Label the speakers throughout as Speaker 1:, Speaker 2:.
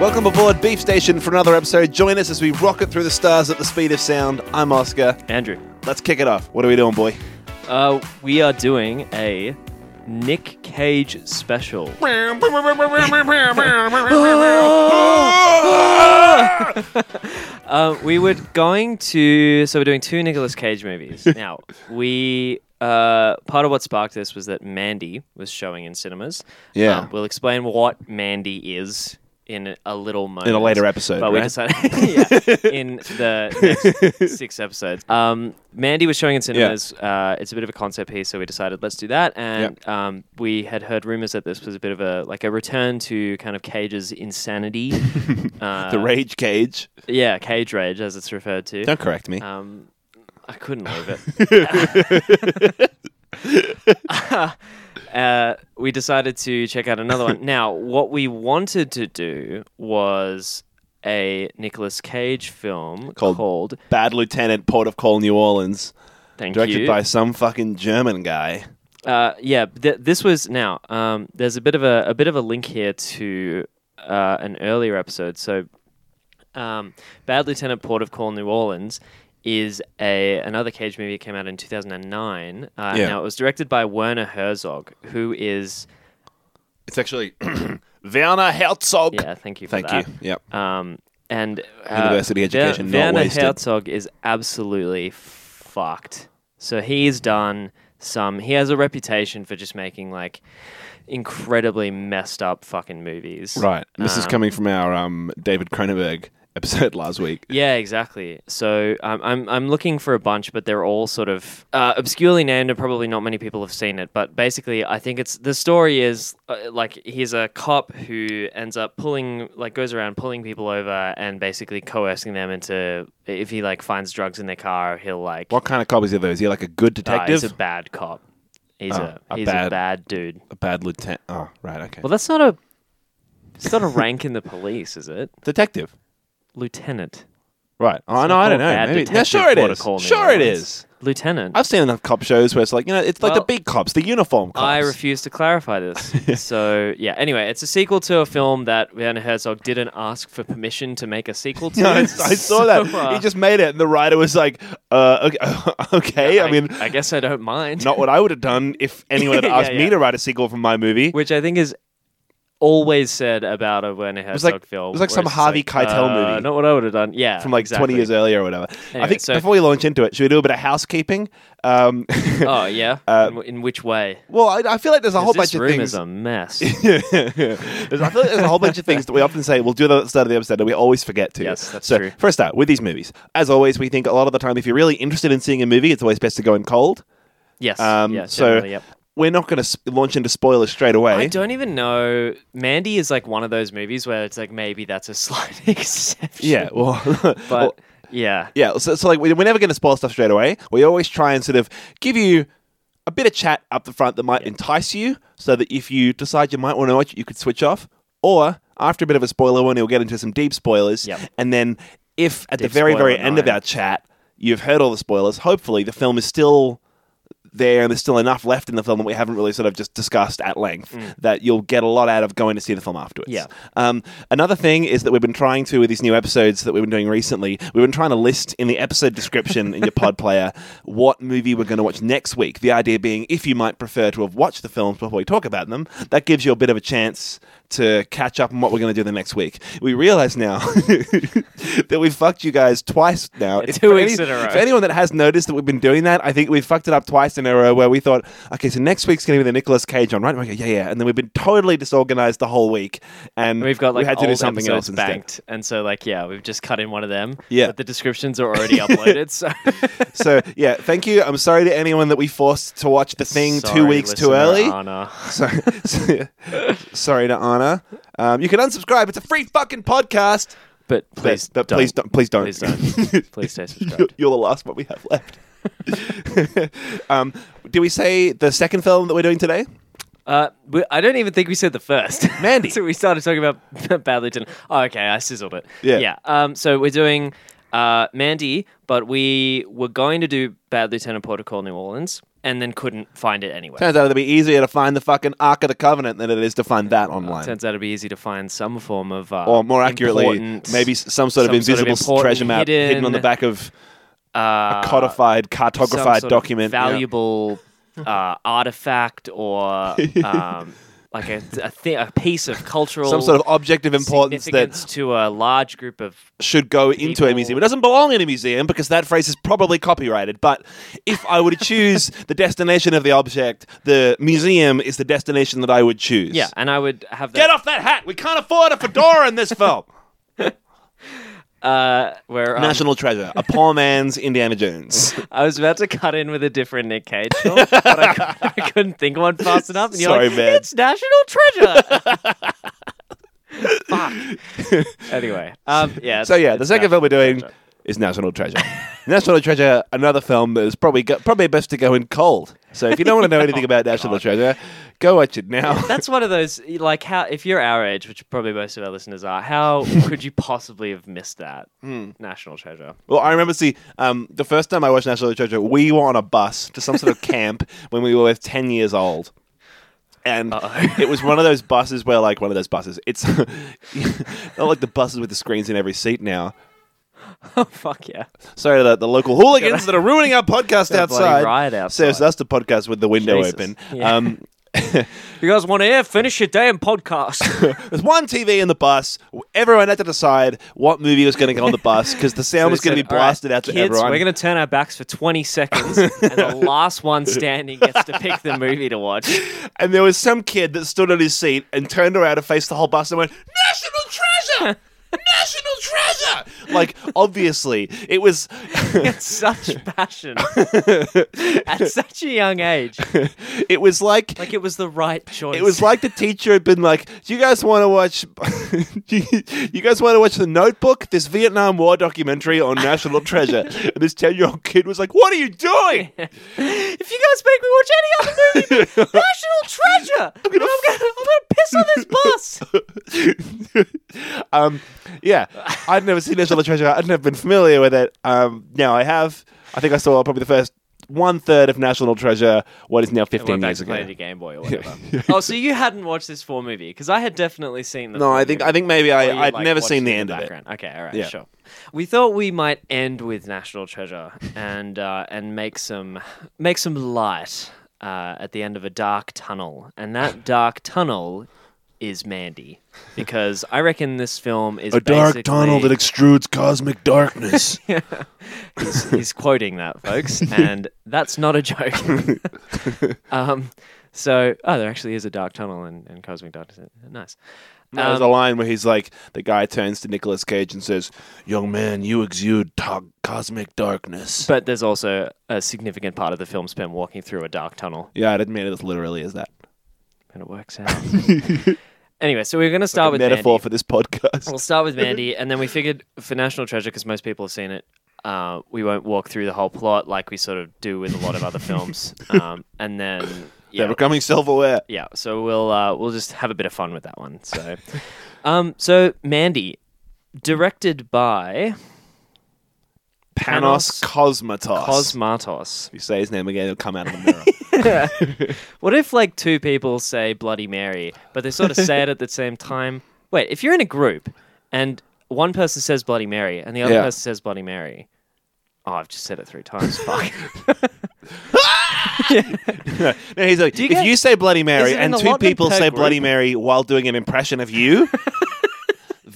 Speaker 1: Welcome aboard Beef Station for another episode. Join us as we rocket through the stars at the speed of sound. I'm Oscar.
Speaker 2: Andrew,
Speaker 1: Let's kick it off. What are we doing, boy?
Speaker 2: uh, we are doing a Nick Cage special. Uh, we were going to, so we're doing two Nicolas Cage movies. now, we, uh, part of what sparked this was that Mandy was showing in cinemas.
Speaker 1: Yeah.
Speaker 2: Um, we'll explain what Mandy is in a little moment.
Speaker 1: In a later episode,
Speaker 2: But we
Speaker 1: right?
Speaker 2: decided, yeah, in the next six episodes. Um, Mandy was showing in cinemas. Uh, it's a bit of a concept piece, so we decided let's do that. And um, we had heard rumors that this was a bit of a, like a return to kind of Cage's insanity. uh,
Speaker 1: The Rage Cage.
Speaker 2: yeah, Cage Rage, as it's referred to.
Speaker 1: Don't correct me.
Speaker 2: Um, I couldn't leave it. uh, we decided to check out another one. Now, what we wanted to do was a Nicolas Cage film
Speaker 1: Called-
Speaker 2: called,
Speaker 1: Bad Lieutenant, Port of Call, New Orleans.
Speaker 2: Thank
Speaker 1: Directed
Speaker 2: You.
Speaker 1: by some fucking German guy.
Speaker 2: uh, yeah, th- this was now. Um, there's a bit of a, a bit of a link here to uh, an earlier episode. So, um, Bad Lieutenant Port of Call New Orleans is a another Cage movie that came out in 2009. Uh,
Speaker 1: Yeah.
Speaker 2: Now it was directed by Werner Herzog, who is
Speaker 1: It's actually Werner Herzog.
Speaker 2: yeah. Thank you. For
Speaker 1: Thank
Speaker 2: that.
Speaker 1: you. Yep.
Speaker 2: Um, and uh,
Speaker 1: University education not
Speaker 2: Werner
Speaker 1: wasted.
Speaker 2: Herzog is absolutely fucked. So he's done some. He has a reputation for just making like incredibly messed up fucking movies.
Speaker 1: Right. And this is
Speaker 2: Um,
Speaker 1: coming from our um, David Cronenberg episode last week.
Speaker 2: Yeah, exactly. So um, I'm I'm looking for a bunch, but they're all sort of uh, obscurely named, and probably not many people have seen it. But basically, I think it's the story is uh, like he's a cop who ends up pulling like goes around pulling people over and basically coercing them into if he like finds drugs in their car, he'll like
Speaker 1: What kind of cop is he, though? Is he like a good
Speaker 2: uh,
Speaker 1: detective?
Speaker 2: he's a bad cop. He's
Speaker 1: Oh,
Speaker 2: a
Speaker 1: a
Speaker 2: he's
Speaker 1: bad-
Speaker 2: a bad dude.
Speaker 1: a bad lieutenant. Oh, right. Okay.
Speaker 2: Well, that's not a it's not a rank in the police, is it?
Speaker 1: detective.
Speaker 2: Lieutenant.
Speaker 1: Right. Oh,
Speaker 2: It's
Speaker 1: no,
Speaker 2: not
Speaker 1: I don't
Speaker 2: called
Speaker 1: know.
Speaker 2: Bad
Speaker 1: Maybe. No,
Speaker 2: Detective
Speaker 1: sure it
Speaker 2: Port of
Speaker 1: is.
Speaker 2: Call New
Speaker 1: Sure it
Speaker 2: Orleans.
Speaker 1: is.
Speaker 2: Lieutenant.
Speaker 1: I've seen enough cop shows where it's like, you know, it's like
Speaker 2: Well,
Speaker 1: the big cops, the uniform cops.
Speaker 2: I refuse to clarify this. so yeah. Anyway, it's a sequel to a film that Werner Herzog didn't ask for permission to make a sequel to.
Speaker 1: No, I, I saw that.
Speaker 2: So, uh,
Speaker 1: he just made it, and the writer was like, uh, okay, okay. I, mean,
Speaker 2: I guess I don't mind.
Speaker 1: not what I would have done if anyone had
Speaker 2: Yeah,
Speaker 1: asked me
Speaker 2: yeah.
Speaker 1: to write a sequel for my movie.
Speaker 2: which I think is always said about a Werner Herzog
Speaker 1: like-
Speaker 2: film.
Speaker 1: it was like
Speaker 2: where
Speaker 1: some
Speaker 2: it's just
Speaker 1: Harvey
Speaker 2: like,
Speaker 1: Keitel
Speaker 2: uh,
Speaker 1: movie.
Speaker 2: Not what I would have done. Yeah,
Speaker 1: from like
Speaker 2: exactly.
Speaker 1: 20 years earlier or whatever. I
Speaker 2: Anyway,
Speaker 1: think
Speaker 2: so-
Speaker 1: before we launch into it, should we do a bit of housekeeping? Um,
Speaker 2: Oh yeah.
Speaker 1: Uh,
Speaker 2: in, w- in which way?
Speaker 1: well, I, I feel like there's a whole
Speaker 2: this
Speaker 1: bunch of
Speaker 2: room
Speaker 1: things.
Speaker 2: is a mess.
Speaker 1: There's- I feel like there's a whole bunch of things that we often say we'll do that at the start of the episode that we always forget to.
Speaker 2: Yes, that's
Speaker 1: so,
Speaker 2: true.
Speaker 1: First start with these movies. As always, we think a lot of the time if you're really interested in seeing a movie, it's always best to go in cold.
Speaker 2: yes.
Speaker 1: Um,
Speaker 2: yeah,
Speaker 1: so
Speaker 2: generally, yep.
Speaker 1: we're not going to s- launch into spoilers straight away.
Speaker 2: I don't even know. Mandy is like one of those movies where it's like maybe that's a slight exception.
Speaker 1: Yeah, well,
Speaker 2: but
Speaker 1: well,
Speaker 2: yeah.
Speaker 1: yeah. So, so like we- we're never going to spoil stuff straight away. We always try and sort of give you a bit of chat up the front that might entice you, so that if you decide you might want to watch, it, you could switch off. Or after a bit of a spoiler warning, we'll get into some deep spoilers,
Speaker 2: Yep.
Speaker 1: and then if at
Speaker 2: Deep
Speaker 1: the very very
Speaker 2: spoiler
Speaker 1: end of
Speaker 2: nine.
Speaker 1: our chat you've heard all the spoilers, hopefully the film is still there and there's still enough left in the film that we haven't really sort of just discussed at length that you'll get a lot out of going to see the film afterwards.
Speaker 2: Mm. Yeah.
Speaker 1: Um, another thing is that we've been trying to with these new episodes that we've been doing recently, we've been trying to list in the episode description in your pod player what movie we're going to watch next week. The idea being if you might prefer to have watched the films before we talk about them, that gives you a bit of a chance to catch up on what we're going to do the next week. We realize now that we've fucked you guys twice now.
Speaker 2: Yeah,
Speaker 1: If-
Speaker 2: two
Speaker 1: for
Speaker 2: weeks in a row.
Speaker 1: for anyone that has noticed that we've been doing that, I think we've fucked it up twice in a row where we thought, okay, so next week's going to be the Nicolas Cage one, right? And we go, yeah, yeah. And then we've been totally disorganized the whole week. And
Speaker 2: We've got like
Speaker 1: we had to do
Speaker 2: old
Speaker 1: something else
Speaker 2: episodes
Speaker 1: instead.
Speaker 2: banked, and so like yeah, we've just cut in one of them.
Speaker 1: Yeah.
Speaker 2: but the descriptions are already uploaded. So
Speaker 1: so, yeah, thank you. I'm sorry to anyone that we forced to watch The Thing two
Speaker 2: Sorry,
Speaker 1: weeks too
Speaker 2: listener
Speaker 1: early.
Speaker 2: Anna.
Speaker 1: So, so- sorry to Anna. Um, you can unsubscribe. It's a free fucking podcast.
Speaker 2: But please,
Speaker 1: but, but
Speaker 2: don't.
Speaker 1: please don't. Please don't.
Speaker 2: Please don't. Please stay
Speaker 1: you're,
Speaker 2: subscribed.
Speaker 1: you're the last one we have left. um, did we say the second film that we're doing today?
Speaker 2: Uh, we, I don't even think we said the first.
Speaker 1: Mandy.
Speaker 2: so we started talking about Bad Lieutenant. Oh, okay, I sizzled it.
Speaker 1: Yeah.
Speaker 2: Yeah. Um, so we're doing uh, Mandy, but we were going to do Bad Lieutenant Protocol New Orleans. and then couldn't find it anywhere.
Speaker 1: Turns out it'd be easier to find the fucking Ark of the Covenant than it is to find that online.
Speaker 2: Turns out it'd be easy to find some form of, uh,
Speaker 1: or more accurately,
Speaker 2: important,
Speaker 1: maybe s- some sort of
Speaker 2: some sort of
Speaker 1: invisible
Speaker 2: important
Speaker 1: treasure map hidden, on the
Speaker 2: hidden,
Speaker 1: back of
Speaker 2: uh,
Speaker 1: codified,
Speaker 2: some
Speaker 1: cartographied
Speaker 2: sort of
Speaker 1: document. yeah.
Speaker 2: valuable uh, artifact or um, like a a, thi- a piece of cultural
Speaker 1: Some sort of object of importance that
Speaker 2: significance to a large group of
Speaker 1: should go into a
Speaker 2: people-
Speaker 1: museum. It doesn't belong in a museum because that phrase is probably copyrighted. But if I were to choose the destination of the object, the museum is the destination that I would choose.
Speaker 2: yeah, and I would have that
Speaker 1: Get off that hat! We can't afford a fedora in this film.
Speaker 2: uh, where um,
Speaker 1: National treasure, a poor man's Indiana Jones.
Speaker 2: I was about to cut in with a different Nick Cage film, but I, cou- I couldn't think of one fast enough. And you're
Speaker 1: Sorry,
Speaker 2: like,
Speaker 1: man.
Speaker 2: It's National Treasure. Fuck. Anyway, um, yeah.
Speaker 1: So
Speaker 2: it's-
Speaker 1: yeah, the
Speaker 2: it's
Speaker 1: second
Speaker 2: National
Speaker 1: film we're doing
Speaker 2: Treasure.
Speaker 1: is National Treasure. National Treasure, another film that is probably go- probably best to go in cold. So if you don't want to know anything about National Treasure, go watch it now.
Speaker 2: That's one of those like how if you're our age, which probably most of our listeners are, how could you possibly have missed that
Speaker 1: Hmm.
Speaker 2: National Treasure?
Speaker 1: Well, I remember see um, the first time I watched National Treasure, we were on a bus to some sort of camp when we were ten years old. And
Speaker 2: Uh-oh.
Speaker 1: it was one of those buses where, like, one of those buses. It's not like the buses with the screens in every seat now.
Speaker 2: Oh fuck yeah!
Speaker 1: Sorry to the, the local hooligans that are ruining our podcast
Speaker 2: Got a bloody
Speaker 1: outside.
Speaker 2: riot
Speaker 1: Serves
Speaker 2: outside.
Speaker 1: us the podcast with the window
Speaker 2: Jesus.
Speaker 1: open.
Speaker 2: Yeah.
Speaker 1: Um,
Speaker 2: If you guys want to hear? Finish your damn podcast.
Speaker 1: There's one TV in the bus. Everyone had to decide what movie was going to go on the bus because the sound was going to be blasted out to
Speaker 2: kids,
Speaker 1: everyone.
Speaker 2: We're going to turn our backs for 20 seconds, and the last one standing gets to pick the movie to watch.
Speaker 1: And there was some kid that stood on his seat and turned around and faced the whole bus and went, National treasure! National treasure! Like, obviously, it was.
Speaker 2: It's such passion at such a young age.
Speaker 1: it was like.
Speaker 2: Like it was the right choice.
Speaker 1: it was like the teacher had been like, "Do you guys want to watch? do you, you guys want to watch The Notebook, this Vietnam War documentary on National Treasure?" And this ten-year-old kid was like, "What are you doing?
Speaker 2: if you guys make me watch any other movie, National Treasure, I'm gonna, I'm gonna, piss on this bus.
Speaker 1: um, yeah, I'd never seen National Treasure. I'd never been familiar with it. Um, now I have. I think I saw probably the first one third of National Treasure. What is now fifteen
Speaker 2: Went back
Speaker 1: years
Speaker 2: to
Speaker 1: ago?
Speaker 2: playing the Game Boy or whatever. oh, so you hadn't watched this four movie because I had definitely seen the.
Speaker 1: No,
Speaker 2: four
Speaker 1: I think
Speaker 2: movie,
Speaker 1: I think maybe
Speaker 2: or you,
Speaker 1: I, I'd
Speaker 2: like,
Speaker 1: never
Speaker 2: watched
Speaker 1: seen the
Speaker 2: in
Speaker 1: end of it.
Speaker 2: background. Okay, all right,
Speaker 1: Yeah.
Speaker 2: sure. We thought we might end with National Treasure and uh, and make some make some light uh, at the end of a dark tunnel, and that dark tunnel is Mandy, because I reckon this film is basically-
Speaker 1: extrudes cosmic darkness.
Speaker 2: He's, he's quoting that, folks, and that's not a joke. um, so, oh, there actually is a dark tunnel and, and cosmic darkness. Nice.
Speaker 1: No, There's a line where he's like, the guy turns to Nicolas Cage and says, "Young man, you exude to- cosmic darkness."
Speaker 2: But there's also a significant part of the film spent walking through a dark tunnel,
Speaker 1: yeah, I didn't mean it as literally as that.
Speaker 2: and it works out. anyway, so we're going to start with
Speaker 1: Metaphor
Speaker 2: Mandy.
Speaker 1: for this podcast.
Speaker 2: We'll start with Mandy, and then we figured for National Treasure, because most people have seen it, uh, we won't walk through the whole plot like we sort of do with a lot of other films. Um, and then.
Speaker 1: They're
Speaker 2: Yeah,
Speaker 1: becoming self-aware.
Speaker 2: yeah so we'll uh, we'll just have a bit of fun with that one so um so mandy directed by
Speaker 1: Panos
Speaker 2: Panos
Speaker 1: Cosmatos.
Speaker 2: cosmatos
Speaker 1: you say his name again, it'll come out of the mirror.
Speaker 2: what if like two people say bloody mary but they sort of say it at the same time wait if you're in a group and one person says bloody mary and the other
Speaker 1: Yeah.
Speaker 2: person says bloody mary oh i've just said it three times fuck
Speaker 1: no, no, he's like,
Speaker 2: you
Speaker 1: if
Speaker 2: get-
Speaker 1: you say Bloody
Speaker 2: Is
Speaker 1: Mary
Speaker 2: it
Speaker 1: and
Speaker 2: an
Speaker 1: two
Speaker 2: allotment
Speaker 1: people
Speaker 2: per
Speaker 1: say
Speaker 2: group?
Speaker 1: Bloody Mary while doing an impression of you,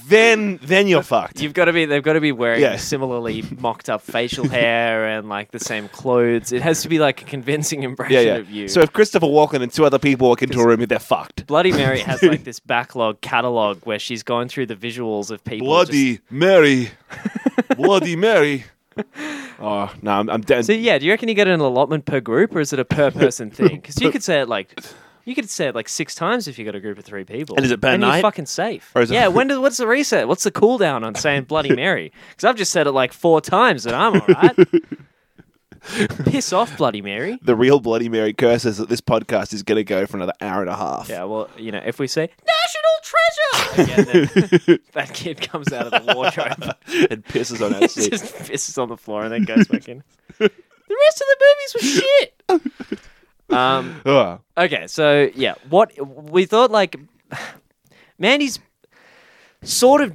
Speaker 1: then then you're fucked.
Speaker 2: you've got to be they've got to be wearing
Speaker 1: Yeah.
Speaker 2: similarly mocked up facial hair and like the same clothes it has to be like a convincing impression
Speaker 1: yeah, yeah.
Speaker 2: of you
Speaker 1: So if Christopher Walken and two other people walk into a room, they're fucked.
Speaker 2: Bloody Mary has like this backlog catalog where she's going through the visuals of people. just-
Speaker 1: Mary, Bloody Mary. Oh no, I'm, I'm dead.
Speaker 2: So yeah, do you reckon you get an allotment per group, or is it a per person thing? Because you could say it like. You could say it like six times if you got a group of three people.
Speaker 1: And is it per
Speaker 2: and
Speaker 1: night?
Speaker 2: You're fucking safe.
Speaker 1: Or is it-
Speaker 2: yeah. When do, what's the reset? What's the cooldown on saying Bloody Mary? Because I've just said it like four times and I'm all right. Piss off, Bloody Mary.
Speaker 1: the real Bloody Mary curse is that this podcast is going to go for another hour and a half.
Speaker 2: Yeah. Well, you know, if we say National Treasure, again, then that kid comes out of the wardrobe.
Speaker 1: it pisses on our
Speaker 2: It
Speaker 1: seat.
Speaker 2: just pisses on the floor and then goes back in. The rest of the movies were shit. Um,
Speaker 1: Ugh.
Speaker 2: okay, so yeah, what we thought like Mandy's sort of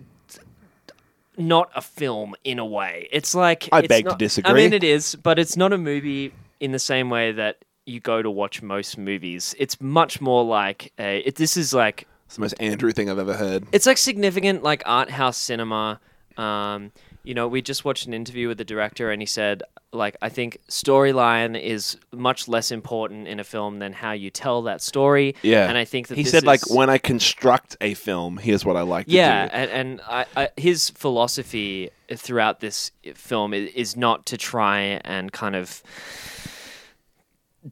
Speaker 2: not a film in a way. It's like
Speaker 1: I
Speaker 2: it's
Speaker 1: beg to
Speaker 2: not- I
Speaker 1: disagree.
Speaker 2: mean, it is, but it's not a movie in the same way that you go to watch most movies. It's much more like a. It, this is like
Speaker 1: It's the most Andrew thing I've ever heard.
Speaker 2: it's like significant like art house cinema um you know we just watched an interview with the director and he said like i think storyline is much less important in a film than how you tell that story
Speaker 1: Yeah.
Speaker 2: and i think that
Speaker 1: he
Speaker 2: this
Speaker 1: said, like,
Speaker 2: is-
Speaker 1: when I construct a film, here's what I like
Speaker 2: yeah
Speaker 1: to do.
Speaker 2: and, and I, I, his philosophy throughout this film is, is not to try and kind of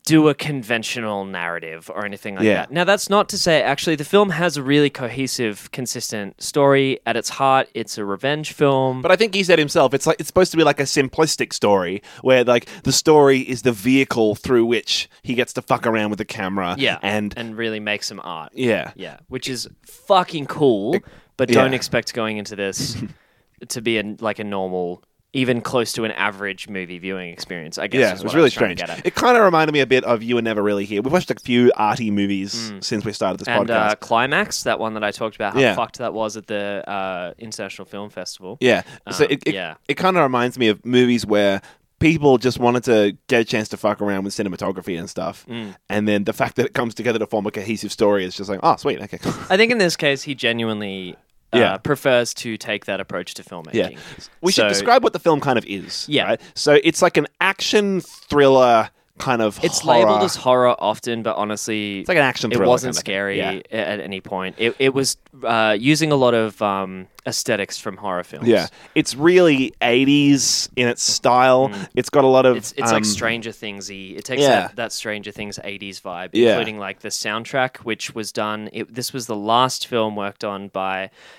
Speaker 2: do a conventional narrative or anything like
Speaker 1: Yeah.
Speaker 2: that now that's not to say actually the film has a really cohesive consistent story at its heart it's a revenge film
Speaker 1: But I think he said himself, it's like it's supposed to be like a simplistic story where like the story is the vehicle through which he gets to fuck around with the camera.
Speaker 2: yeah
Speaker 1: And
Speaker 2: and really make some art
Speaker 1: yeah.
Speaker 2: yeah which is fucking cool but don't
Speaker 1: yeah.
Speaker 2: expect going into this to be a, like a normal even close to an average movie viewing experience i guess
Speaker 1: Yeah,
Speaker 2: is
Speaker 1: it
Speaker 2: what
Speaker 1: was
Speaker 2: I
Speaker 1: really
Speaker 2: trying to
Speaker 1: strange.
Speaker 2: get at.
Speaker 1: It kind of reminded me a bit of You Were Never Really Here. We've watched a few arty movies since we started this
Speaker 2: Mm. and
Speaker 1: podcast.
Speaker 2: uh, climax that one that I talked about how
Speaker 1: Yeah.
Speaker 2: fucked that was at the uh, International Film Festival.
Speaker 1: Yeah. So
Speaker 2: Um,
Speaker 1: it, it,
Speaker 2: yeah.
Speaker 1: it kind of reminds me of movies where people just wanted to get a chance to fuck around with cinematography and stuff.
Speaker 2: Mm.
Speaker 1: And then the fact that it comes together to form a cohesive story is just like, oh, sweet. Okay.
Speaker 2: I think in this case he genuinely uh,
Speaker 1: Yeah.
Speaker 2: prefers to take that approach to
Speaker 1: yeah.
Speaker 2: filmmaking.
Speaker 1: We
Speaker 2: So
Speaker 1: should describe what the film kind of is.
Speaker 2: Yeah.
Speaker 1: right? So it's like an action thriller kind of
Speaker 2: It's
Speaker 1: horror.
Speaker 2: labeled as horror often, but honestly,
Speaker 1: It's like an action
Speaker 2: it
Speaker 1: thriller.
Speaker 2: wasn't
Speaker 1: kind of thing.
Speaker 2: scary
Speaker 1: Yeah.
Speaker 2: a- at any point. It, it was uh, using a lot of um, aesthetics from horror films.
Speaker 1: Yeah. It's really 80s in its style. It's got a lot of.
Speaker 2: Mm. It's, it's
Speaker 1: um,
Speaker 2: like Stranger Thingsy. It takes
Speaker 1: yeah.
Speaker 2: that, that Stranger Things '80s vibe,
Speaker 1: Yeah.
Speaker 2: including like the soundtrack, which was done. It, this was the last film worked on by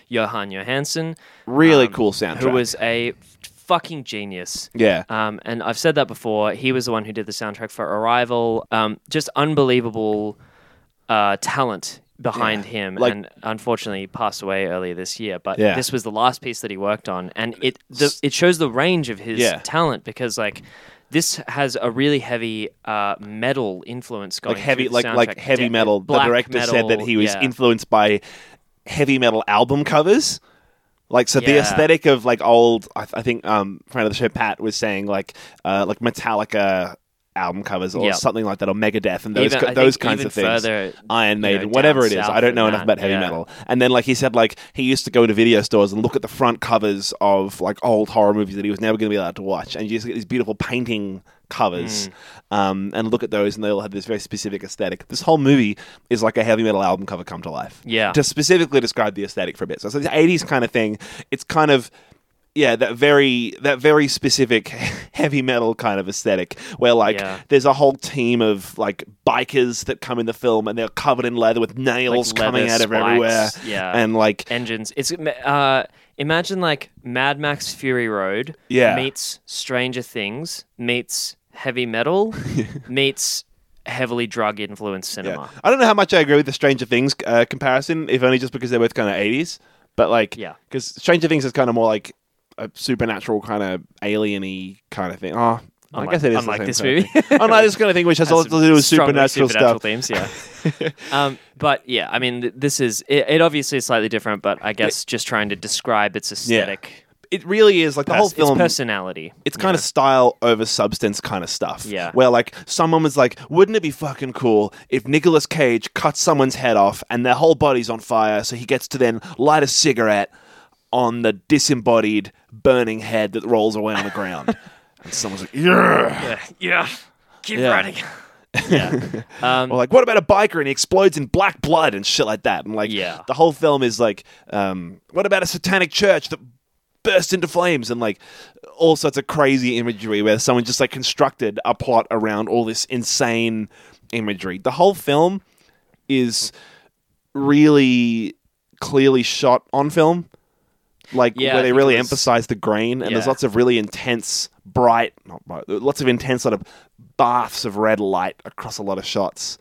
Speaker 2: Johan Johansson,
Speaker 1: really
Speaker 2: um,
Speaker 1: cool soundtrack.
Speaker 2: who was a f- fucking genius.
Speaker 1: Yeah.
Speaker 2: Um, and I've said that before. He was the one who did the soundtrack for Arrival. Um, just unbelievable uh, talent behind him,
Speaker 1: Like-
Speaker 2: and unfortunately passed away earlier this year. But
Speaker 1: Yeah. Uh,
Speaker 2: this was the last piece that he worked on, and it the, it shows the range of his
Speaker 1: Yeah.
Speaker 2: talent because like. This has a really heavy uh, metal influence going
Speaker 1: like heavy,
Speaker 2: through the
Speaker 1: like like
Speaker 2: soundtrack.
Speaker 1: heavy
Speaker 2: De-
Speaker 1: metal. The
Speaker 2: black
Speaker 1: director said that
Speaker 2: metal,
Speaker 1: he was
Speaker 2: yeah.
Speaker 1: influenced by heavy metal album covers. Like so, the
Speaker 2: Yeah.
Speaker 1: aesthetic of like old. I, I think um, friend of the show Pat was saying like uh, like Metallica album covers or
Speaker 2: Yeah.
Speaker 1: something like that, or Megadeth and those
Speaker 2: Even-
Speaker 1: co-
Speaker 2: I
Speaker 1: those
Speaker 2: think
Speaker 1: kinds
Speaker 2: even
Speaker 1: of things. Um,
Speaker 2: further,
Speaker 1: Iron
Speaker 2: know,
Speaker 1: Maiden, whatever
Speaker 2: down
Speaker 1: it is.
Speaker 2: south
Speaker 1: I don't know
Speaker 2: than
Speaker 1: enough
Speaker 2: that,
Speaker 1: about heavy
Speaker 2: yeah.
Speaker 1: metal. And then, like he said, like he used to go to video stores and look at the front covers of like old horror movies that he was never going to be allowed to watch, and you just get these beautiful painting covers,
Speaker 2: Hmm.
Speaker 1: um, and look at those, and they all have this very specific aesthetic. This whole movie is like a heavy metal album cover come to life.
Speaker 2: Yeah.
Speaker 1: To specifically describe the aesthetic for a bit, so it's like the '80s kind of thing. It's kind of yeah, that very that very specific heavy metal kind of aesthetic where like
Speaker 2: Yeah.
Speaker 1: there's a whole team of like bikers that come in the film and they're covered in leather with nails
Speaker 2: Like leather
Speaker 1: coming out of
Speaker 2: spikes,
Speaker 1: everywhere.
Speaker 2: yeah.
Speaker 1: And like
Speaker 2: engines. It's uh, imagine like Mad Max Fury Road
Speaker 1: Yeah.
Speaker 2: meets Stranger Things meets heavy metal meets heavily drug influenced
Speaker 1: yeah.
Speaker 2: cinema.
Speaker 1: I don't know how much I agree with the Stranger Things uh, comparison, if only just because they're both kind of 80s, but like
Speaker 2: Yeah.
Speaker 1: cuz Stranger Things is kind of more like a supernatural kind of alieny kind of thing. Oh, I
Speaker 2: Unlike-
Speaker 1: guess it is
Speaker 2: unlike
Speaker 1: the same
Speaker 2: this
Speaker 1: kind of
Speaker 2: movie.
Speaker 1: thing. unlike this kind of thing, which has a lot to
Speaker 2: Some
Speaker 1: do with
Speaker 2: strongly
Speaker 1: supernatural,
Speaker 2: supernatural
Speaker 1: stuff.
Speaker 2: themes, yeah. um, but yeah, I mean, th- this is it, it. Obviously, is slightly different, but I guess just trying to describe its aesthetic,
Speaker 1: It really is like the whole
Speaker 2: pers-
Speaker 1: film.
Speaker 2: its personality.
Speaker 1: it's kind of style over substance kind of stuff.
Speaker 2: Yeah.
Speaker 1: Where like someone was like, wouldn't it be fucking cool if Nicolas Cage cuts someone's head off and their whole body's on fire so he gets to then light a cigarette on the disembodied burning head that rolls away on the ground. and someone's like, yeah.
Speaker 2: yeah, keep
Speaker 1: Yeah.
Speaker 2: writing. yeah. Um,
Speaker 1: Or like, what about a biker and he explodes in black blood and shit like that? And like
Speaker 2: Yeah.
Speaker 1: the whole film is like, um, what about a satanic church that burst into flames and like all sorts of crazy imagery where someone just like constructed a plot around all this insane imagery. The whole film is really clearly shot on film. Like
Speaker 2: Yeah,
Speaker 1: where
Speaker 2: I
Speaker 1: they
Speaker 2: think
Speaker 1: really
Speaker 2: it was-
Speaker 1: emphasize the grain, and there's
Speaker 2: Yeah.
Speaker 1: lots of really intense, bright, not bright, lots of intense sort of baths of red light across a lot of shots.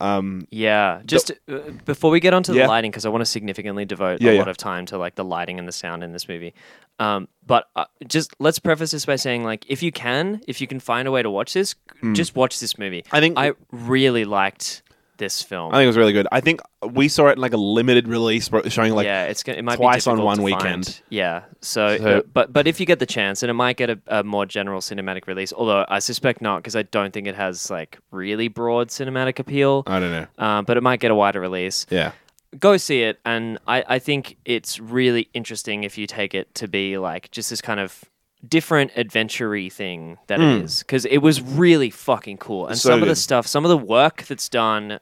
Speaker 1: Um,
Speaker 2: Yeah, just uh, before we get onto
Speaker 1: Yeah.
Speaker 2: the lighting, because I want to significantly devote
Speaker 1: Yeah,
Speaker 2: a
Speaker 1: yeah.
Speaker 2: lot of time to like the lighting and the sound in this movie. Um, but uh, just let's preface this by saying, like, if you can, if you can find a way to watch this, just watch this movie.
Speaker 1: Hmm. I think-
Speaker 2: I really liked this film.
Speaker 1: I think it was really good. I think we saw it in like a limited release, bro- showing like
Speaker 2: yeah, it's gonna it might
Speaker 1: twice
Speaker 2: be
Speaker 1: on
Speaker 2: difficult
Speaker 1: one
Speaker 2: to
Speaker 1: weekend.
Speaker 2: find. Yeah, so,
Speaker 1: So-
Speaker 2: uh, but but if you get the chance, and it might get a, a more general cinematic release, although I suspect not, because I don't think it has like really broad cinematic appeal.
Speaker 1: I don't know.
Speaker 2: Uh, but it might get a wider release.
Speaker 1: Yeah,
Speaker 2: go see it and I, I think it's really interesting if you take it to be like just this kind of different adventure-y thing that it is because it was really fucking cool and
Speaker 1: Hmm. So
Speaker 2: some of the
Speaker 1: good.
Speaker 2: stuff some of the work that's done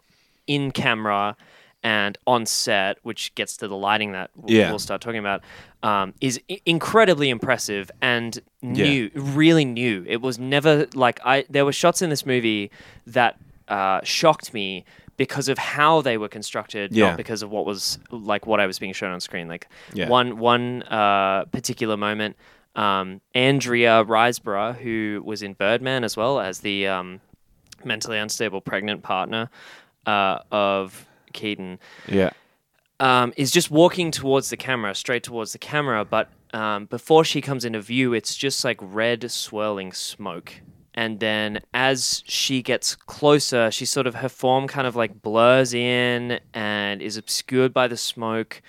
Speaker 2: in camera and on set which gets to the lighting that w-
Speaker 1: Yeah.
Speaker 2: we'll start talking about um, is I- incredibly impressive and new really new it was never like i there were shots in this movie that uh, shocked me because of how they were constructed
Speaker 1: Yeah.
Speaker 2: not because because of what was like what I was being shown on screen. Like
Speaker 1: Yeah.
Speaker 2: one one uh, particular moment, um, Andrea Riseborough, who was in Birdman as well as the um, mentally unstable pregnant partner uh, of Keaton,
Speaker 1: yeah,
Speaker 2: um, is just walking towards the camera, straight towards the camera. But um, before she comes into view, it's just like red swirling smoke. And then as she gets closer, she sort of her form kind of like blurs in and is obscured by the smoke.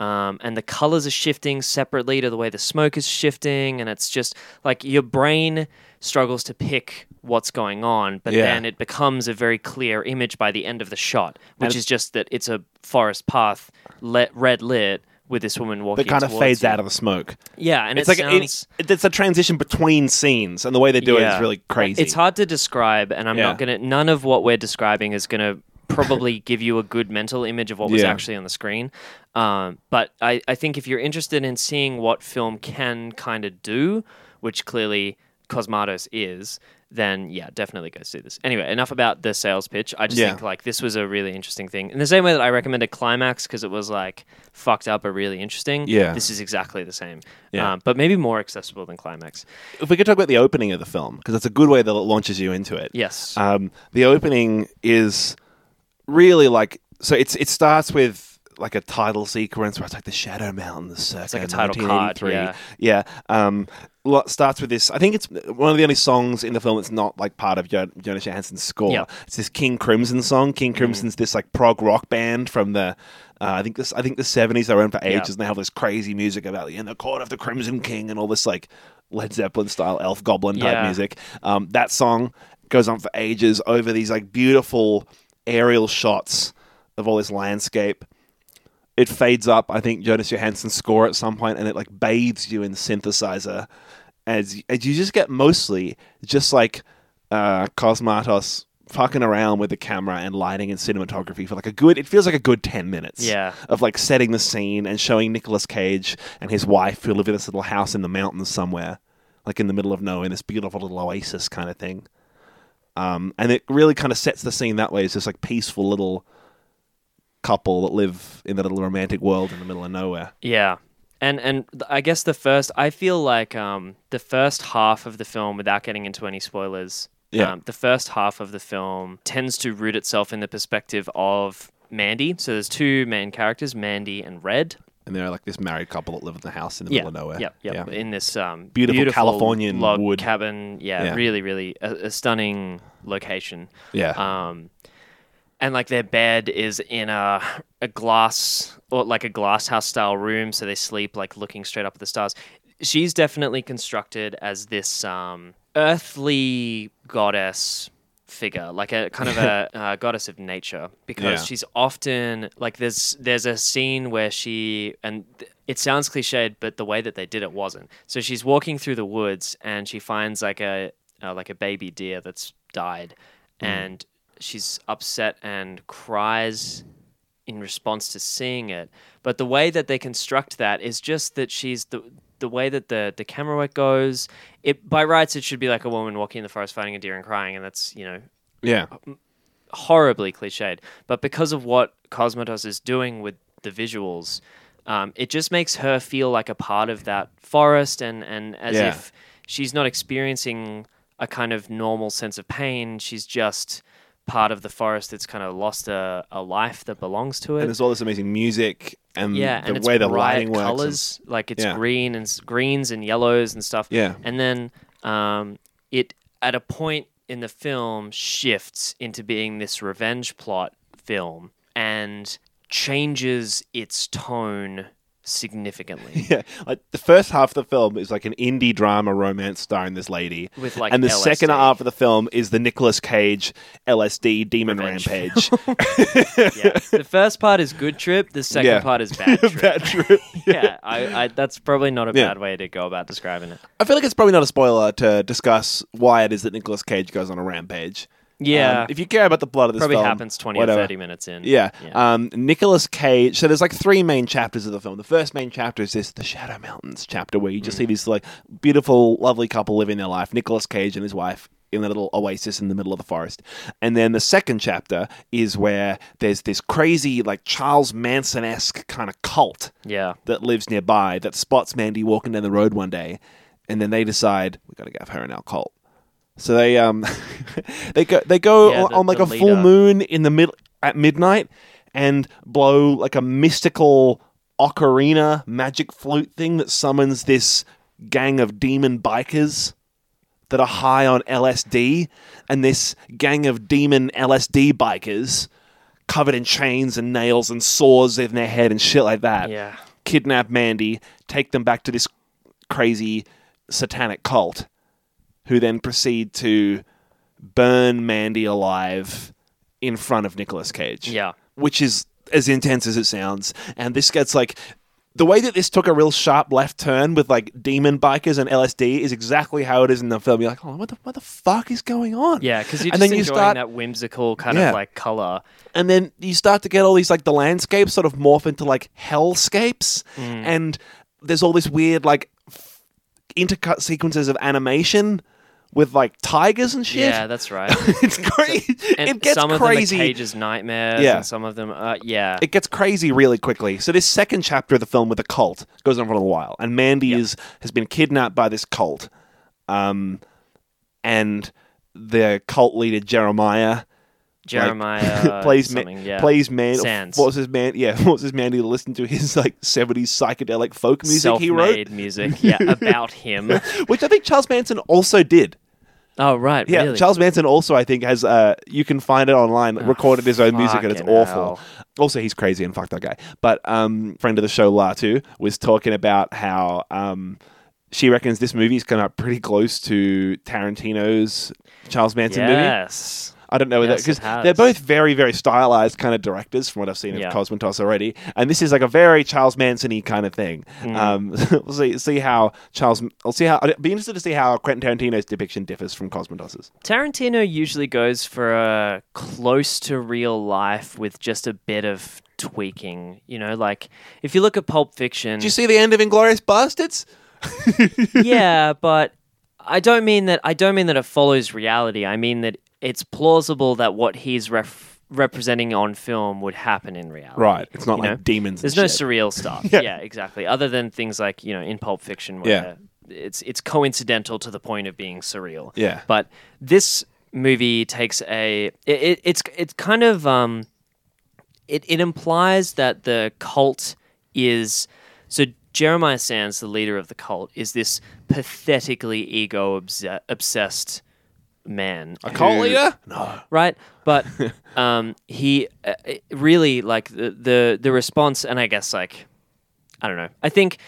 Speaker 2: Um, and the colors are shifting separately to the way the smoke is shifting. And it's just like your brain struggles to pick what's going on, but
Speaker 1: Yeah.
Speaker 2: then it becomes a very clear image by the end of the shot, which is just that it's a forest path, le- red lit, with this woman walking.
Speaker 1: that kind of
Speaker 2: towards
Speaker 1: fades
Speaker 2: you.
Speaker 1: out of the smoke.
Speaker 2: Yeah, and
Speaker 1: It's
Speaker 2: it
Speaker 1: like a-
Speaker 2: sounds.
Speaker 1: it, it's a transition between scenes, and the way they do it
Speaker 2: yeah.
Speaker 1: is really crazy.
Speaker 2: It's hard to describe, and I'm
Speaker 1: Yeah.
Speaker 2: not gonna. None of what we're describing is gonna probably give you a good mental image of what was
Speaker 1: Yeah.
Speaker 2: actually on the screen. Um, but I, I think if you're interested in seeing what film can kind of do, which clearly Cosmatos is, then yeah, definitely go see this. Anyway, enough about the sales pitch. I just
Speaker 1: Yeah.
Speaker 2: think like this was a really interesting thing. In the same way that I recommended Climax because it was like fucked up but really interesting.
Speaker 1: Yeah.
Speaker 2: this is exactly the same.
Speaker 1: Yeah.
Speaker 2: Um, but maybe more accessible than Climax.
Speaker 1: If we could talk about the opening of the film, because it's a good way that it launches you into it.
Speaker 2: Yes.
Speaker 1: Um, the opening is really like so. It's it starts with like a title sequence where it's like the Shadow Mountains. Circa it's
Speaker 2: like a title card,
Speaker 1: Yeah. Um, lo- starts with this. I think it's one of the only songs in the film that's not like part of jo- Jonas Johansson's score.
Speaker 2: Yeah. Mm.
Speaker 1: It's this King Crimson song. King Crimson's this like prog rock band from the. Uh, I think this. I think the seventies. They were in for ages, and they have this crazy music about in the court of the Crimson King and all this like Led Zeppelin style elf goblin type
Speaker 2: Yeah.
Speaker 1: music music. Um, that song goes on for ages over these like beautiful aerial shots of all this landscape. It fades up. I think Jonas Johansson's score at some point, and it like bathes you in synthesizer, as as you just get mostly just like uh, Cosmatos fucking around with the camera and lighting and cinematography for like a good. It feels like a good ten minutes
Speaker 2: Yeah.
Speaker 1: of like setting the scene and showing Nicolas Cage and his wife who live in this little house in the mountains somewhere, like in the middle of nowhere, in this beautiful little oasis kind of thing. Um, and it really kind of sets the scene that way. It's this like peaceful little couple that live in that little romantic world in the middle of nowhere.
Speaker 2: Yeah. And and th- I guess the first I feel like um the first half of the film without getting into any spoilers.
Speaker 1: Yeah.
Speaker 2: Um, the first half of the film tends to root itself in the perspective of Mandy. So there's two main characters, Mandy and Red.
Speaker 1: And they're like this married couple that live in the house in the
Speaker 2: Yeah.
Speaker 1: middle of nowhere.
Speaker 2: Yep, yep. In this um,
Speaker 1: Beautiful Californian
Speaker 2: log
Speaker 1: wood.
Speaker 2: cabin. Yeah,
Speaker 1: Yeah.
Speaker 2: Really, really a, a stunning location.
Speaker 1: Yeah.
Speaker 2: Um, and like their bed is in a a glass or like a glass house style room, so they sleep like looking straight up at the stars. She's definitely constructed as this um, earthly goddess figure, like a kind of a uh, goddess of nature, because
Speaker 1: Yeah.
Speaker 2: she's often like there's there's a scene where she and th- it sounds cliched, but the way that they did it wasn't. So she's walking through the woods and she finds like a uh, like a baby deer that's died,
Speaker 1: Hmm.
Speaker 2: and she's upset and cries in response to seeing it. But the way that they construct that is just that she's the the way that the the camera work goes. It by rights it should be like a woman walking in the forest finding a deer and crying, and that's you know
Speaker 1: yeah.
Speaker 2: horribly cliched. But because of what Cosmatos is doing with the visuals, um, it just makes her feel like a part of that forest and, and as
Speaker 1: Yeah.
Speaker 2: if she's not experiencing a kind of normal sense of pain. She's just part of the forest that's kind of lost a, a life that belongs to
Speaker 1: and
Speaker 2: it.
Speaker 1: there's all this amazing music and
Speaker 2: yeah,
Speaker 1: Mm. the
Speaker 2: and it's
Speaker 1: way the
Speaker 2: bright
Speaker 1: lighting works. and-
Speaker 2: colors, like it's
Speaker 1: Yeah.
Speaker 2: green and s- greens and yellows and stuff.
Speaker 1: Yeah.
Speaker 2: and then um, it at a point in the film shifts into being this revenge plot film and changes its tone significantly
Speaker 1: Yeah, like the first half of the film is like an indie drama romance starring this lady,
Speaker 2: with like
Speaker 1: and the
Speaker 2: LSD.
Speaker 1: second half of the film is the Nicolas Cage LSD demon
Speaker 2: Revenge.
Speaker 1: rampage.
Speaker 2: yeah. the first part is good trip the second
Speaker 1: Yeah.
Speaker 2: part is bad trip
Speaker 1: Bad trip.
Speaker 2: yeah I, I, that's probably not a
Speaker 1: Yeah.
Speaker 2: bad way to go about describing it
Speaker 1: I feel like it's probably not a spoiler to discuss why it is that Nicolas Cage goes on a rampage.
Speaker 2: yeah
Speaker 1: Um, if you care about the plot of this
Speaker 2: probably
Speaker 1: film,
Speaker 2: happens 20
Speaker 1: whatever.
Speaker 2: or 30 minutes in
Speaker 1: Yeah. Um, Nicholas Cage. So there's like three main chapters of the film. The first main chapter is this, the Shadow Mountains chapter, where you just see this like beautiful, lovely couple living their life. Nicholas Cage and his wife in a little oasis in the middle of the forest. And then the second chapter is where there's this crazy, like Charles Manson esque kind of cult
Speaker 2: yeah
Speaker 1: that lives nearby that spots Mandy walking down the road one day, and then they decide we got to give her an alcohol. So they um they go they go
Speaker 2: Yeah,
Speaker 1: on,
Speaker 2: the-
Speaker 1: on like
Speaker 2: the
Speaker 1: a full
Speaker 2: leader.
Speaker 1: moon in the mid at midnight and blow like a mystical ocarina magic flute thing that summons this gang of demon bikers that are high on LSD, and this gang of demon LSD bikers covered in chains and nails and sores in their head and shit like that
Speaker 2: yeah
Speaker 1: kidnap Mandy, take them back to this crazy satanic cult, who then proceed to burn Mandy alive in front of Nicolas Cage.
Speaker 2: Yeah.
Speaker 1: Which is as intense as it sounds. And this gets like. The way that this took a real sharp left turn with like demon bikers and LSD is exactly how it is in the film. You're like, oh, what the, what the fuck is going on?
Speaker 2: yeah because you're
Speaker 1: And
Speaker 2: just
Speaker 1: then
Speaker 2: enjoying
Speaker 1: you start-
Speaker 2: that whimsical kind
Speaker 1: Yeah.
Speaker 2: of like color
Speaker 1: and then you start to get all these like the landscapes sort of morph into like hellscapes
Speaker 2: Mm.
Speaker 1: and there's all this weird like f- intercut sequences of animation with like tigers and shit
Speaker 2: yeah that's right
Speaker 1: it's crazy
Speaker 2: and
Speaker 1: it gets
Speaker 2: some of
Speaker 1: crazy
Speaker 2: them are Cage's nightmares.
Speaker 1: Yeah.
Speaker 2: and some of them, uh, yeah,
Speaker 1: it gets crazy really quickly. So this second chapter of the film with the cult goes on for a little while, and Mandy is has been kidnapped by this cult, um, and the cult leader Jeremiah
Speaker 2: Jeremiah uh,
Speaker 1: plays Ma-
Speaker 2: something, yeah.
Speaker 1: plays man
Speaker 2: Sands.
Speaker 1: What was his man? Yeah, what was his Mandy to listen to his like seventies psychedelic folk music he
Speaker 2: self-made
Speaker 1: wrote,
Speaker 2: music, yeah, about him.
Speaker 1: which I think Charles Manson also did.
Speaker 2: Oh right,
Speaker 1: Yeah,
Speaker 2: really?
Speaker 1: Charles Manson also I think has uh you can find it online recorded his own music and it's
Speaker 2: fucking
Speaker 1: awful.
Speaker 2: hell.
Speaker 1: Also he's crazy and fuck that guy. But um friend of the show Latu was talking about how um she reckons this movie's come out pretty close to Tarantino's Charles Manson movie.
Speaker 2: yes.
Speaker 1: I don't know whether
Speaker 2: Yes, it
Speaker 1: because
Speaker 2: has.
Speaker 1: they're both very, very stylized kind of directors from what I've seen
Speaker 2: Yeah.
Speaker 1: of Cosmontos already, and this is like a very Charles Manson-y kind of thing.
Speaker 2: Hmm.
Speaker 1: Um, we'll see, see how Charles. I'll see how. I'd be interested to see how Quentin Tarantino's depiction differs from Cosmontos's.
Speaker 2: Tarantino usually goes for a close to real life with just a bit of tweaking. You know, like if you look at Pulp Fiction,
Speaker 1: Did you see the end of Inglorious Bastards?
Speaker 2: yeah, but I don't mean that. I don't mean that it follows reality. I mean that it's plausible that what he's ref- representing on film would happen in reality.
Speaker 1: Right. It's not
Speaker 2: You
Speaker 1: like
Speaker 2: know,
Speaker 1: demons.
Speaker 2: There's
Speaker 1: and
Speaker 2: no
Speaker 1: shit.
Speaker 2: surreal stuff.
Speaker 1: Yeah.
Speaker 2: yeah. exactly. Other than things like you know in Pulp Fiction, where it's it's coincidental to the point of being surreal.
Speaker 1: Yeah.
Speaker 2: But this movie takes a it, it, it's it's kind of um it it implies that the cult is so Jeremiah Sands, the leader of the cult, is this pathetically ego obse- obsessed man
Speaker 1: a cult leader. No.
Speaker 2: right? But um, he uh, it really like the, the the response, and I guess like I don't know. I think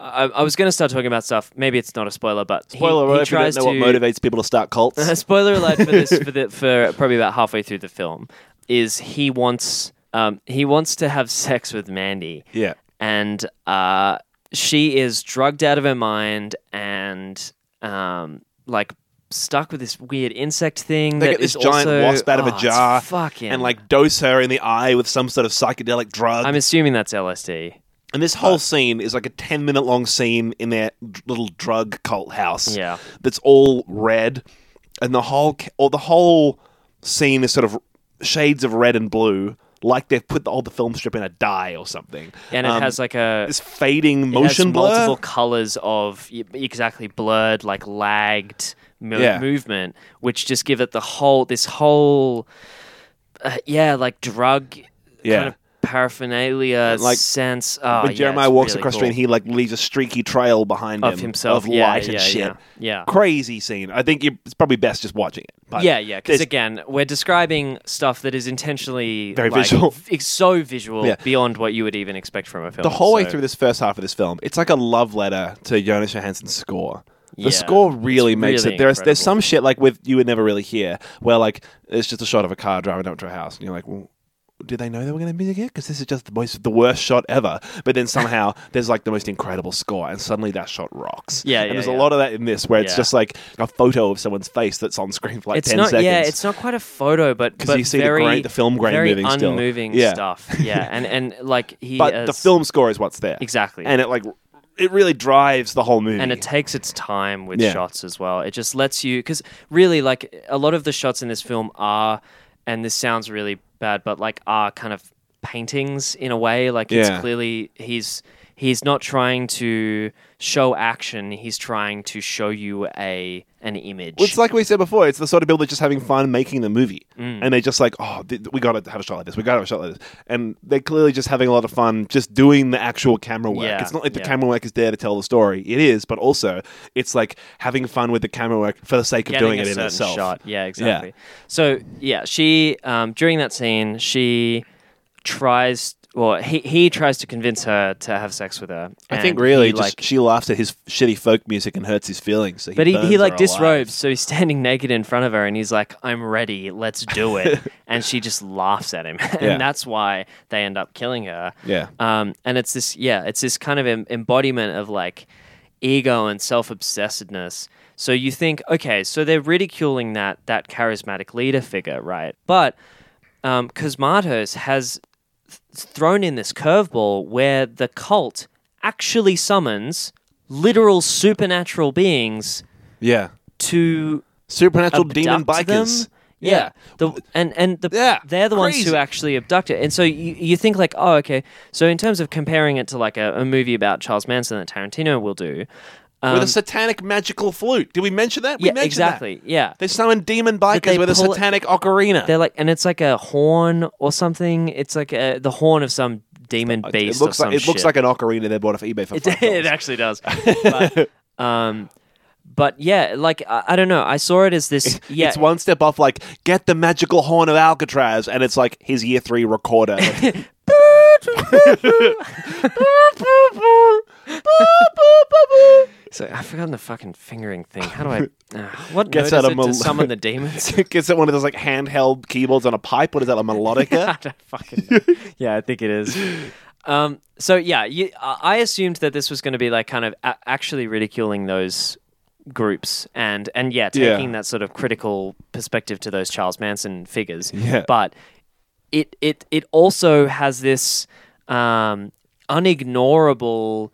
Speaker 2: I, I was going to start talking about stuff. Maybe it's not a spoiler, but he-
Speaker 1: Spoiler
Speaker 2: He,
Speaker 1: alert! If you don't
Speaker 2: tries
Speaker 1: know what
Speaker 2: to
Speaker 1: motivates people to start cults.
Speaker 2: spoiler alert for this for the, for probably about halfway through the film is he wants um, he wants to have sex with Mandy
Speaker 1: yeah.
Speaker 2: and uh, she is drugged out of her mind and um, like stuck with this weird insect thing.
Speaker 1: They
Speaker 2: that
Speaker 1: get this
Speaker 2: is
Speaker 1: giant
Speaker 2: also-
Speaker 1: wasp out of
Speaker 2: oh,
Speaker 1: a
Speaker 2: it's
Speaker 1: jar
Speaker 2: Fucking
Speaker 1: and like dose her in the eye with some sort of psychedelic drug.
Speaker 2: I'm assuming that's LSD.
Speaker 1: And this whole scene is like a 10 minute long scene in their d- little drug cult house.
Speaker 2: Yeah.
Speaker 1: That's all red. And the whole ca- or the whole scene is sort of shades of red and blue like they've put the, all the film strip in a dye or something.
Speaker 2: And it
Speaker 1: Um,
Speaker 2: has like a
Speaker 1: this fading
Speaker 2: it has
Speaker 1: motion blur.
Speaker 2: multiple colors of y- exactly blurred, like lagged mo-
Speaker 1: Yeah.
Speaker 2: movement, which just give it the whole this whole uh, yeah like drug
Speaker 1: Yeah.
Speaker 2: kind of paraphernalia
Speaker 1: Like,
Speaker 2: sense. Oh, yeah,
Speaker 1: when
Speaker 2: it's
Speaker 1: Jeremiah walks
Speaker 2: really
Speaker 1: across
Speaker 2: cool.
Speaker 1: the street, he like leaves a streaky trail behind
Speaker 2: of
Speaker 1: him
Speaker 2: himself,
Speaker 1: of
Speaker 2: yeah,
Speaker 1: light
Speaker 2: yeah,
Speaker 1: and shit.
Speaker 2: Yeah, yeah.
Speaker 1: Crazy scene. I think you it's probably best just watching it. But
Speaker 2: yeah, yeah. Because
Speaker 1: there's-
Speaker 2: again, we're describing stuff that is intentionally
Speaker 1: Very
Speaker 2: like,
Speaker 1: visual.
Speaker 2: v- It's so visual
Speaker 1: Yeah.
Speaker 2: beyond what you would even expect from a film.
Speaker 1: the whole way
Speaker 2: so-
Speaker 1: through this first half of this film, it's like a love letter to Jonas Johansson's score. The
Speaker 2: Yeah,
Speaker 1: score really
Speaker 2: it's
Speaker 1: makes
Speaker 2: really
Speaker 1: it. There's there's
Speaker 2: incredible.
Speaker 1: some shit like with you would never really hear where like it's just a shot of a car driving up to a house and you're like, well, did they know they were going to be here? Because this is just the most the worst shot ever. But then somehow there's like the most incredible score and suddenly that shot rocks.
Speaker 2: Yeah,
Speaker 1: and
Speaker 2: yeah,
Speaker 1: There's a
Speaker 2: yeah.
Speaker 1: lot of that in this where it's
Speaker 2: Yeah.
Speaker 1: just like a photo of someone's face that's on screen for like
Speaker 2: it's
Speaker 1: ten
Speaker 2: not
Speaker 1: seconds.
Speaker 2: yeah, it's not quite a photo, but
Speaker 1: 'Cause
Speaker 2: but
Speaker 1: you see the
Speaker 2: very,
Speaker 1: grain- the film grain
Speaker 2: very
Speaker 1: moving still.
Speaker 2: unmoving
Speaker 1: Yeah.
Speaker 2: stuff. Yeah, and and like he
Speaker 1: but the
Speaker 2: has-
Speaker 1: film score is what's there
Speaker 2: exactly,
Speaker 1: and it like it really drives the whole movie.
Speaker 2: and it takes its time with
Speaker 1: Yeah.
Speaker 2: shots as well. It just lets you because really like a lot of the shots in this film are, and this sounds really bad, but like are kind of paintings in a way. Like
Speaker 1: Yeah.
Speaker 2: it's clearly he's he's not trying to show action. He's trying to show you a an image.
Speaker 1: Well, it's like we said before. It's the sort of people that's just having fun making the movie,
Speaker 2: Mm.
Speaker 1: and they're just like, "Oh, th- we got to have a shot like this. We got to have a shot like this." And they're clearly just having a lot of fun, just doing the actual camera work.
Speaker 2: Yeah,
Speaker 1: It's not like the
Speaker 2: yeah.
Speaker 1: camera work is there to tell the story. It is, but also it's like having fun with the camera work for the sake of
Speaker 2: getting
Speaker 1: doing
Speaker 2: a
Speaker 1: it in
Speaker 2: certain
Speaker 1: itself.
Speaker 2: Shot. Yeah, exactly. So yeah, she um, during that scene, she tries. Well, he he tries to convince her to have sex with her.
Speaker 1: I
Speaker 2: and
Speaker 1: think really,
Speaker 2: he,
Speaker 1: just, she laughs at his shitty folk music and hurts his feelings. So he
Speaker 2: but he,
Speaker 1: burns
Speaker 2: he
Speaker 1: her
Speaker 2: like
Speaker 1: alive.
Speaker 2: disrobes, so he's standing naked in front of her, and he's like, "I'm ready, let's do it," and she just laughs at him, and
Speaker 1: Yeah.
Speaker 2: that's why they end up killing her.
Speaker 1: Yeah.
Speaker 2: Um, and it's this, yeah, it's this kind of em- embodiment of like ego and self obsessedness. So you think, okay, so they're ridiculing that that charismatic leader figure, right? But um, Cosmatos has th- thrown in this curveball where the cult actually summons literal supernatural beings
Speaker 1: Yeah,
Speaker 2: to
Speaker 1: supernatural
Speaker 2: abduct
Speaker 1: demon
Speaker 2: them.
Speaker 1: bikers.
Speaker 2: Yeah. The, and and the,
Speaker 1: Yeah,
Speaker 2: they're the ones
Speaker 1: crazy.
Speaker 2: who actually abduct it. And so you, you think like, oh, okay. So in terms of comparing it to like a, a movie about Charles Manson that Tarantino will do. Um,
Speaker 1: with a satanic magical flute. Did we mention that? We
Speaker 2: yeah,
Speaker 1: mentioned that.
Speaker 2: exactly. Yeah.
Speaker 1: They summon demon bikers
Speaker 2: they
Speaker 1: with a
Speaker 2: pull it-
Speaker 1: satanic ocarina.
Speaker 2: They're like, and it's like a horn or something. It's like a, the horn of some demon beast
Speaker 1: it looks
Speaker 2: or
Speaker 1: like
Speaker 2: some
Speaker 1: it looks
Speaker 2: shit.
Speaker 1: like an ocarina they bought off eBay for five
Speaker 2: It, uh, it actually does. but, um, but yeah, like I, I don't know. I saw it as this. Yeah,
Speaker 1: It's one step off, like get the magical horn of Alcatraz, and it's like his year three recorder. Like,
Speaker 2: so I've forgotten the fucking fingering thing. How do I? Uh, what
Speaker 1: Gets
Speaker 2: gets
Speaker 1: out
Speaker 2: out
Speaker 1: a
Speaker 2: it
Speaker 1: mel-
Speaker 2: to summon the demons?
Speaker 1: Gets it one of those like handheld keyboards on a pipe. What is that, a melodica?
Speaker 2: I don't fucking. Know. yeah, I think it is. Um, so yeah, you, I I assumed that this was going to be like kind of a- actually ridiculing those groups and and yeah,
Speaker 1: Yeah.
Speaker 2: taking that sort of critical perspective to those Charles Manson figures.
Speaker 1: Yeah.
Speaker 2: But it it it also has this um, unignorable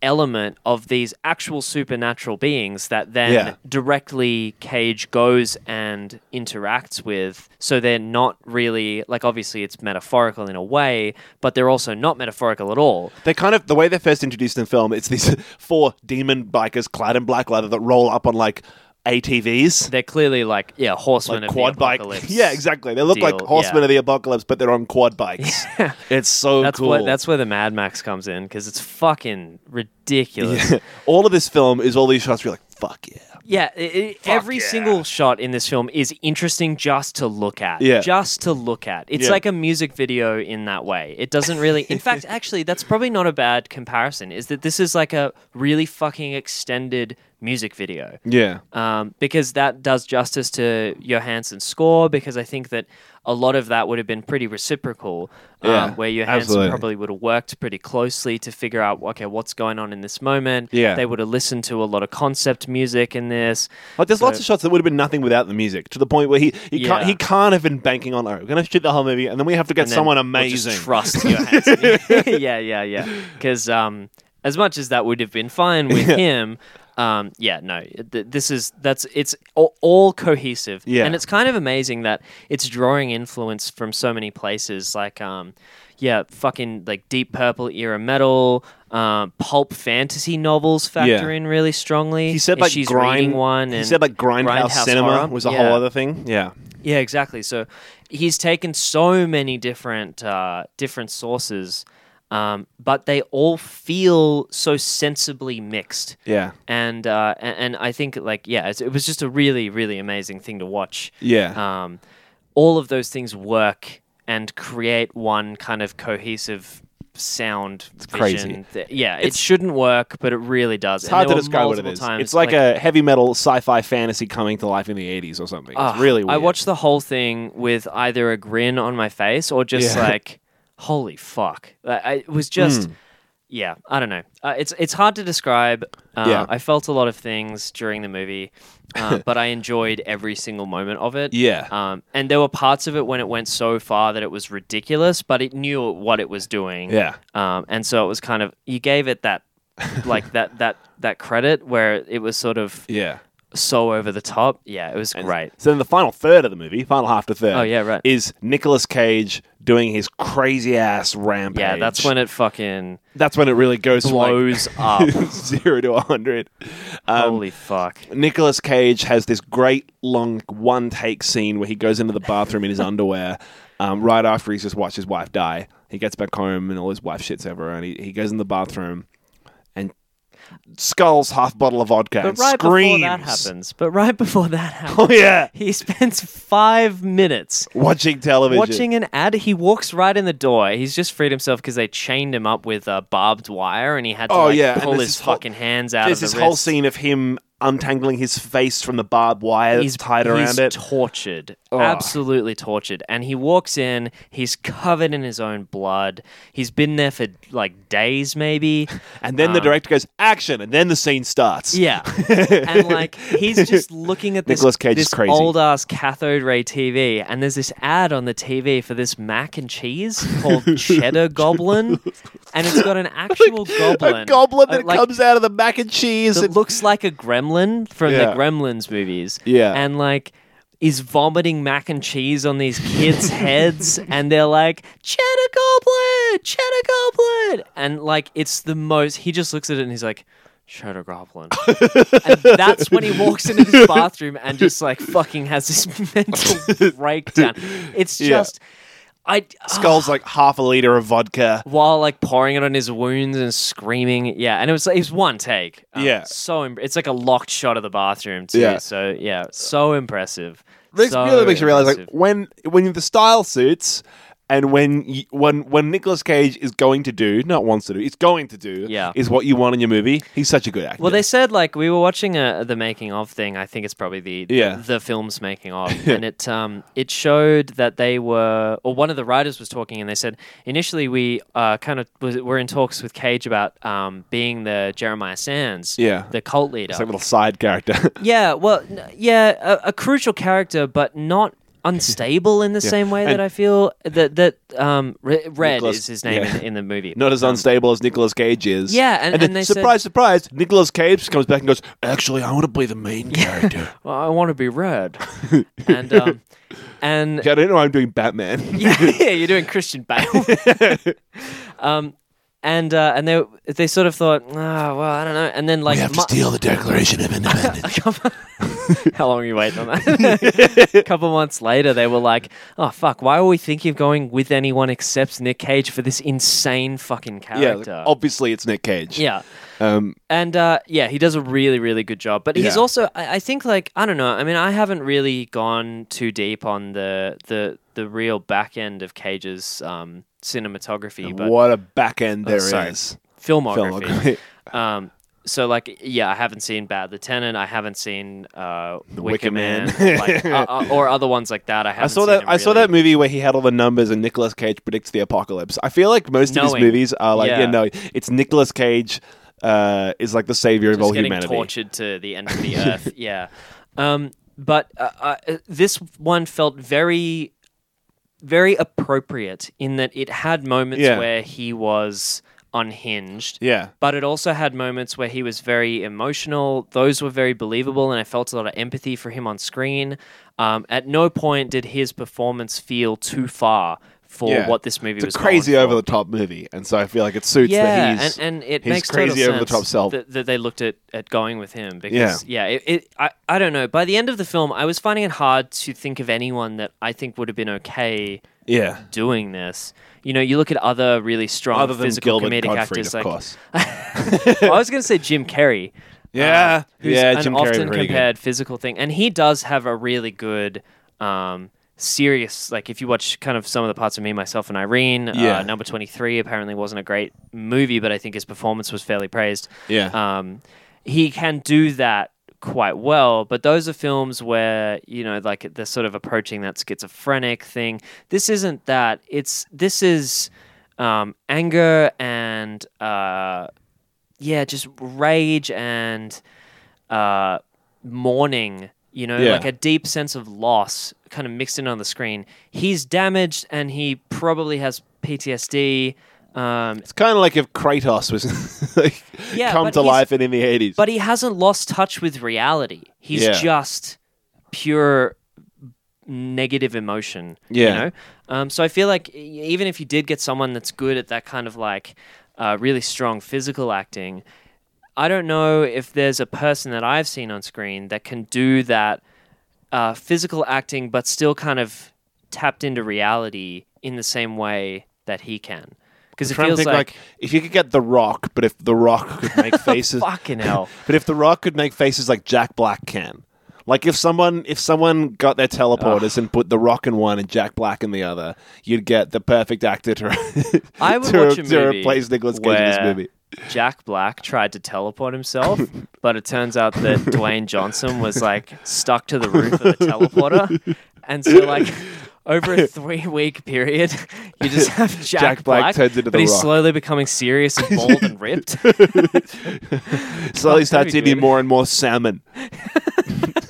Speaker 2: element of these actual supernatural beings that then
Speaker 1: Yeah.
Speaker 2: directly Cage goes and interacts with. So they're not really like obviously it's metaphorical in a way, but they're also not metaphorical at all.
Speaker 1: They kind of the way they're first introduced in film. It's these four demon bikers clad in black leather that roll up on like ATVs.
Speaker 2: They're clearly like yeah horsemen
Speaker 1: Like
Speaker 2: of
Speaker 1: quad
Speaker 2: the
Speaker 1: bike,
Speaker 2: apocalypse.
Speaker 1: yeah, exactly. They look like
Speaker 2: deal,
Speaker 1: horsemen
Speaker 2: yeah.
Speaker 1: of the apocalypse, but they're on quad bikes. It's so
Speaker 2: That's
Speaker 1: cool.
Speaker 2: what that's where the Mad Max comes in because it's fucking ridiculous. Yeah,
Speaker 1: all of this film is all these shots. We're like, fuck yeah.
Speaker 2: i- i- every
Speaker 1: yeah.
Speaker 2: single shot in this film is interesting just to look at.
Speaker 1: Yeah.
Speaker 2: just to look at. It's
Speaker 1: Yeah.
Speaker 2: like a music video in that way. It doesn't really. In fact, actually, that's probably not a bad comparison. Is that this is like a really fucking extended music video.
Speaker 1: Yeah.
Speaker 2: um, because that does justice to Johansson's score. Because I think that a lot of that would have been pretty reciprocal, um,
Speaker 1: Yeah,
Speaker 2: where Johansson
Speaker 1: absolutely.
Speaker 2: probably would have worked pretty closely to figure out okay what's going on in this moment.
Speaker 1: Yeah.
Speaker 2: they would have listened to a lot of concept music in this.
Speaker 1: Like there's lots of shots that would have been nothing without the music. To the point where he, he can't
Speaker 2: Yeah.
Speaker 1: he can't have been banking on. Oh, we're gonna shoot the whole movie, and then we have to get
Speaker 2: and then
Speaker 1: someone
Speaker 2: we'll just
Speaker 1: amazing.
Speaker 2: trust Johansson. yeah, yeah, yeah. Because um, as much as that would have been fine with him. Um, yeah, no. Th- this is that's it's all, all cohesive,
Speaker 1: Yeah.
Speaker 2: and it's kind of amazing that it's drawing influence from so many places. Like, um, yeah, fucking like Deep Purple era metal, um, pulp fantasy novels factor
Speaker 1: Yeah.
Speaker 2: in really strongly.
Speaker 1: He said
Speaker 2: If
Speaker 1: like
Speaker 2: she's
Speaker 1: grind.
Speaker 2: reading one.
Speaker 1: he
Speaker 2: and-
Speaker 1: said like grindhouse,
Speaker 2: Grindhouse
Speaker 1: cinema
Speaker 2: horror.
Speaker 1: was a
Speaker 2: Yeah.
Speaker 1: whole other thing. Yeah,
Speaker 2: Yeah, exactly. So he's taken so many different uh, different sources, um, but they all feel so sensibly mixed.
Speaker 1: yeah,
Speaker 2: And uh, a- and I think like yeah, it's- it was just a really really amazing thing to watch.
Speaker 1: yeah,
Speaker 2: Um, all of those things work and create one kind of cohesive sound
Speaker 1: crazy.
Speaker 2: vision. Th- Yeah, it shouldn't work, but it really does.
Speaker 1: it's hard to describe what it is. it's like, a heavy metal sci-fi fantasy coming to life in the '80s or something.
Speaker 2: Ah,
Speaker 1: it's really weird.
Speaker 2: I watched the whole thing with either a grin on my face or just
Speaker 1: Yeah. Hmm.
Speaker 2: like, holy fuck. Like, I, it was just, yeah, I don't know. Uh, it's it's hard to describe. Uh,
Speaker 1: Yeah.
Speaker 2: I felt a lot of things during the movie, uh, but I enjoyed every single moment of it.
Speaker 1: Yeah.
Speaker 2: Um, and there were parts of it when it went so far that it was ridiculous, but it knew what it was doing.
Speaker 1: Yeah.
Speaker 2: Um, and so it was kind of you gave it that, like that that that credit where it was sort of
Speaker 1: Yeah.
Speaker 2: so over the top. Yeah, it was great.
Speaker 1: So then the final third of the movie, final half to third.
Speaker 2: Oh, yeah, right.
Speaker 1: Is Nicolas Cage doing his crazy ass rampage?
Speaker 2: Yeah, that's when it fucking
Speaker 1: that's when it really goes from, like, um,
Speaker 2: blows up.
Speaker 1: zero to a hundred.
Speaker 2: Holy fuck.
Speaker 1: Nicolas Cage has this great long one take scene where he goes into the bathroom in his underwear um, right after he's just watched his wife die. He gets back home and all his wife shits over, her, and he, he goes in the bathroom and skulls half bottle of vodka
Speaker 2: But
Speaker 1: and
Speaker 2: right
Speaker 1: screams.
Speaker 2: before that happens, but right before that happens,
Speaker 1: Oh yeah,
Speaker 2: he spends five minutes
Speaker 1: watching television.
Speaker 2: watching an ad. He walks right in the door. He's just freed himself because they chained him up with uh, barbed wire, and he had to
Speaker 1: Oh,
Speaker 2: like,
Speaker 1: yeah, and
Speaker 2: pull
Speaker 1: there's
Speaker 2: his
Speaker 1: this whole-
Speaker 2: fucking hands out
Speaker 1: There's
Speaker 2: of the
Speaker 1: this whole
Speaker 2: wrists.
Speaker 1: scene of him untangling his face from the barbed wire that's
Speaker 2: He's
Speaker 1: tied around
Speaker 2: he's
Speaker 1: it.
Speaker 2: Tortured, absolutely tortured. And he walks in. He's covered in his own blood. He's been there for like days, maybe.
Speaker 1: And then the director goes, action! And then the scene starts.
Speaker 2: Yeah, and like he's just looking at this,
Speaker 1: Nicolas Cage is
Speaker 2: this
Speaker 1: crazy.
Speaker 2: old ass cathode ray TV, and there's this ad on the TV for this mac and cheese called Cheddar Goblin, and it's got an actual goblin,
Speaker 1: A goblin that
Speaker 2: uh, like,
Speaker 1: comes out of the mac and cheese.
Speaker 2: that
Speaker 1: and-
Speaker 2: looks like a gremlin from
Speaker 1: Yeah.
Speaker 2: the Gremlins movies,
Speaker 1: Yeah.
Speaker 2: and like. Is vomiting mac and cheese on these kids' heads, and they're like, Cheddar Goblin! Cheddar Goblin! And like, it's the most. He just looks at it and he's like, Cheddar Goblin. And that's when he walks into this bathroom and just like fucking has this mental breakdown. It's
Speaker 1: Yeah.
Speaker 2: just I ah,
Speaker 1: Skull's like half a liter of vodka.
Speaker 2: while like pouring it on his wounds and screaming. Yeah, and it was it was one take. Um,
Speaker 1: Yeah.
Speaker 2: so Im- it's like a locked shot of the bathroom too.
Speaker 1: Yeah.
Speaker 2: So yeah, so impressive.
Speaker 1: Makes,
Speaker 2: so
Speaker 1: really makes you realize like
Speaker 2: impressive.
Speaker 1: when when the style suits and when you, when when Nicolas Cage is going to do not wants to do is going to do
Speaker 2: Yeah.
Speaker 1: is what you want in your movie. He's such a good actor.
Speaker 2: Well, they said like we were watching a, the making of thing. I think it's probably the
Speaker 1: Yeah.
Speaker 2: the film's making of, and it um it showed that they were or one of the writers was talking, and they said initially we uh kind of was, were in talks with Cage about um being the Jeremiah Sands,
Speaker 1: Yeah.
Speaker 2: the cult leader.
Speaker 1: it's like a little side character.
Speaker 2: yeah, well, n- yeah, a, a crucial character, but not. Unstable in the same way that
Speaker 1: And-
Speaker 2: I feel that that um, Re- Red
Speaker 1: Nicholas-
Speaker 2: is his name
Speaker 1: yeah.
Speaker 2: in, in the movie.
Speaker 1: not as unstable as Nicolas Cage is.
Speaker 2: Yeah, and- and they said-
Speaker 1: surprise, surprise, Nicolas Cage comes back and goes, "Actually, I want to play the main character.
Speaker 2: Well, I want to be Red, and um, and
Speaker 1: I don't know. why I'm doing Batman."
Speaker 2: yeah, yeah, you're doing Christian Bale. um, and uh, and they they sort of thought, oh, well, I don't know. And then like, mu-
Speaker 1: the Declaration of Independence.
Speaker 2: how long are you waiting on that? A couple months later, they were like, oh fuck, why were we thinking of going with anyone except Nick Cage for this insane fucking
Speaker 1: yeah,
Speaker 2: character?
Speaker 1: like, obviously it's Nick Cage.
Speaker 2: uh, yeah.
Speaker 1: Um,
Speaker 2: And uh, yeah, he does a really, really good job. But he's
Speaker 1: Yeah.
Speaker 2: also, I, I think, like I don't know. I mean, I haven't really gone too deep on the the the real back end of Cage's um, cinematography, but Oh,
Speaker 1: what a back end there is.
Speaker 2: sorry. filmography.
Speaker 1: Filmography.
Speaker 2: Um, so like, yeah, I haven't seen Bad Lieutenant. I haven't seen uh, Wicker,
Speaker 1: Wicker
Speaker 2: Man,
Speaker 1: Man.
Speaker 2: like, uh, uh, or other ones like that. I haven't.
Speaker 1: I saw
Speaker 2: seen
Speaker 1: that.
Speaker 2: him
Speaker 1: I saw
Speaker 2: really-
Speaker 1: that movie where he had all the numbers and Nicolas Cage predicts the apocalypse. I feel like most of
Speaker 2: Knowing.
Speaker 1: his movies are like, yeah,
Speaker 2: Yeah.
Speaker 1: no, it's Nicolas Cage uh, is like the savior of
Speaker 2: Just
Speaker 1: all
Speaker 2: getting
Speaker 1: humanity.
Speaker 2: tortured to the end of the earth. Yeah. Um, but uh, uh, this one felt very, very appropriate in that it had moments
Speaker 1: Yeah.
Speaker 2: where he was unhinged.
Speaker 1: Yeah,
Speaker 2: But it also had moments where he was very emotional. Those were very believable, and I felt a lot of empathy for him on screen. Um, at no point did his performance feel too far for
Speaker 1: Yeah.
Speaker 2: what this movie
Speaker 1: It's
Speaker 2: was
Speaker 1: a crazy
Speaker 2: going
Speaker 1: over
Speaker 2: for.
Speaker 1: the top movie, and so I feel like it suits
Speaker 2: yeah,
Speaker 1: that he's.
Speaker 2: and, and it
Speaker 1: he's
Speaker 2: makes total
Speaker 1: crazy over the
Speaker 2: sense
Speaker 1: top self.
Speaker 2: that, that they looked at, at going with him because yeah, it, it I, I don't know. By the end of the film, I was finding it hard to think of anyone that I think would have been okay
Speaker 1: yeah.
Speaker 2: doing this. You know, you look at other really strong
Speaker 1: Other than
Speaker 2: physical
Speaker 1: Gilbert
Speaker 2: comedic
Speaker 1: Gottfried, of
Speaker 2: actors like uh,
Speaker 1: course.
Speaker 2: well, I was going to say Jim Carrey.
Speaker 1: Yeah.
Speaker 2: Uh, who's
Speaker 1: Yeah,
Speaker 2: an
Speaker 1: Jim Carrey
Speaker 2: often
Speaker 1: would be really
Speaker 2: compared physical thing, and he does have a really good, um, serious. Like if you watch kind of some of the parts of Me, Myself, and Irene,
Speaker 1: Yeah.
Speaker 2: uh, number twenty three apparently wasn't a great movie, but I think his performance was fairly praised.
Speaker 1: Yeah.
Speaker 2: um, he can do that quite well, but those are films where you know, like they're sort of approaching that schizophrenic thing. This isn't that. It's this is. Um, anger and uh, yeah, just rage and uh, mourning, you know,
Speaker 1: Yeah.
Speaker 2: like a deep sense of loss kind of mixed in on the screen. He's damaged and he probably has PTSD. Um,
Speaker 1: It's kind of like if Kratos was like,
Speaker 2: Yeah,
Speaker 1: come
Speaker 2: but
Speaker 1: to
Speaker 2: he's-
Speaker 1: life and in the 80s.
Speaker 2: but he hasn't lost touch with reality. He's
Speaker 1: Yeah.
Speaker 2: just pure negative emotion.
Speaker 1: Yeah.
Speaker 2: You know? Um, so I feel like e- even if you did get someone that's good at that kind of like uh, really strong physical acting, I don't know if there's a person that I've seen on screen that can do that uh, physical acting, but still kind of tapped into reality in the same way that he can. Because it
Speaker 1: trying to
Speaker 2: feels
Speaker 1: think like, if you could get The Rock, but if The Rock could make faces,
Speaker 2: fucking hell.
Speaker 1: but if The Rock could make faces like Jack Black can, like if someone if someone got their teleporters and put The Rock in one and Jack Black in the other, you'd get the perfect actor to
Speaker 2: I would
Speaker 1: to,
Speaker 2: watch
Speaker 1: to
Speaker 2: a movie
Speaker 1: replace Nicolas Cage in this
Speaker 2: where
Speaker 1: movie.
Speaker 2: Jack Black tried to teleport himself, but it turns out that Dwayne Johnson was like stuck to the roof of the teleporter. And so, like, over a three week period, you just have Jack,
Speaker 1: Jack Black turns into
Speaker 2: but
Speaker 1: The
Speaker 2: he's
Speaker 1: Rock.
Speaker 2: slowly becoming serious and bald and ripped.
Speaker 1: Slowly
Speaker 2: not
Speaker 1: starts
Speaker 2: very
Speaker 1: eating
Speaker 2: good.
Speaker 1: more and more salmon.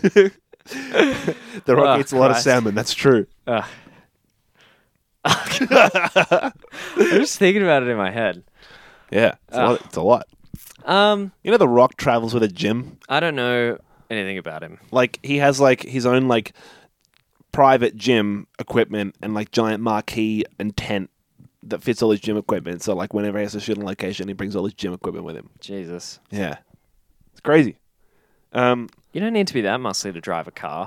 Speaker 1: the Rock
Speaker 2: Oh,
Speaker 1: eats a lot of
Speaker 2: Christ.
Speaker 1: salmon. That's true.
Speaker 2: Ugh. I'm just thinking about it in my head.
Speaker 1: Yeah, it's, a, lot, it's a lot.
Speaker 2: Um,
Speaker 1: You know, The Rock travels with a gym.
Speaker 2: I don't know anything about him.
Speaker 1: Like he has like his own like private gym equipment and like giant marquee and tent that fits all his gym equipment. So like whenever he has to shoot on location, he brings all his gym equipment with him.
Speaker 2: Jesus.
Speaker 1: Yeah, it's crazy. Um,
Speaker 2: You don't need to be that muscly to drive a car.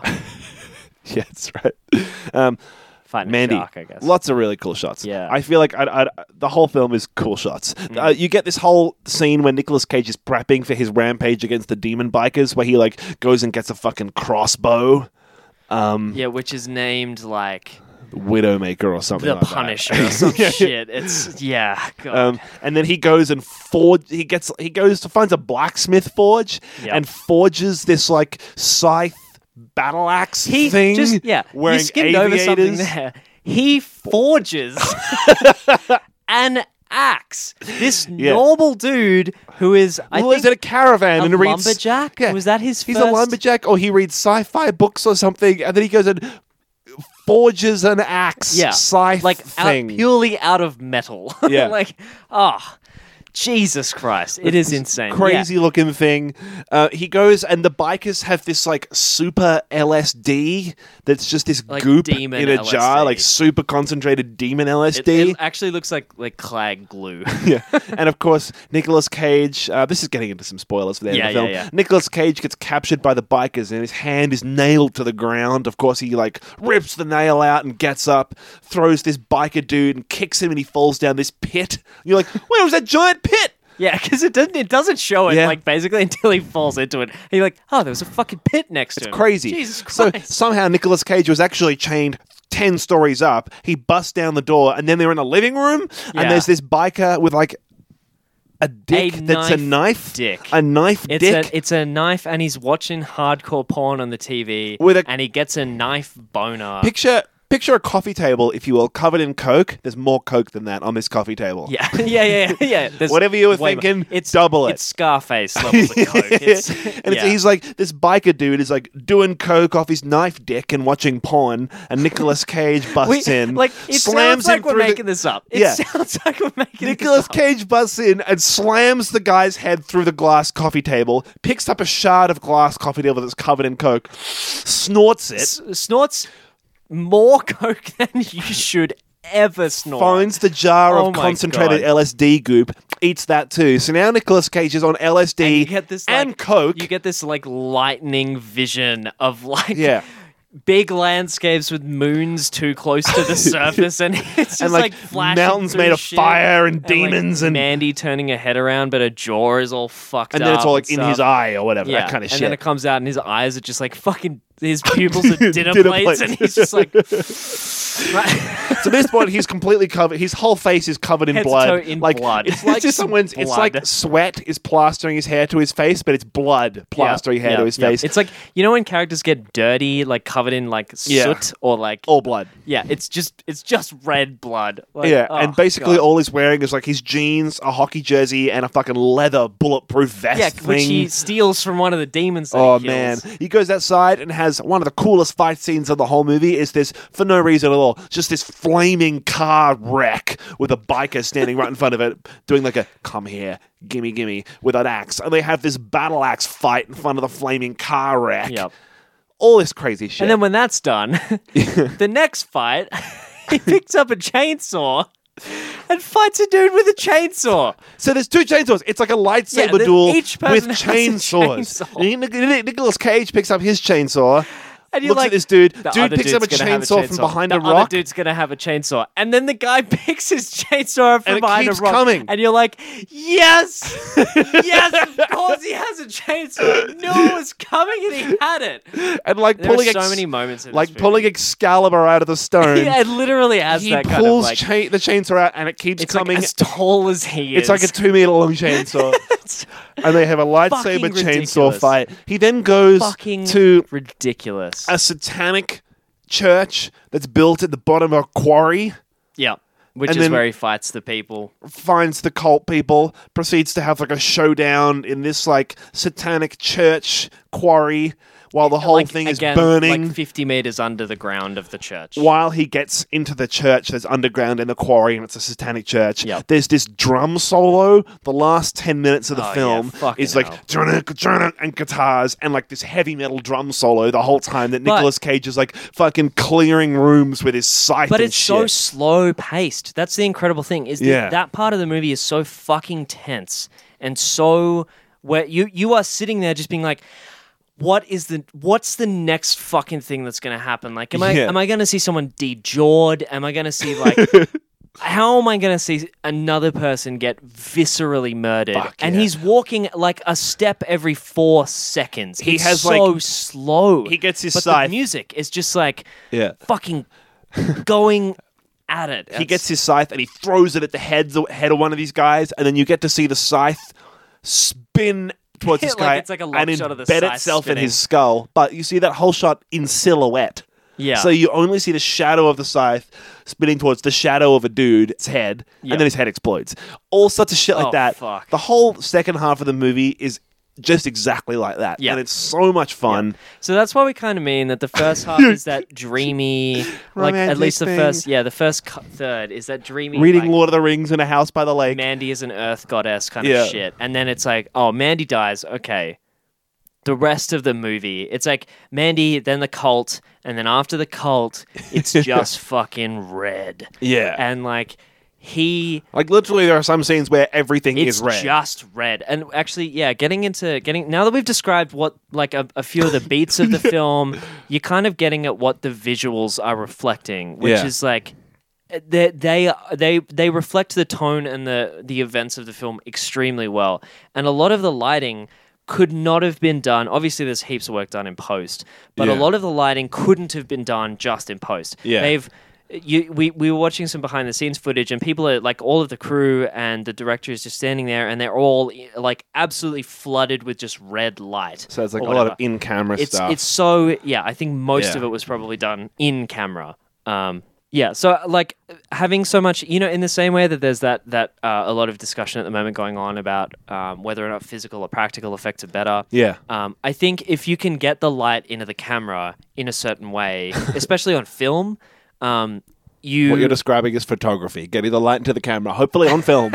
Speaker 1: yeah, that's right. Um,
Speaker 2: Fighting
Speaker 1: Mandy,
Speaker 2: a shark, I guess.
Speaker 1: lots of really cool shots.
Speaker 2: Yeah. Mm-hmm.
Speaker 1: I feel like I'd, I'd, the whole film is cool shots. Uh, you get this whole scene where Nicolas Cage is prepping for his rampage against the demon bikers, where he like goes and gets a fucking crossbow,
Speaker 2: Yeah, which is named like
Speaker 1: Widowmaker or something.
Speaker 2: the
Speaker 1: like that.
Speaker 2: Punisher or some shit. It's yeah, God.
Speaker 1: Um, and then he goes and forge. He gets. He goes to finds a blacksmith forge
Speaker 2: Yep.
Speaker 1: and forges this like scythe battle axe
Speaker 2: he
Speaker 1: thing.
Speaker 2: just yeah.
Speaker 1: wearing
Speaker 2: you skimmed over something
Speaker 1: aviators.
Speaker 2: there. He forges an axe. This normal dude who is I
Speaker 1: Well, is it a
Speaker 2: think
Speaker 1: caravan
Speaker 2: a
Speaker 1: and reads
Speaker 2: lumberjack?
Speaker 1: Yeah.
Speaker 2: Was that his
Speaker 1: He's a
Speaker 2: first-
Speaker 1: lumberjack, or he reads sci-fi books or something, and then he goes and forges an axe
Speaker 2: yeah,
Speaker 1: scythe
Speaker 2: like
Speaker 1: thing.
Speaker 2: Out, purely out of metal.
Speaker 1: Yeah.
Speaker 2: like ah. Jesus Christ! It is insane. Yeah.
Speaker 1: crazy looking thing. Uh, he goes, and the bikers have this like super LSD that's just this
Speaker 2: Like
Speaker 1: goop in
Speaker 2: demon
Speaker 1: a jar,
Speaker 2: LSD.
Speaker 1: like super concentrated demon
Speaker 2: It,
Speaker 1: LSD.
Speaker 2: it actually looks like like clag glue.
Speaker 1: yeah, and of course Nicolas Cage. Uh, this is getting into some spoilers for the, end of
Speaker 2: Yeah,
Speaker 1: the
Speaker 2: yeah,
Speaker 1: film.
Speaker 2: yeah.
Speaker 1: Nicolas Cage gets captured by the bikers, and his hand is nailed to the ground. Of course, he like rips the nail out and gets up, throws this biker dude and kicks him, and he falls down this pit. And you're like, where was that giant pit?
Speaker 2: Yeah, because it doesn't it doesn't show it
Speaker 1: Yeah.
Speaker 2: like basically until he falls into it. And you're like, oh, there was a fucking pit next to him.
Speaker 1: Crazy.
Speaker 2: Jesus
Speaker 1: So
Speaker 2: Christ.
Speaker 1: somehow Nicolas Cage was actually chained. 10 stories up, he busts down the door, and then they're in a living room,
Speaker 2: Yeah.
Speaker 1: and there's this biker with like a dick that's a knife.
Speaker 2: dick.
Speaker 1: A knife
Speaker 2: it's
Speaker 1: dick.
Speaker 2: a it's a knife, and he's watching hardcore porn on the TV,
Speaker 1: With a-
Speaker 2: and he gets a knife boner.
Speaker 1: Picture picture a coffee table, if you will, covered in Coke. There's more Coke than that on this coffee table.
Speaker 2: yeah, yeah, yeah, yeah. yeah. There's
Speaker 1: Whatever you were
Speaker 2: way more-
Speaker 1: thinking,
Speaker 2: it's
Speaker 1: double it.
Speaker 2: It's Scarface levels of coke. It's,
Speaker 1: and it's,
Speaker 2: yeah.
Speaker 1: he's like this biker dude is like doing coke off his knife dick and watching porn, and Nicolas Cage busts
Speaker 2: We-
Speaker 1: in,
Speaker 2: like it
Speaker 1: slams
Speaker 2: sounds like
Speaker 1: him
Speaker 2: we're
Speaker 1: through the-
Speaker 2: making this up. It
Speaker 1: Yeah.
Speaker 2: sounds like we're making
Speaker 1: Nicolas
Speaker 2: this up.
Speaker 1: Cage busts in and slams the guy's head through the glass coffee table, picks up a shard of glass coffee table that's covered in coke, snorts it,
Speaker 2: S- snorts more coke than you should ever snort.
Speaker 1: finds the jar
Speaker 2: Oh
Speaker 1: of
Speaker 2: my
Speaker 1: concentrated
Speaker 2: God.
Speaker 1: LSD goop, eats that too. So now Nicolas Cage is on LSD
Speaker 2: and you get this like,
Speaker 1: and coke.
Speaker 2: You get this like lightning vision of like
Speaker 1: Yeah.
Speaker 2: big landscapes with moons too close to the surface, and it's just
Speaker 1: And,
Speaker 2: like,
Speaker 1: like,
Speaker 2: flashing
Speaker 1: mountains
Speaker 2: through
Speaker 1: made of
Speaker 2: shit,
Speaker 1: fire and
Speaker 2: like,
Speaker 1: demons and-
Speaker 2: Mandy turning her head around, but her jaw is all fucked
Speaker 1: and
Speaker 2: up,
Speaker 1: then it's all like in his
Speaker 2: stuff.
Speaker 1: eye or whatever,
Speaker 2: yeah,
Speaker 1: that kind of
Speaker 2: and
Speaker 1: shit.
Speaker 2: then it comes out, and his eyes are just like fucking. His pupils are dinner,
Speaker 1: Dinner
Speaker 2: plates,
Speaker 1: plates.
Speaker 2: and he's just like, right.
Speaker 1: So at this point, he's completely covered. His whole face is covered in
Speaker 2: Head to
Speaker 1: blood.
Speaker 2: toe in
Speaker 1: like
Speaker 2: blood.
Speaker 1: it's like
Speaker 2: Just
Speaker 1: someone's. It's like
Speaker 2: blood.
Speaker 1: sweat is plastering his hair to his face, but it's blood plastering
Speaker 2: Yeah,
Speaker 1: hair
Speaker 2: yeah,
Speaker 1: to his
Speaker 2: yeah.
Speaker 1: face.
Speaker 2: It's like you know when characters get dirty, like covered in like soot
Speaker 1: Yeah.
Speaker 2: or like
Speaker 1: all blood.
Speaker 2: yeah, it's just it's just red blood. Like,
Speaker 1: yeah,
Speaker 2: oh,
Speaker 1: and basically
Speaker 2: God.
Speaker 1: all he's wearing is like his jeans, a hockey jersey, and a fucking leather bulletproof vest
Speaker 2: yeah,
Speaker 1: thing.
Speaker 2: which he steals from one of the demons. That
Speaker 1: Oh
Speaker 2: he
Speaker 1: man,
Speaker 2: kills.
Speaker 1: he goes outside and has one of the coolest fight scenes of the whole movie. Is this for no reason at all? Just this flaming car wreck with a biker standing right in front of it, doing like a "come here, gimme, gimme" with an axe, and they have this battle axe fight in front of the flaming car wreck.
Speaker 2: Yep.
Speaker 1: All this crazy shit.
Speaker 2: And then when that's done, the next fight, he picks up a chainsaw and fights a dude with a chainsaw.
Speaker 1: so there's two chainsaws. It's like a lightsaber
Speaker 2: there's-
Speaker 1: duel
Speaker 2: each
Speaker 1: with
Speaker 2: person has a
Speaker 1: chainsaws.
Speaker 2: chainsaw.
Speaker 1: And Nic- Nic- Nicolas Cage picks up his chainsaw.
Speaker 2: And you're
Speaker 1: looks
Speaker 2: like,
Speaker 1: at this dude.
Speaker 2: "The
Speaker 1: Dude
Speaker 2: other
Speaker 1: picks up a
Speaker 2: dude's gonna have
Speaker 1: chainsaw, from behind
Speaker 2: the
Speaker 1: a rock.
Speaker 2: Other dude's gonna have a chainsaw, and then the guy picks his chainsaw up from
Speaker 1: And it
Speaker 2: behind
Speaker 1: keeps
Speaker 2: a rock,
Speaker 1: coming.
Speaker 2: and you're like, "Yes, yes, of course he has a chainsaw. I knew it was coming, and he had it."
Speaker 1: and like
Speaker 2: There
Speaker 1: pulling
Speaker 2: are so
Speaker 1: ex-
Speaker 2: many moments, in
Speaker 1: like
Speaker 2: this
Speaker 1: pulling
Speaker 2: movie.
Speaker 1: Excalibur out of the stone.
Speaker 2: yeah, it literally has
Speaker 1: he
Speaker 2: that
Speaker 1: pulls
Speaker 2: kind of like.
Speaker 1: cha- the chainsaw out, and it keeps
Speaker 2: it's
Speaker 1: coming.
Speaker 2: like as tall as he is.
Speaker 1: it's like a two meter long chainsaw, and they have a lightsaber
Speaker 2: Fucking
Speaker 1: chainsaw
Speaker 2: ridiculous.
Speaker 1: fight. He then goes
Speaker 2: fucking
Speaker 1: to
Speaker 2: ridiculous.
Speaker 1: a satanic church that's built at the bottom of a quarry.
Speaker 2: yeah, which
Speaker 1: and
Speaker 2: is
Speaker 1: then-
Speaker 2: where he fights the people.
Speaker 1: finds the cult people, proceeds to have like a showdown in this like satanic church quarry while the whole
Speaker 2: like,
Speaker 1: thing
Speaker 2: again,
Speaker 1: is burning.
Speaker 2: like fifty meters under the ground of the church.
Speaker 1: while he gets into the church that's underground in the quarry and it's a satanic church,
Speaker 2: Yep.
Speaker 1: there's this drum solo. The last 10 minutes of the
Speaker 2: Oh, yeah,
Speaker 1: film
Speaker 2: fucking
Speaker 1: is like
Speaker 2: hell.
Speaker 1: "Drunk, drunk," and guitars and like this heavy metal drum solo the whole time that
Speaker 2: But-
Speaker 1: Nicolas Cage is like fucking clearing rooms with his scythe
Speaker 2: But
Speaker 1: and
Speaker 2: it's so
Speaker 1: shit.
Speaker 2: slow paced. That's the incredible thing is that,
Speaker 1: Yeah.
Speaker 2: that part of the movie is so fucking tense and so where you you are sitting there just being like what is the what's the next fucking thing that's going to happen? Like am I
Speaker 1: Yeah.
Speaker 2: am I going to see someone dejawed? Am I going to see like How am I going to see another person get viscerally murdered?
Speaker 1: Fuck
Speaker 2: and
Speaker 1: yeah.
Speaker 2: he's walking like a step every four seconds.
Speaker 1: He
Speaker 2: It's
Speaker 1: has,
Speaker 2: so
Speaker 1: like-
Speaker 2: slow.
Speaker 1: he gets his
Speaker 2: but
Speaker 1: scythe.
Speaker 2: The music is just like
Speaker 1: Yeah.
Speaker 2: fucking going at it.
Speaker 1: He gets his scythe and he throws it at the head, the head of one of these guys, and then you get to see the scythe spin towards this
Speaker 2: Like
Speaker 1: guy
Speaker 2: it's like a long
Speaker 1: and
Speaker 2: shot of the
Speaker 1: embed
Speaker 2: scythe
Speaker 1: itself in
Speaker 2: spinning.
Speaker 1: his skull. But you see that whole shot in silhouette.
Speaker 2: Yeah.
Speaker 1: So you only see the shadow of the scythe spinning towards the shadow of a dude's head,
Speaker 2: Yeah.
Speaker 1: and then his head explodes. All sorts of shit like
Speaker 2: Oh,
Speaker 1: that.
Speaker 2: fuck.
Speaker 1: The whole second half of the movie is just exactly like that,
Speaker 2: Yeah.
Speaker 1: and it's so much fun.
Speaker 2: so that's why we kind of mean that the first half is that dreamy, like at
Speaker 1: Romantic
Speaker 2: least the
Speaker 1: thing.
Speaker 2: first, yeah, the first cu- third is that dreamy,
Speaker 1: Reading
Speaker 2: like,
Speaker 1: Lord of the Rings in a house by the lake.
Speaker 2: Mandy is an Earth goddess kind
Speaker 1: Yeah.
Speaker 2: of shit, and then it's like, oh, Mandy dies, okay. The rest of the movie, it's like Mandy, then the cult, and then after the cult, it's just fucking red,
Speaker 1: Yeah.
Speaker 2: and like he
Speaker 1: like literally, there are some scenes where everything
Speaker 2: It's
Speaker 1: is red.
Speaker 2: just red. And actually, yeah, getting into getting now that we've described what like a, a few of the beats of the film, you're kind of getting at what the visuals are reflecting, which
Speaker 1: Yeah.
Speaker 2: is like they they they they reflect the tone and the the events of the film extremely well. And a lot of the lighting could not have been done. Obviously, there's heaps of work done in post, but a
Speaker 1: Yeah.
Speaker 2: lot of the lighting couldn't have been done just in post.
Speaker 1: Yeah.
Speaker 2: They've you, we, we were watching some behind the scenes footage and people are like all of the crew and the director is just standing there and they're all like absolutely flooded with just red light.
Speaker 1: So it's like
Speaker 2: or
Speaker 1: a lot
Speaker 2: whatever.
Speaker 1: of in camera
Speaker 2: it's
Speaker 1: stuff.
Speaker 2: it's so yeah, I think most
Speaker 1: Yeah.
Speaker 2: of it was probably done in camera. Um yeah, so like having so much, you know, in the same way that there's that that uh, a lot of discussion at the moment going on about um, whether or not physical or practical effects are better.
Speaker 1: yeah.
Speaker 2: Um, I think if you can get the light into the camera in a certain way, especially on film, um, you
Speaker 1: What you're describing is photography, getting the light into the camera, hopefully on film.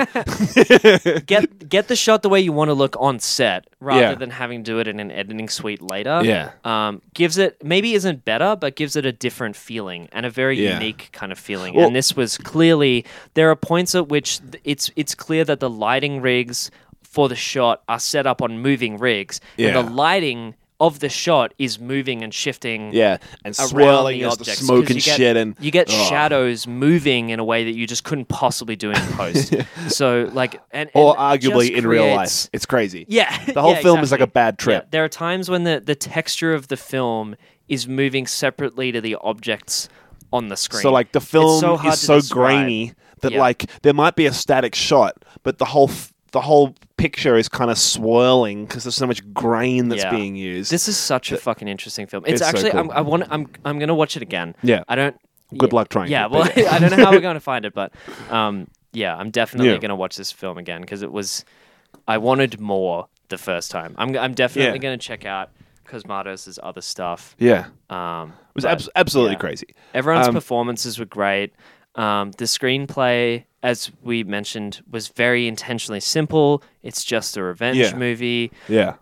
Speaker 2: get get the shot the way you want to look on set rather
Speaker 1: Yeah.
Speaker 2: than having to do it in an editing suite later.
Speaker 1: Yeah.
Speaker 2: Um, gives it maybe isn't better, but gives it a different feeling and a very
Speaker 1: Yeah.
Speaker 2: unique kind of feeling.
Speaker 1: Well-
Speaker 2: and this was clearly there are points at which th- it's it's clear that the lighting rigs for the shot are set up on moving rigs.
Speaker 1: Yeah.
Speaker 2: And the lighting of the shot is moving and shifting
Speaker 1: yeah, and
Speaker 2: around
Speaker 1: swirling
Speaker 2: the
Speaker 1: as
Speaker 2: objects,
Speaker 1: the smoke
Speaker 2: 'cause
Speaker 1: and
Speaker 2: you get,
Speaker 1: shit, and oh,
Speaker 2: you get
Speaker 1: Ugh.
Speaker 2: shadows moving in a way that you just couldn't possibly do in post. so like, and, and
Speaker 1: or
Speaker 2: it
Speaker 1: arguably
Speaker 2: just
Speaker 1: in real
Speaker 2: creates-
Speaker 1: life, it's crazy.
Speaker 2: yeah,
Speaker 1: the whole
Speaker 2: yeah,
Speaker 1: film is like a
Speaker 2: exactly.
Speaker 1: bad
Speaker 2: Yeah,
Speaker 1: trip.
Speaker 2: there are times when the the texture of the film is moving separately to the objects on the screen.
Speaker 1: So like the
Speaker 2: It's
Speaker 1: film
Speaker 2: hard
Speaker 1: is
Speaker 2: to
Speaker 1: so
Speaker 2: describe.
Speaker 1: grainy that
Speaker 2: Yeah.
Speaker 1: like there might be a static shot, but the whole f- the whole picture is kind of swirling because there's so much grain that's
Speaker 2: Yeah.
Speaker 1: being used.
Speaker 2: This is such a fucking interesting film.
Speaker 1: It's
Speaker 2: It's,
Speaker 1: so
Speaker 2: actually
Speaker 1: cool.
Speaker 2: I'm, I want I'm I'm gonna watch it again.
Speaker 1: Yeah.
Speaker 2: I don't.
Speaker 1: Good
Speaker 2: yeah.
Speaker 1: luck trying
Speaker 2: Yeah,
Speaker 1: to,
Speaker 2: well,
Speaker 1: but
Speaker 2: I don't know how we're gonna find it, but um, yeah, I'm definitely
Speaker 1: Yeah.
Speaker 2: gonna watch this film again because it was. I wanted more the first time. I'm I'm definitely
Speaker 1: Yeah.
Speaker 2: gonna check out Cosmatos' other stuff.
Speaker 1: yeah, it
Speaker 2: Um, it
Speaker 1: was abs- absolutely
Speaker 2: yeah.
Speaker 1: crazy.
Speaker 2: Everyone's
Speaker 1: Um,
Speaker 2: performances were great. Um, the screenplay, as we mentioned, was very intentionally simple. It's just a revenge
Speaker 1: Yeah.
Speaker 2: movie,
Speaker 1: Yeah,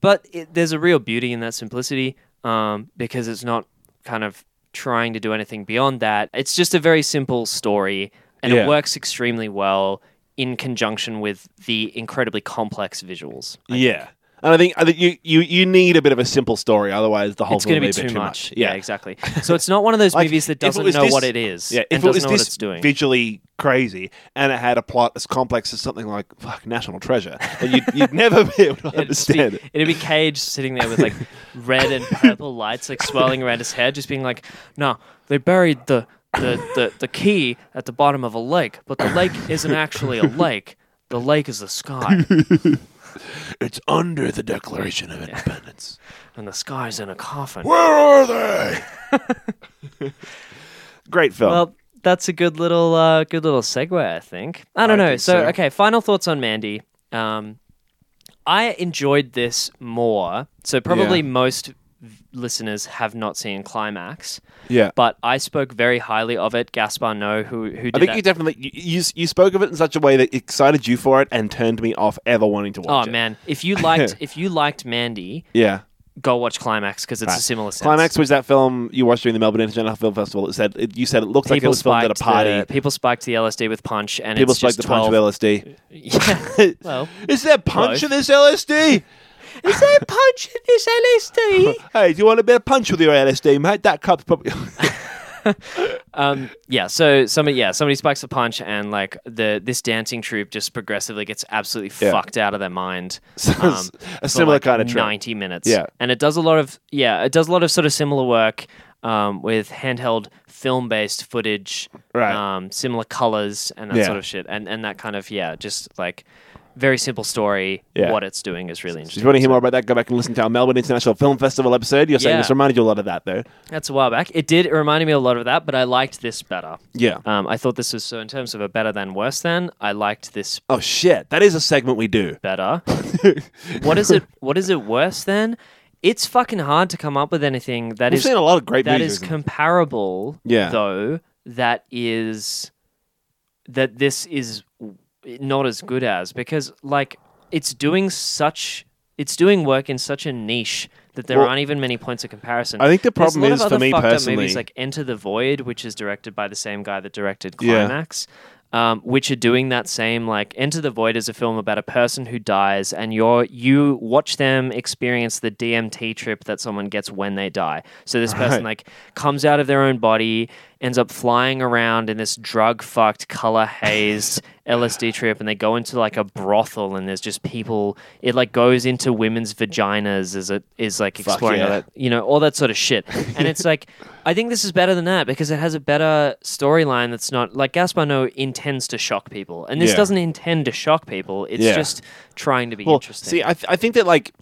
Speaker 2: but it, there's a real beauty in that simplicity um, because it's not kind of trying to do anything beyond that. It's just a very simple story, and
Speaker 1: Yeah.
Speaker 2: it works extremely well in conjunction with the incredibly complex visuals.
Speaker 1: yeah. And I think I think you, you you need a bit of a simple story, otherwise the whole
Speaker 2: it's
Speaker 1: film
Speaker 2: going to be
Speaker 1: may
Speaker 2: too, much.
Speaker 1: Yeah,
Speaker 2: Yeah. exactly. So it's not one of those
Speaker 1: Like,
Speaker 2: movies that
Speaker 1: if it
Speaker 2: doesn't
Speaker 1: was
Speaker 2: know what
Speaker 1: this-
Speaker 2: it is
Speaker 1: Yeah,
Speaker 2: and
Speaker 1: if it was
Speaker 2: doesn't know what
Speaker 1: this
Speaker 2: it's doing.
Speaker 1: visually crazy and it had a plot as complex as something like fuck National Treasure, then you'd, you'd never be able to understand it.
Speaker 2: It'd be Cage sitting there with like red and purple lights like swirling around his head, just being like, "No, they buried the the, the the key at the bottom of a lake, but the lake isn't actually a lake. The lake is the sky,
Speaker 1: It's under the Declaration of Independence.
Speaker 2: and the sky's in a coffin."
Speaker 1: Where are they? Great film.
Speaker 2: Well, that's a good little uh, good little segue, I think. I don't
Speaker 1: I
Speaker 2: know.
Speaker 1: think
Speaker 2: So,
Speaker 1: so.
Speaker 2: okay, final thoughts on Mandy. Um, I enjoyed this more. So probably
Speaker 1: Yeah.
Speaker 2: most v- listeners have not seen Climax.
Speaker 1: yeah.
Speaker 2: but I spoke very highly of it. Gaspar No, who who did
Speaker 1: I think
Speaker 2: that.
Speaker 1: you definitely you, you you spoke of it in such a way that excited you for it and turned me off ever wanting to
Speaker 2: oh
Speaker 1: watch it.
Speaker 2: man, if you liked if you liked Mandy,
Speaker 1: Yeah.
Speaker 2: go watch Climax because it's a similar sense.
Speaker 1: Climax was that film you watched during the Melbourne International Film Festival. It said it, you said it looked like it was filmed at a
Speaker 2: spiked
Speaker 1: party.
Speaker 2: The, people spiked the LSD with punch, and
Speaker 1: people
Speaker 2: it's just
Speaker 1: spiked the punch
Speaker 2: 12
Speaker 1: with LSD.
Speaker 2: Yeah. Well,
Speaker 1: Is there punch
Speaker 2: Close.
Speaker 1: in this LSD?
Speaker 2: is there punch in this LSD?
Speaker 1: Hey, do you want a bit of punch with your LSD, mate? That cup's probably.
Speaker 2: um, yeah. So somebody, yeah, somebody spikes a punch, and like the this dancing troupe just progressively gets absolutely
Speaker 1: Yeah.
Speaker 2: fucked out of their mind. um,
Speaker 1: Sounds a similar kind of trip.
Speaker 2: ninety minutes.
Speaker 1: Yeah.
Speaker 2: and it does a lot of yeah, it does a lot of sort of similar work um, with handheld film based footage,
Speaker 1: Right.
Speaker 2: Um, similar colors and that
Speaker 1: Yeah.
Speaker 2: sort of shit, and and that kind of yeah, just like very simple story.
Speaker 1: Yeah.
Speaker 2: What it's doing is really
Speaker 1: If
Speaker 2: interesting.
Speaker 1: you want to hear more about that, go back and listen to our Melbourne International Film Festival episode. You're saying
Speaker 2: Yeah.
Speaker 1: this reminded you a lot of that, though.
Speaker 2: That's a while back. It did. It reminded me a lot of that, but I liked this better.
Speaker 1: Yeah.
Speaker 2: Um, I thought this was so in terms of a better than worse than. I liked this
Speaker 1: Oh shit, that is a segment we do.
Speaker 2: better. what is it? What is it worse than? It's fucking hard to come up with anything that
Speaker 1: We've
Speaker 2: is
Speaker 1: seen a lot of great
Speaker 2: that
Speaker 1: movies.
Speaker 2: is comparable.
Speaker 1: Yeah.
Speaker 2: Though that is that this is not as good as because like it's doing such it's doing work in such a niche that there
Speaker 1: Well,
Speaker 2: aren't even many points of comparison.
Speaker 1: I think the
Speaker 2: There's
Speaker 1: problem
Speaker 2: a lot
Speaker 1: is,
Speaker 2: of
Speaker 1: for
Speaker 2: other
Speaker 1: me
Speaker 2: fucked up
Speaker 1: personally-
Speaker 2: movies like Enter the Void, which is directed by the same guy that directed
Speaker 1: Yeah.
Speaker 2: Climax, um, which are doing that same like Enter the Void is a film about a person who dies, and you're you watch them experience the DMT trip that someone gets when they die. So this person like comes out of their own body, ends up flying around in this drug fucked, color hazed LSD trip, and they go into like a brothel, and there's just people. It like goes into women's vaginas as it is like exploring
Speaker 1: yeah.
Speaker 2: all that you know, all that sort of shit. And it's like, I think this is better than that because it has a better storyline that's not like Gaspar Noé intends to shock people, and this
Speaker 1: Yeah.
Speaker 2: doesn't intend to shock people. It's
Speaker 1: Yeah.
Speaker 2: just trying to be
Speaker 1: well,
Speaker 2: interesting.
Speaker 1: see, I, th- I think that like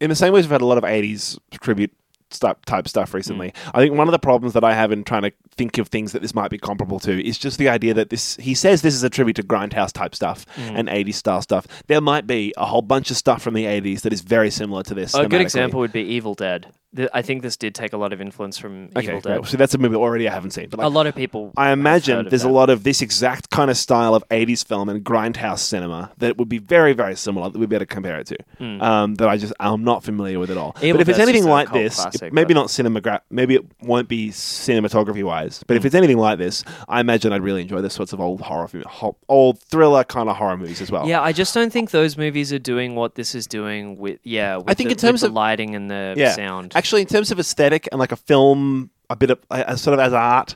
Speaker 1: in the same way as we've had a lot of '80s tribute stuff type
Speaker 2: Hmm.
Speaker 1: stuff recently, I think one of the problems that I have in trying to think of things that this might be comparable to is just the idea that this he says this is a tribute to grindhouse type stuff
Speaker 2: Hmm.
Speaker 1: and '80s style stuff. There might be a whole bunch of stuff from the '80s that is very similar to this.
Speaker 2: a good
Speaker 1: thematically.
Speaker 2: example would be Evil Dead. th- I think this did take a lot of influence from
Speaker 1: Okay,
Speaker 2: Evil
Speaker 1: great.
Speaker 2: Dead.
Speaker 1: So that's a movie already I haven't seen. But like,
Speaker 2: a lot of people.
Speaker 1: I
Speaker 2: heard
Speaker 1: imagine
Speaker 2: of
Speaker 1: there's a
Speaker 2: that.
Speaker 1: lot of this exact kind of style of 80s film and grindhouse cinema that would be very, very similar that we'd be able to compare it to.
Speaker 2: Hmm.
Speaker 1: Um, that I just, I'm not familiar with at all.
Speaker 2: Evil
Speaker 1: but if it's
Speaker 2: Dead's just
Speaker 1: anything
Speaker 2: a
Speaker 1: like
Speaker 2: cult
Speaker 1: this,
Speaker 2: classic,
Speaker 1: it- maybe
Speaker 2: but-
Speaker 1: not cinemagra- maybe it won't be cinematography wise,
Speaker 2: Hmm.
Speaker 1: but if it's anything like this, I imagine I'd really enjoy those sorts of old horror, film, ho- old thriller kind of horror movies as well.
Speaker 2: Yeah, I just don't think those movies are doing what this is doing with yeah. With
Speaker 1: think
Speaker 2: the,
Speaker 1: in terms
Speaker 2: with the
Speaker 1: of-
Speaker 2: lighting and the sound,
Speaker 1: Actually, in terms of aesthetic and like a film, a bit of a, a sort of as art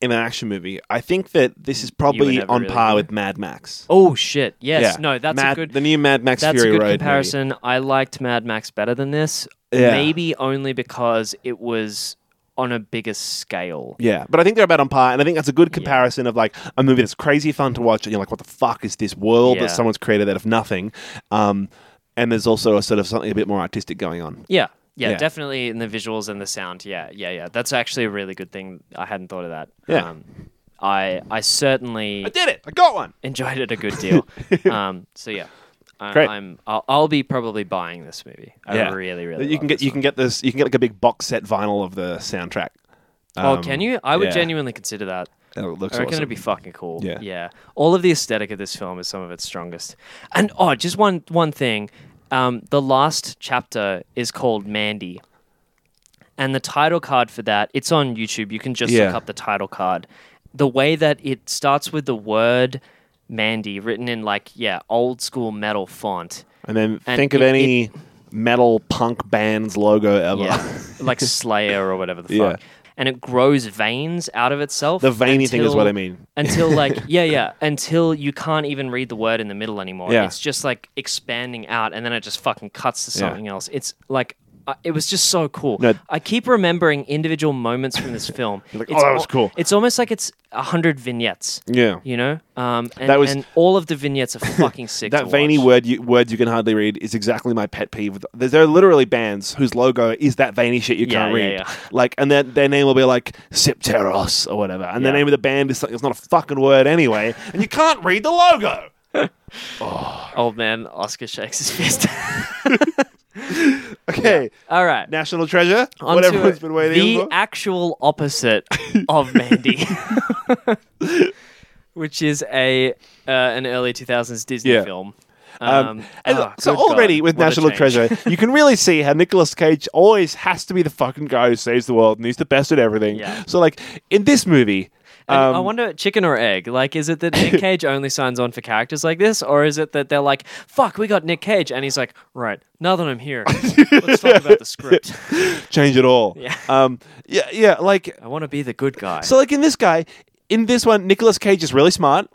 Speaker 1: in an action movie, I think that this is probably
Speaker 2: never
Speaker 1: on
Speaker 2: really
Speaker 1: par
Speaker 2: know.
Speaker 1: with Mad Max.
Speaker 2: oh shit, yes, no, that's
Speaker 1: Mad,
Speaker 2: a good.
Speaker 1: The new Mad Max
Speaker 2: That's
Speaker 1: Fury
Speaker 2: a good
Speaker 1: Road movie.
Speaker 2: comparison. I liked Mad Max better than this.
Speaker 1: Yeah.
Speaker 2: Maybe only because it was on a bigger scale.
Speaker 1: Yeah, but I think they're about on par, and I think that's a good comparison of like a movie that's crazy fun to watch, and you're like, "What the fuck is this world
Speaker 2: Yeah.
Speaker 1: that someone's created out of nothing?" Um, and there's also a sort of something a bit more artistic going on.
Speaker 2: Yeah. Yeah,
Speaker 1: Yeah.
Speaker 2: definitely in the visuals and the sound. Yeah, yeah, yeah. That's actually a really good thing. I hadn't thought of that.
Speaker 1: Yeah.
Speaker 2: Um, I I certainly
Speaker 1: I did it! I got one.
Speaker 2: enjoyed it a good deal. um, so yeah, I,
Speaker 1: Great.
Speaker 2: I'm I'll, I'll be probably buying this movie. I
Speaker 1: Yeah.
Speaker 2: really really
Speaker 1: you can
Speaker 2: love
Speaker 1: get
Speaker 2: this
Speaker 1: you
Speaker 2: one.
Speaker 1: can get this. You can get like a big box set vinyl of the soundtrack.
Speaker 2: Oh,
Speaker 1: Um,
Speaker 2: can you? I would
Speaker 1: yeah.
Speaker 2: genuinely consider that.
Speaker 1: and It looks
Speaker 2: I reckon
Speaker 1: awesome.
Speaker 2: it'd be fucking cool.
Speaker 1: Yeah.
Speaker 2: yeah. All of the aesthetic of this film is some of its strongest. And oh, just one one thing. Um, the last chapter is called Mandy, and the title card for that it's on YouTube. You can just look
Speaker 1: Yeah.
Speaker 2: up the title card. The way that it starts with the word Mandy written in like yeah old school metal font.
Speaker 1: And then
Speaker 2: And
Speaker 1: think of
Speaker 2: it-
Speaker 1: any metal punk band's logo ever.
Speaker 2: Yeah, like Slayer or whatever the
Speaker 1: Yeah.
Speaker 2: fuck. And it grows veins out of itself.
Speaker 1: The veiny thing is what
Speaker 2: until-
Speaker 1: I mean.
Speaker 2: Until like yeah, yeah. Until you can't even read the word in the middle anymore.
Speaker 1: Yeah.
Speaker 2: It's just like expanding out, and then it just fucking cuts to
Speaker 1: Yeah.
Speaker 2: something else. It's like. Uh, it was just so cool.
Speaker 1: No.
Speaker 2: I keep remembering individual moments from this film.
Speaker 1: You're like,
Speaker 2: It's
Speaker 1: "Oh, that was
Speaker 2: al-
Speaker 1: cool."
Speaker 2: It's almost like it's a hundred vignettes.
Speaker 1: Yeah.
Speaker 2: you know. Um, and,
Speaker 1: That was-
Speaker 2: and all of the vignettes are fucking sick.
Speaker 1: That
Speaker 2: to
Speaker 1: veiny
Speaker 2: watch.
Speaker 1: word you, words you can hardly read is exactly my pet peeve. Th- There are literally bands whose logo is that veiny shit you
Speaker 2: Yeah,
Speaker 1: can't
Speaker 2: yeah,
Speaker 1: read.
Speaker 2: yeah.
Speaker 1: Like, and their, their name will be like Septeros or whatever, and the
Speaker 2: Yeah.
Speaker 1: name of the band is something that's not a fucking word anyway, and you can't read the logo.
Speaker 2: Old man Oscar shakes his fist.
Speaker 1: Okay,
Speaker 2: all right.
Speaker 1: National Treasure.
Speaker 2: Onto
Speaker 1: what everyone's been waiting
Speaker 2: the
Speaker 1: for.
Speaker 2: actual opposite of Mandy, which is a uh, an early 2000s Disney
Speaker 1: Yeah.
Speaker 2: film.
Speaker 1: Um,
Speaker 2: Um,
Speaker 1: and
Speaker 2: ah,
Speaker 1: so
Speaker 2: good
Speaker 1: already
Speaker 2: God,
Speaker 1: with
Speaker 2: what a
Speaker 1: National
Speaker 2: change.
Speaker 1: Treasure, you can really see how Nicolas Cage always has to be the fucking guy who saves the world and he's the best at everything.
Speaker 2: Yeah.
Speaker 1: So like in this movie,
Speaker 2: And
Speaker 1: um,
Speaker 2: I wonder, chicken or egg? Like, is it that Nick Cage only signs on for characters like this, or is it that they're like, "Fuck, we got Nick Cage," and he's like, "Right, now that I'm here, let's talk about the script.
Speaker 1: change it all.
Speaker 2: Yeah.
Speaker 1: Um, yeah, yeah, like
Speaker 2: I want to be the good guy."
Speaker 1: so like in this guy, in this one, Nicolas Cage is really smart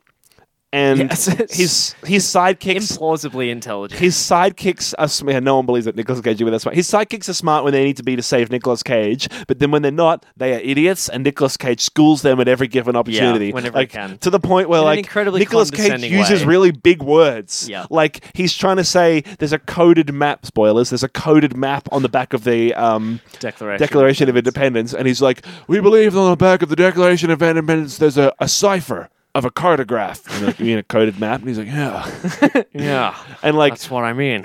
Speaker 1: and
Speaker 2: Yes.
Speaker 1: his his sidekicks
Speaker 2: implausibly intelligent.
Speaker 1: his sidekicks are sm- yeah, no one believes that Nicolas Cage is that smart. His sidekicks are smart when they need to be to save Nicolas Cage, but then when they're not, they are idiots, and Nicolas Cage schools them at every given opportunity,
Speaker 2: whenever he
Speaker 1: like,
Speaker 2: can.
Speaker 1: to the point where
Speaker 2: In an
Speaker 1: like
Speaker 2: incredibly
Speaker 1: Nicolas Cage
Speaker 2: condescending
Speaker 1: uses
Speaker 2: way.
Speaker 1: really big words.
Speaker 2: Yeah.
Speaker 1: like he's trying to say there's a coded map. Spoilers: there's a coded map on the back of the um,
Speaker 2: Declaration.
Speaker 1: Declaration of Independence, and he's like, "We believe on the back of the Declaration of Independence there's a, a cipher." Of a cartograph, and they're like, you mean a coded map, and he's like, yeah,
Speaker 2: yeah,
Speaker 1: and like
Speaker 2: that's what I mean.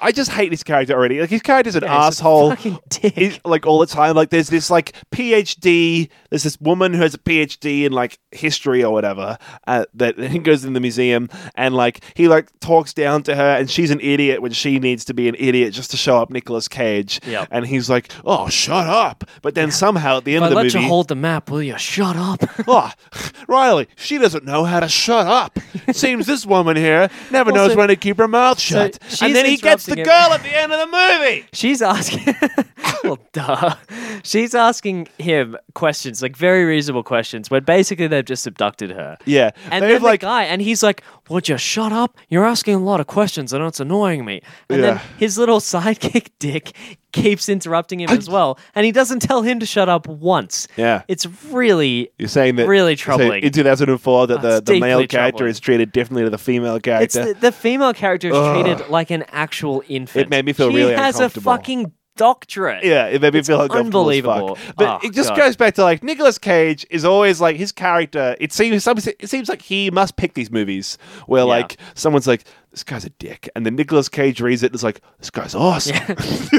Speaker 1: I just hate his character already. Like his character's an
Speaker 2: Yeah, he's a
Speaker 1: asshole.
Speaker 2: fucking dick.
Speaker 1: He's, like all the time. Like there's this like PhD. There's this woman who has a PhD in like history or whatever. Uh, that goes in the museum and like he like talks down to her and she's an idiot when she needs to be an idiot just to show up Nicolas Cage.
Speaker 2: Yep.
Speaker 1: And he's like, oh, shut up. But then somehow at the end
Speaker 2: If I
Speaker 1: of the
Speaker 2: let
Speaker 1: movie,
Speaker 2: you hold the map, will you shut up?
Speaker 1: oh, Riley, she doesn't know how to shut up. Seems this woman here never knows
Speaker 2: Also-
Speaker 1: when to keep her mouth shut.
Speaker 2: she's
Speaker 1: and then he gets the
Speaker 2: interrupting him.
Speaker 1: girl at the end of the movie.
Speaker 2: She's asking. well, duh. She's asking him questions, like very reasonable questions, when basically they've just abducted her.
Speaker 1: Yeah,
Speaker 2: And
Speaker 1: they've
Speaker 2: then
Speaker 1: like
Speaker 2: the guy, and he's like, "Would you shut up? You're asking a lot of questions, and it's annoying me." And then
Speaker 1: Yeah.
Speaker 2: his little sidekick dick keeps interrupting him as well, and he doesn't tell him to shut up once.
Speaker 1: Yeah.
Speaker 2: it's really
Speaker 1: you're saying that
Speaker 2: really
Speaker 1: you're saying
Speaker 2: troubling.
Speaker 1: in 2004 that the,
Speaker 2: That's
Speaker 1: the male
Speaker 2: deeply
Speaker 1: character
Speaker 2: troubling.
Speaker 1: is treated differently to the female
Speaker 2: It's
Speaker 1: character.
Speaker 2: the, the female character is treated like an actual infant.
Speaker 1: It made me feel
Speaker 2: she
Speaker 1: really
Speaker 2: has a
Speaker 1: uncomfortable.
Speaker 2: fucking doctorate.
Speaker 1: Yeah, it made me feel uncomfortable. as fuck.
Speaker 2: unbelievable.
Speaker 1: But
Speaker 2: Oh,
Speaker 1: it just
Speaker 2: God.
Speaker 1: goes back to like Nicolas Cage is always like his character. It seems some- it seems like he must pick these movies where
Speaker 2: Yeah.
Speaker 1: like someone's like this guy's a dick, and then Nicolas Cage reads it and is like this guy's awesome.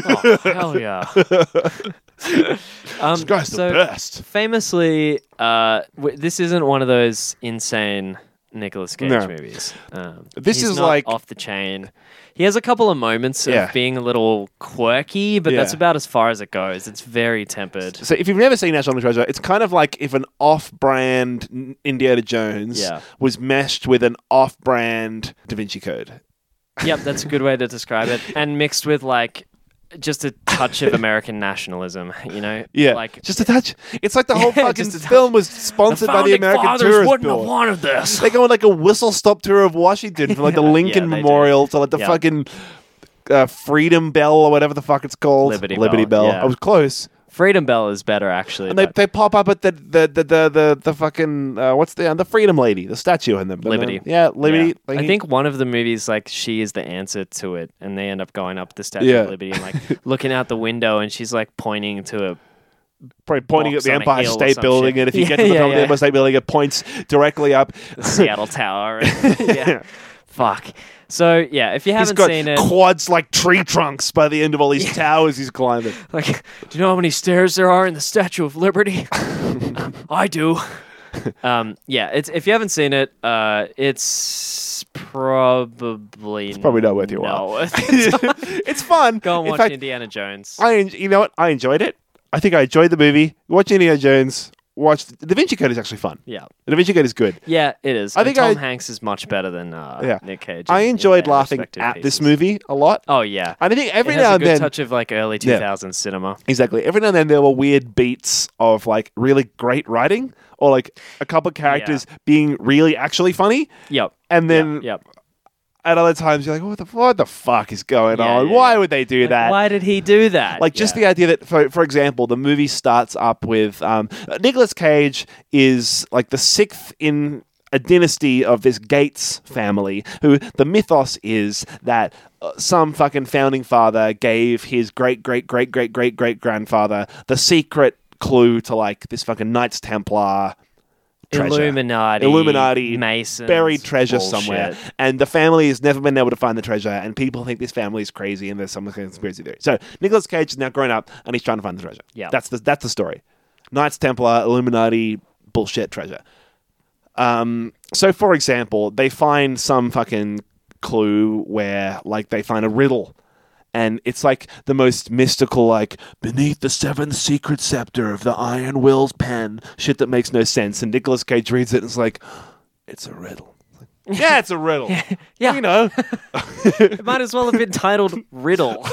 Speaker 2: oh, hell yeah. um,
Speaker 1: This guy's the best.
Speaker 2: famously, uh, w- this isn't one of those insane Nicolas Cage
Speaker 1: No.
Speaker 2: movies. Um,
Speaker 1: This
Speaker 2: he's
Speaker 1: is
Speaker 2: not
Speaker 1: like-
Speaker 2: off the chain. He has a couple of moments of
Speaker 1: Yeah.
Speaker 2: being a little quirky, but that's
Speaker 1: Yeah.
Speaker 2: about as far as it goes. It's very tempered.
Speaker 1: So if you've never seen National Treasure, it's kind of like if an off-brand N- Indiana Jones
Speaker 2: Yeah.
Speaker 1: was meshed with an off-brand Da Vinci Code.
Speaker 2: yep, that's a good way to describe it. And mixed with like just a touch of American nationalism, you know?
Speaker 1: Yeah,
Speaker 2: like
Speaker 1: just a touch. It's like the whole
Speaker 2: Yeah,
Speaker 1: fucking
Speaker 2: just a touch.
Speaker 1: film was sponsored by the
Speaker 2: founding
Speaker 1: American
Speaker 2: fathers
Speaker 1: Tourist
Speaker 2: wouldn't
Speaker 1: Board.
Speaker 2: have wanted this.
Speaker 1: They go on like a whistle stop tour of Washington from like the
Speaker 2: Yeah,
Speaker 1: Lincoln
Speaker 2: they do.
Speaker 1: Memorial to like the
Speaker 2: Yeah.
Speaker 1: fucking uh, Freedom Bell or whatever the fuck it's called.
Speaker 2: Liberty
Speaker 1: Bell.
Speaker 2: Bell, yeah.
Speaker 1: I was close.
Speaker 2: Freedom Bell is better actually.
Speaker 1: And they,
Speaker 2: but
Speaker 1: they pop up at the the the the, the, the fucking uh, what's the the Freedom Lady, the statue in them.
Speaker 2: Liberty.
Speaker 1: yeah, Liberty.
Speaker 2: Yeah.
Speaker 1: Like,
Speaker 2: I think one of the movies, like she is the answer to it, and they end up going up the Statue
Speaker 1: Yeah.
Speaker 2: of Liberty and like looking out the window, and she's like pointing to it.
Speaker 1: probably pointing at
Speaker 2: box
Speaker 1: the
Speaker 2: on a
Speaker 1: Empire
Speaker 2: hill or
Speaker 1: State
Speaker 2: some
Speaker 1: Building, and
Speaker 2: shit.
Speaker 1: if you
Speaker 2: Yeah,
Speaker 1: get to the
Speaker 2: yeah,
Speaker 1: top of the
Speaker 2: yeah.
Speaker 1: Empire State Building, it points directly up.
Speaker 2: the Seattle Tower. and- yeah. Fuck. So yeah, if you
Speaker 1: He's
Speaker 2: haven't
Speaker 1: got
Speaker 2: seen it,
Speaker 1: quads like tree trunks by the end of all these towers he's climbing.
Speaker 2: like, do you know how many stairs there are in the Statue of Liberty? I do. um, yeah, it's if you haven't seen it, uh, it's probably it's
Speaker 1: probably not worth your while. it's fun.
Speaker 2: Go and
Speaker 1: In
Speaker 2: watch
Speaker 1: fact,
Speaker 2: Indiana Jones.
Speaker 1: I en- you know what I enjoyed it. I think I enjoyed the movie. Watch Indiana Jones. Watch Da Vinci Code is actually fun.
Speaker 2: yeah.
Speaker 1: The Da Vinci Code is good.
Speaker 2: Yeah, it is.
Speaker 1: I
Speaker 2: I think
Speaker 1: think
Speaker 2: Tom
Speaker 1: I-
Speaker 2: Hanks is much better than uh,
Speaker 1: Yeah.
Speaker 2: Nick Cage.
Speaker 1: I
Speaker 2: in- in
Speaker 1: enjoyed
Speaker 2: their
Speaker 1: laughing
Speaker 2: respective
Speaker 1: at this
Speaker 2: pieces.
Speaker 1: movie a lot.
Speaker 2: Oh yeah,
Speaker 1: And I think every
Speaker 2: it has
Speaker 1: now
Speaker 2: a
Speaker 1: and
Speaker 2: good
Speaker 1: then,
Speaker 2: touch of like early two
Speaker 1: Yeah.
Speaker 2: thousands cinema.
Speaker 1: exactly. Every now and then there were weird beats of like really great writing or like a couple of characters being really actually funny.
Speaker 2: Yep.
Speaker 1: And then
Speaker 2: yep. yep.
Speaker 1: at other times you're like, what the what the fuck is going
Speaker 2: Yeah,
Speaker 1: on?
Speaker 2: yeah,
Speaker 1: Why
Speaker 2: yeah.
Speaker 1: would they do
Speaker 2: Like,
Speaker 1: that?
Speaker 2: Why did he do that?
Speaker 1: Like just
Speaker 2: Yeah.
Speaker 1: the idea that, for, for example, the movie starts up with um, Nicholas Cage is like the sixth in a dynasty of this Gates family, who the mythos is that uh, some fucking founding father gave his great great great great great great grandfather the secret clue to like this fucking Knights Templar. treasure.
Speaker 2: Illuminati,
Speaker 1: Illuminati,
Speaker 2: Mason,
Speaker 1: buried treasure somewhere, and the family has never been able to find the treasure, and people think this family is crazy, and there's some kind of conspiracy theory. So Nicolas Cage is now grown up, and he's trying to find the treasure.
Speaker 2: Yeah.
Speaker 1: that's the that's the story. Knights Templar, Illuminati, bullshit treasure. Um, so for example, they find some fucking clue where like they find a riddle. And it's like the most mystical, like beneath the seventh secret scepter of the Iron Will's pen, shit that makes no sense. And Nicolas Cage reads it and is like, "It's a riddle." It's like, yeah, it's a riddle.
Speaker 2: Yeah.
Speaker 1: you know,
Speaker 2: It might as well have been titled Riddle.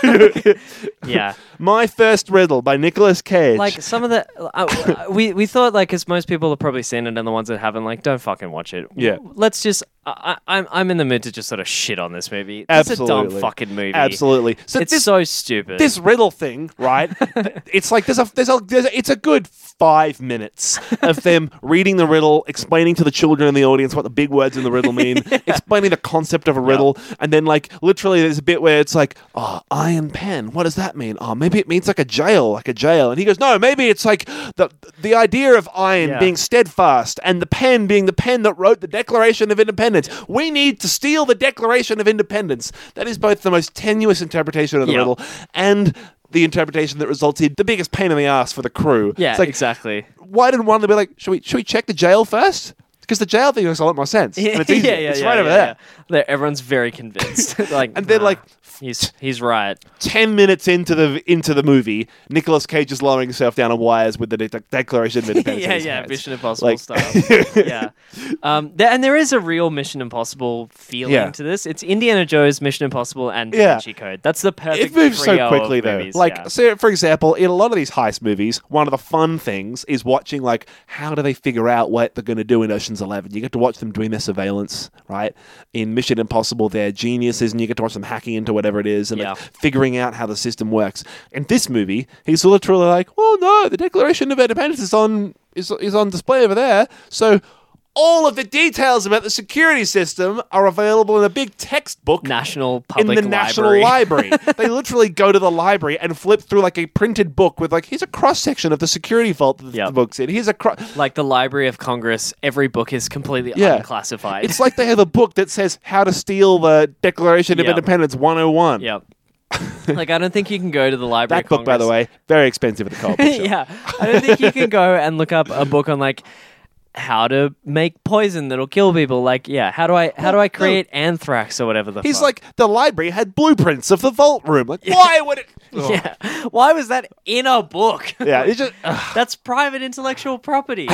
Speaker 2: yeah.
Speaker 1: my first riddle by Nicolas Cage.
Speaker 2: like some of the uh, we we thought like as most people have probably seen it and the ones that haven't like don't fucking watch it
Speaker 1: Yeah.
Speaker 2: let's just I, I- i'm i'm in the mood to just sort of shit on this movie it's a
Speaker 1: Absolutely.
Speaker 2: dumb fucking movie
Speaker 1: absolutely. So
Speaker 2: it's
Speaker 1: this
Speaker 2: so stupid
Speaker 1: this riddle thing, right? it's like there's a, there's a there's a, it's a good five minutes of them reading the riddle, explaining to the children in the audience what the big words in the riddle mean, explaining the concept of a riddle, and then like literally there's a bit where it's like, oh, iron pen, what does that mean? Oh, maybe it means like a jail, like a jail, and he goes, no, maybe it's like the the idea of iron
Speaker 2: Yeah.
Speaker 1: being steadfast and the pen being the pen that wrote the Declaration of Independence. We need to steal the Declaration of Independence. That is both the most tenuous interpretation of the
Speaker 2: Yeah.
Speaker 1: riddle and the interpretation that resulted the biggest pain in the ass for the crew.
Speaker 2: yeah
Speaker 1: it's like
Speaker 2: exactly
Speaker 1: why didn't one of them be like, should we should we check the jail first? Because the jail thing makes a lot more sense. and it's easier. it's right over
Speaker 2: yeah,
Speaker 1: there.
Speaker 2: yeah. They're- everyone's very convinced like
Speaker 1: And then,
Speaker 2: nah,
Speaker 1: like,
Speaker 2: he's he's right
Speaker 1: Ten minutes into the into the movie, Nicolas Cage is lowering himself down on wires with the de- Declaration of Independence. in
Speaker 2: yeah
Speaker 1: his
Speaker 2: yeah
Speaker 1: hands.
Speaker 2: mission impossible
Speaker 1: Like-
Speaker 2: style yeah um there, and there is a real mission impossible feeling
Speaker 1: Yeah.
Speaker 2: to this it's indiana joe's mission impossible and Da
Speaker 1: Yeah.
Speaker 2: Vinci code that's the perfect
Speaker 1: it moves
Speaker 2: trio
Speaker 1: so
Speaker 2: of
Speaker 1: quickly though.
Speaker 2: movies,
Speaker 1: like,
Speaker 2: yeah.
Speaker 1: so for example, in a lot of these heist movies, one of the fun things is watching like how do they figure out what they're going to do in Ocean's Eleven. You get to watch them doing their surveillance, right? In Mission Impossible, they're geniuses, and you get to watch them hacking into whatever it is and like,
Speaker 2: Yeah.
Speaker 1: figuring out how the system works. In this movie, he's "Oh, literally like, "Well, no, the Declaration of Independence is on is, is on display over there, so." All of the details about the security system are available in a big textbook
Speaker 2: National
Speaker 1: in the
Speaker 2: Public
Speaker 1: National Library. they literally go to the library and flip through like a printed book with like here's a cross section of the security vault that
Speaker 2: Yep.
Speaker 1: the book's in. Here's a cross.
Speaker 2: like the Library of Congress, every book is completely
Speaker 1: Yeah.
Speaker 2: unclassified.
Speaker 1: It's like they have a book that says how to steal the Declaration of
Speaker 2: Yep.
Speaker 1: Independence 101.
Speaker 2: yep. like I don't think you can go to the Library
Speaker 1: That
Speaker 2: of
Speaker 1: book, by the
Speaker 2: Congress-
Speaker 1: way, very expensive at the co-op shop.
Speaker 2: yeah. I don't think you can go and look up a book on like how to make poison that'll kill people. Like, yeah, how do I how do I create anthrax or whatever the
Speaker 1: He's
Speaker 2: fuck?
Speaker 1: like, the library had blueprints of the vault room. Like, why would it? Ugh.
Speaker 2: Yeah. Why was that in a book?
Speaker 1: yeah, it's just ugh.
Speaker 2: That's private intellectual property.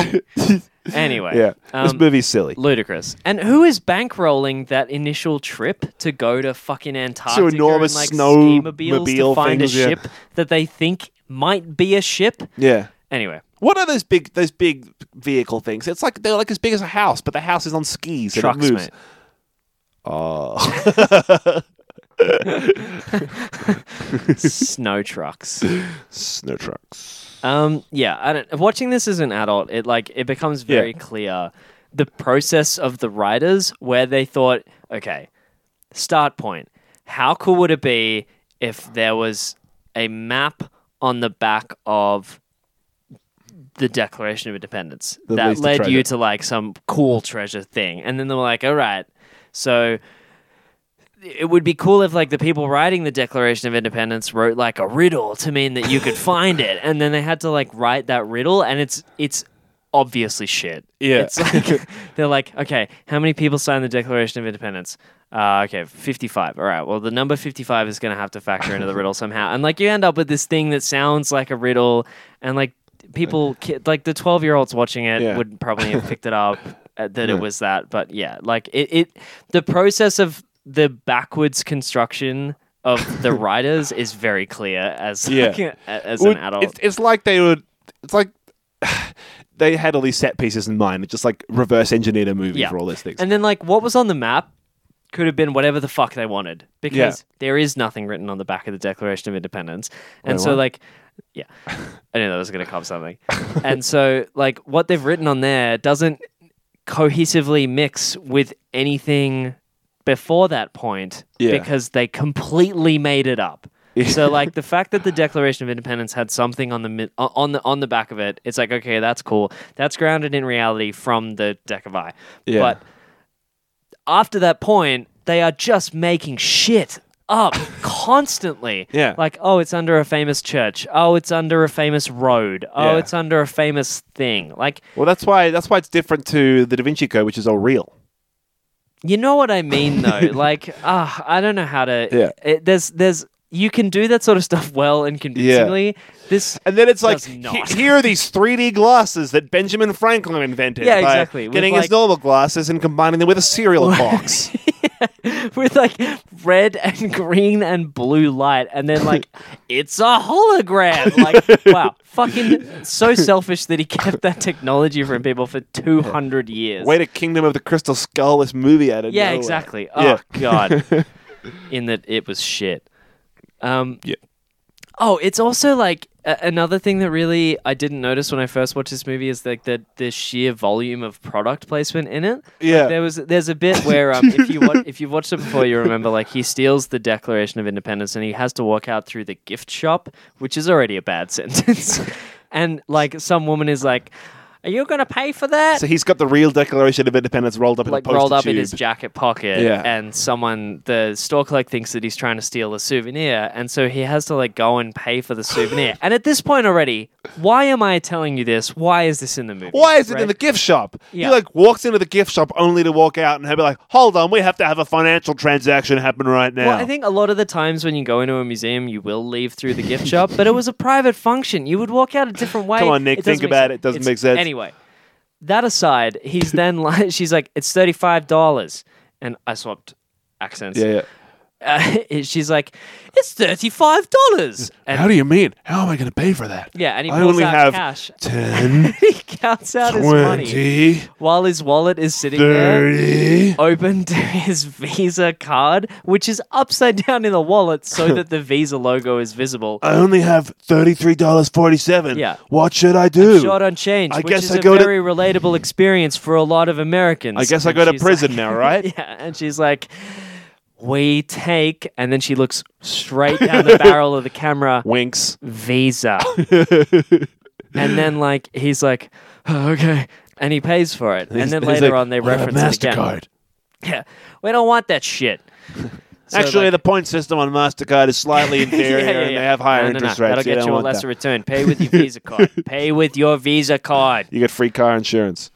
Speaker 2: anyway.
Speaker 1: yeah. this
Speaker 2: um,
Speaker 1: movie's silly.
Speaker 2: Ludicrous. And who is bankrolling that initial trip to go to fucking Antarctica
Speaker 1: enormous
Speaker 2: and like
Speaker 1: snowmobile
Speaker 2: ski-mobiles to find
Speaker 1: things,
Speaker 2: a
Speaker 1: yeah.
Speaker 2: ship that they think might be a ship?
Speaker 1: Yeah.
Speaker 2: Anyway,
Speaker 1: What are those big those big vehicle things? It's like they're like as big as a house, but the house is on skis
Speaker 2: trucks,
Speaker 1: and it moves.
Speaker 2: mate.
Speaker 1: Oh,
Speaker 2: Snow trucks.
Speaker 1: snow trucks.
Speaker 2: Um, yeah, I don't, watching this as an adult, it like it becomes very
Speaker 1: Yeah.
Speaker 2: clear the process of the writers where they thought, okay, start point. How cool would it be if there was a map on the back of the Declaration of Independence
Speaker 1: That
Speaker 2: that
Speaker 1: leads to
Speaker 2: led you
Speaker 1: treasure.
Speaker 2: to like some cool treasure thing, and then they were like, all right, so it would be cool if like the people writing the Declaration of Independence wrote like a riddle to mean that you could find it, and then they had to like write that riddle, and it's it's obviously shit.
Speaker 1: Yeah.
Speaker 2: it's like they're like, okay, how many people signed the Declaration of Independence? Uh, okay, fifty-five. All right. Well, the number fifty-five is going to have to factor into the riddle somehow, and like you end up with this thing that sounds like a riddle, and like people, ki- like the twelve-year-olds watching it
Speaker 1: Yeah.
Speaker 2: would probably have picked it up uh, that it was that. But yeah, like it, it, the process of the backwards construction of the writers is very clear as
Speaker 1: Yeah.
Speaker 2: like, a- as
Speaker 1: Well,
Speaker 2: an adult.
Speaker 1: It's, it's like they would. It's like they had all these set pieces in mind. It just like reverse engineered a movie
Speaker 2: Yeah.
Speaker 1: for all those things.
Speaker 2: and then like what was on the map could have been whatever the fuck they wanted because there is nothing written on the back of the Declaration of Independence. And
Speaker 1: Wait,
Speaker 2: so
Speaker 1: what?
Speaker 2: like yeah. I knew that was going to come something. and so like what they've written on there doesn't cohesively mix with anything before that point
Speaker 1: Yeah.
Speaker 2: because they completely made it up.
Speaker 1: Yeah.
Speaker 2: so like the fact that the Declaration of Independence had something on the mid- o- on the on the back of it, it's like okay, that's cool. That's grounded in reality from the Decavie.
Speaker 1: Yeah.
Speaker 2: But after that point, they are just making shit up constantly.
Speaker 1: Yeah.
Speaker 2: Like, oh, it's under a famous church. Oh, it's under a famous road. Oh,
Speaker 1: Yeah.
Speaker 2: it's under a famous thing. Like,
Speaker 1: well, that's why that's why it's different to the Da Vinci Code, which is all real.
Speaker 2: you know what I mean, though. like, ah, I don't know how to.
Speaker 1: Yeah.
Speaker 2: It, there's, there's, you can do that sort of stuff well and convincingly. This.
Speaker 1: And then it's like,
Speaker 2: Does
Speaker 1: he-
Speaker 2: not.
Speaker 1: here are these 3D glasses that Benjamin Franklin invented.
Speaker 2: Yeah,
Speaker 1: by
Speaker 2: exactly. With,
Speaker 1: Getting
Speaker 2: like-
Speaker 1: his normal glasses and combining them with a cereal box.
Speaker 2: with like red and green and blue light, and then like it's a hologram. Like wow, fucking so selfish that he kept that technology from people for two hundred years.
Speaker 1: Way to Kingdom of the Crystal Skull, this movie out of
Speaker 2: yeah,
Speaker 1: nowhere.
Speaker 2: exactly.
Speaker 1: Yeah.
Speaker 2: Oh god, in that it was shit. Um,
Speaker 1: Yeah.
Speaker 2: Oh, it's also like a- another thing that really I didn't notice when I first watched this movie is like the the sheer volume of product placement in it.
Speaker 1: Yeah.
Speaker 2: There was there's a bit where um, if you wa- if you've watched it before, you remember like he steals the Declaration of Independence and he has to walk out through the gift shop, which is already a bad sentence. and like some woman is like, "Are you gonna pay for that?"
Speaker 1: So he's got the real Declaration of Independence rolled up
Speaker 2: like
Speaker 1: in a poster
Speaker 2: rolled up
Speaker 1: tube.
Speaker 2: in his jacket pocket
Speaker 1: Yeah.
Speaker 2: and someone the store clerk thinks that he's trying to steal a souvenir and so he has to like go and pay for the souvenir and at this point already why am i telling you this why is this in the movie
Speaker 1: Why is it in
Speaker 2: right?
Speaker 1: the gift shop?
Speaker 2: Yeah.
Speaker 1: He like walks into the gift shop only to walk out and have be like, "Hold on, we have to have a financial transaction happen right now."
Speaker 2: well, I think a lot of the times when you go into a museum, you will leave through the gift shop, but it was a private function. You would walk out a different way.
Speaker 1: Come on, Nick,
Speaker 2: doesn't
Speaker 1: think
Speaker 2: make
Speaker 1: about
Speaker 2: sense.
Speaker 1: it. Doesn't
Speaker 2: It's-
Speaker 1: make sense.
Speaker 2: Anyway, that aside, he's then like, she's like, it's thirty five dollars, and I swapped accents.
Speaker 1: yeah.
Speaker 2: uh, she's like, it's thirty five dollars. And
Speaker 1: How do you mean? How am I going to pay for that?
Speaker 2: yeah, and he
Speaker 1: I
Speaker 2: pulls
Speaker 1: only
Speaker 2: out
Speaker 1: have
Speaker 2: cash.
Speaker 1: 10,
Speaker 2: he counts out his money
Speaker 1: 20,
Speaker 2: while his wallet is sitting there.
Speaker 1: 30.
Speaker 2: opened his Visa card, which is upside down in the wallet so that the Visa logo is visible.
Speaker 1: I only have $33.47.
Speaker 2: Yeah.
Speaker 1: What should I do?
Speaker 2: Short on change,
Speaker 1: Oh, I
Speaker 2: which
Speaker 1: guess
Speaker 2: is
Speaker 1: I
Speaker 2: a
Speaker 1: go to-
Speaker 2: very relatable experience for a lot of Americans.
Speaker 1: I guess I
Speaker 2: And
Speaker 1: go to
Speaker 2: she's
Speaker 1: prison
Speaker 2: like-
Speaker 1: now, right?
Speaker 2: yeah, and she's like, we take, and then she looks straight down the barrel of the camera,
Speaker 1: Winks.
Speaker 2: Visa. and then, like, he's like, "Oh, okay. And he pays for it. and
Speaker 1: He's-
Speaker 2: then
Speaker 1: he's
Speaker 2: later
Speaker 1: like,
Speaker 2: on, they
Speaker 1: "What about
Speaker 2: reference it again.
Speaker 1: MasterCard.
Speaker 2: Yeah. We don't want that shit. So,
Speaker 1: Actually,
Speaker 2: like-
Speaker 1: the point system on MasterCard is slightly inferior and they have higher
Speaker 2: No, no, no.
Speaker 1: interest rates.
Speaker 2: That'll
Speaker 1: You
Speaker 2: get
Speaker 1: don't
Speaker 2: you a
Speaker 1: want
Speaker 2: lesser
Speaker 1: that.
Speaker 2: return. Pay with your Visa card. Pay with your Visa card.
Speaker 1: You get free car insurance.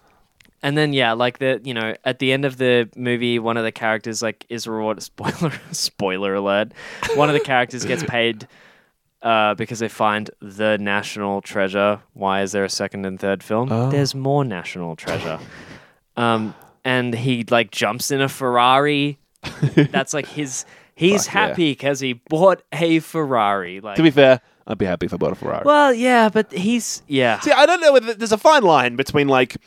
Speaker 2: And then yeah, like the you know at the end of the movie, one of the characters like is rewarded. Spoiler spoiler alert. One of the characters gets paid. Uh, because they find the national treasure. Why is there a second and third film?
Speaker 1: Oh.
Speaker 2: There's more national treasure. Um, and he like jumps in a Ferrari. That's like his.
Speaker 1: Fuck
Speaker 2: He's
Speaker 1: yeah.
Speaker 2: happy because he bought a Ferrari. Like
Speaker 1: To be fair, I'd be happy if I bought a Ferrari.
Speaker 2: well, yeah, but he's yeah.
Speaker 1: See, I don't know whether there's a fine line between like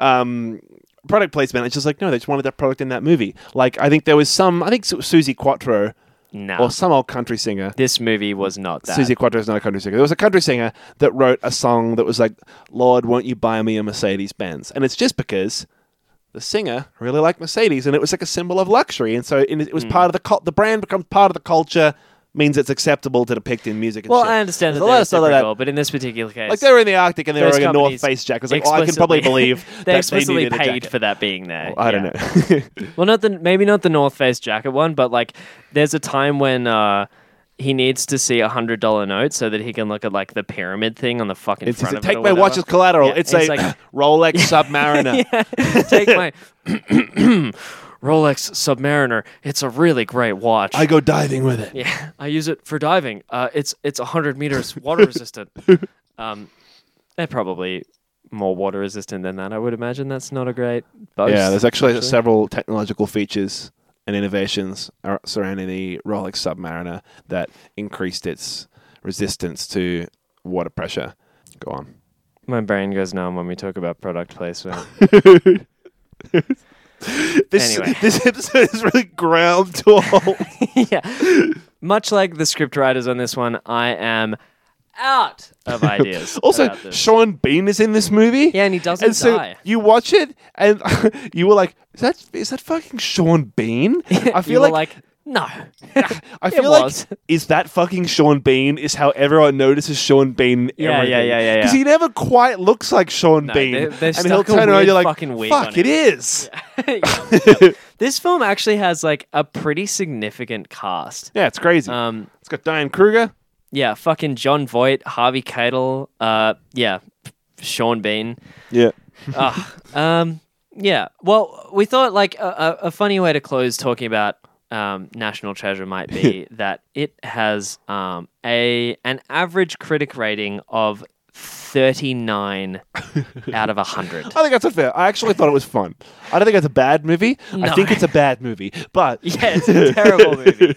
Speaker 1: um, product placement. It's just like no, they just wanted that product in that movie. Like I think there was some. I think Su- Susie Quattro
Speaker 2: No,
Speaker 1: or some old country singer.
Speaker 2: this movie was not that.
Speaker 1: Susie Quattro is not a country singer. There was a country singer that wrote a song that was like, "Lord, won't you buy me a Mercedes Benz?" And it's just because the singer really liked Mercedes, and it was like a symbol of luxury, and so it it
Speaker 2: Hmm.
Speaker 1: was part of the cult. The brand becomes part of the culture, means it's acceptable to depict in music. And
Speaker 2: well,
Speaker 1: shit.
Speaker 2: I understand
Speaker 1: There's a
Speaker 2: that
Speaker 1: lot
Speaker 2: they're
Speaker 1: of stuff like
Speaker 2: reciprocal, but in this particular case,
Speaker 1: Like they were in the Arctic and they were
Speaker 2: those
Speaker 1: wearing a North
Speaker 2: companies
Speaker 1: Face jacket. It's like, oh, I can probably
Speaker 2: explicitly-
Speaker 1: believe that
Speaker 2: they
Speaker 1: they
Speaker 2: explicitly
Speaker 1: needed a
Speaker 2: paid
Speaker 1: jacket.
Speaker 2: for that being there.
Speaker 1: I don't
Speaker 2: yeah.
Speaker 1: know.
Speaker 2: Well, not the maybe not the North Face jacket one, but like there's a time when uh, he needs to see a hundred dollar note so that he can look at like the pyramid thing on the fucking
Speaker 1: it's
Speaker 2: front
Speaker 1: just,
Speaker 2: of it
Speaker 1: take
Speaker 2: or
Speaker 1: my
Speaker 2: whatever.
Speaker 1: watch as collateral.
Speaker 2: Yeah,
Speaker 1: it's
Speaker 2: he's
Speaker 1: a
Speaker 2: like-
Speaker 1: Rolex Submariner.
Speaker 2: take my Rolex Submariner. It's a really great watch.
Speaker 1: I go diving with it.
Speaker 2: Yeah, I use it for diving. Uh, it's it's hundred meters water resistant. Um, they're probably more water resistant than that. I would imagine that's not a great boast.
Speaker 1: Yeah, there's actually, several technological features and innovations ar- surrounding the Rolex Submariner that increased its resistance to water pressure. Go on.
Speaker 2: My brain goes numb when we talk about product placement.
Speaker 1: This
Speaker 2: Anyway.
Speaker 1: this episode is really ground to a halt.
Speaker 2: yeah, much like the script writers on this one, I am out of ideas.
Speaker 1: also,
Speaker 2: about this.
Speaker 1: Sean Bean is in this movie.
Speaker 2: yeah, and he doesn't
Speaker 1: and so
Speaker 2: die.
Speaker 1: you watch it, and you were like, "Is that is that fucking Sean Bean?" I
Speaker 2: You
Speaker 1: feel
Speaker 2: were
Speaker 1: like,
Speaker 2: like no.
Speaker 1: I
Speaker 2: it
Speaker 1: feel like
Speaker 2: was.
Speaker 1: is that fucking Sean Bean? Is how everyone notices Sean Bean.
Speaker 2: Yeah, yeah, yeah, yeah, yeah.
Speaker 1: Because he never quite looks like Sean
Speaker 2: No,
Speaker 1: Bean,
Speaker 2: they- they've
Speaker 1: and he'll
Speaker 2: stuck a
Speaker 1: turn around,
Speaker 2: weird
Speaker 1: you're like,
Speaker 2: fucking wig
Speaker 1: "Fuck,
Speaker 2: on
Speaker 1: it
Speaker 2: him."
Speaker 1: is."
Speaker 2: this film actually has like a pretty significant cast.
Speaker 1: Yeah, it's crazy.
Speaker 2: Um,
Speaker 1: it's got Diane Kruger.
Speaker 2: Yeah, fucking John Voight, Harvey Keitel, uh, yeah, Sean Bean.
Speaker 1: Yeah,
Speaker 2: Ah, um, yeah. Well, we thought like a, a a funny way to close talking about um, National Treasure might be that it has um, a an average critic rating of thirty nine out of hundred.
Speaker 1: I think that's unfair. I actually thought it was fun. I don't think it's a bad movie. I
Speaker 2: No.
Speaker 1: think it's a bad movie, but
Speaker 2: Yeah, it's a terrible movie,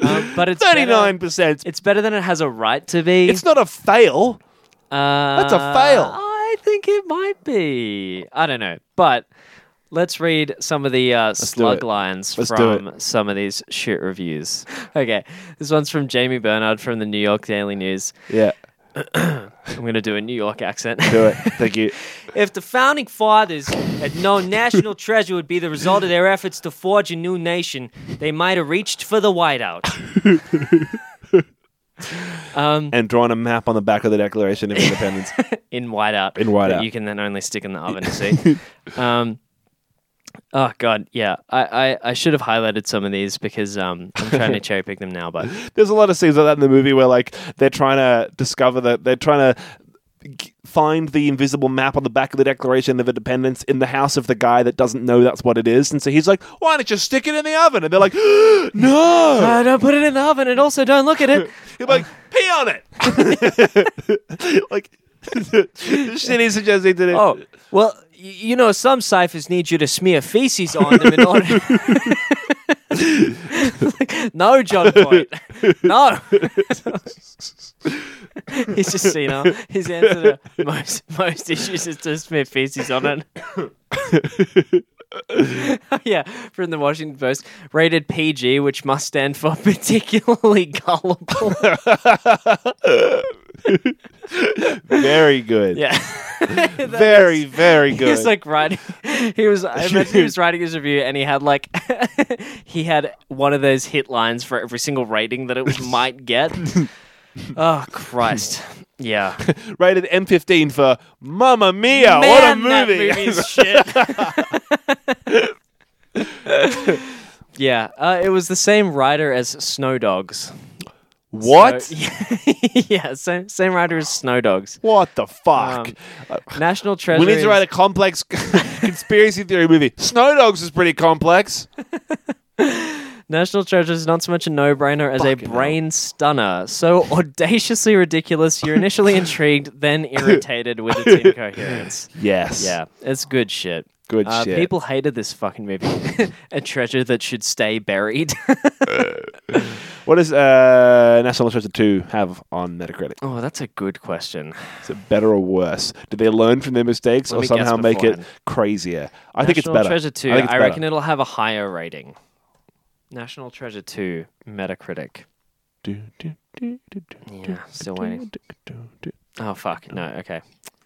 Speaker 2: um, but it's
Speaker 1: thirty
Speaker 2: Better,
Speaker 1: nine percent.
Speaker 2: it's better than it has a right to be.
Speaker 1: It's not a fail.
Speaker 2: Uh,
Speaker 1: That's a fail.
Speaker 2: I think it might be. I don't know, but let's read some of the uh,
Speaker 1: do
Speaker 2: slug
Speaker 1: it.
Speaker 2: lines
Speaker 1: Let's do
Speaker 2: from some of these shit reviews. Okay, this one's from Jamie Bernard from the New York Daily News.
Speaker 1: Yeah,
Speaker 2: I'm gonna do a New York accent.
Speaker 1: do it. Thank you.
Speaker 2: If the founding fathers had known national treasure would be the result of their efforts to forge a new nation, they might have reached for the whiteout. um,
Speaker 1: and drawn a map on the back of the Declaration of Independence.
Speaker 2: in whiteout.
Speaker 1: In whiteout.
Speaker 2: That you can then only stick in the oven to see. um, oh god, yeah. I, I, I should have highlighted some of these because um, I'm trying to cherry pick them now, but
Speaker 1: There's a lot of scenes like that in the movie where like they're trying to discover that they're trying to g- find the invisible map on the back of the Declaration of Independence in the house of the guy that doesn't know that's what it is, and so he's like, "Why don't you stick it in the oven?" And they're like, "No."
Speaker 2: uh, don't put it in the oven and also don't look at it.
Speaker 1: He's like, "Pee on it." like Shit he's suggesting to do.
Speaker 2: Oh, well, y- you know, some ciphers need you to smear feces on them in order. Like, no, John Point. No. He's just seen her. His answer to most most issues is to smear feces on it. yeah, from the Washington Post, rated PG, which must stand for particularly gullible.
Speaker 1: Very good.
Speaker 2: Yeah,
Speaker 1: Very, very good.
Speaker 2: He was like writing. He was. I imagine he was writing his review, and he had like he had one of those hit lines for every single rating that it was- might get. oh Christ! Yeah,
Speaker 1: Rated M15 for Mamma Mia. what a
Speaker 2: Man, that
Speaker 1: movie.
Speaker 2: movie's shit. yeah, uh, it was the same writer as Snow Dogs.
Speaker 1: what?
Speaker 2: So- yeah, same same writer as Snow Dogs.
Speaker 1: What the fuck?
Speaker 2: Um, National Treasure.
Speaker 1: we need
Speaker 2: is-
Speaker 1: to write a complex conspiracy theory movie. Snow Dogs is pretty complex.
Speaker 2: National Treasure is not so much a no-brainer as
Speaker 1: Fucking
Speaker 2: a
Speaker 1: hell.
Speaker 2: brain stunner. So audaciously ridiculous, you're initially intrigued, then irritated with its incoherence.
Speaker 1: Yes.
Speaker 2: Yeah, it's good shit.
Speaker 1: Good
Speaker 2: Uh,
Speaker 1: shit.
Speaker 2: People hated this fucking movie. a treasure that should stay buried.
Speaker 1: What does uh, National Treasure 2 have on Metacritic?
Speaker 2: oh, that's a good question.
Speaker 1: Is it better or worse? Did they learn from their mistakes
Speaker 2: Let
Speaker 1: or
Speaker 2: me guess
Speaker 1: somehow make it
Speaker 2: beforehand.
Speaker 1: crazier? I think it's
Speaker 2: National
Speaker 1: better.
Speaker 2: Treasure 2,
Speaker 1: I,
Speaker 2: I,
Speaker 1: think it's better.
Speaker 2: reckon it'll have a higher rating. National Treasure 2, Metacritic.
Speaker 1: Do, do, do, do, do,
Speaker 2: Yeah, still
Speaker 1: do,
Speaker 2: waiting.
Speaker 1: do, do, do.
Speaker 2: Oh, fuck. No, okay.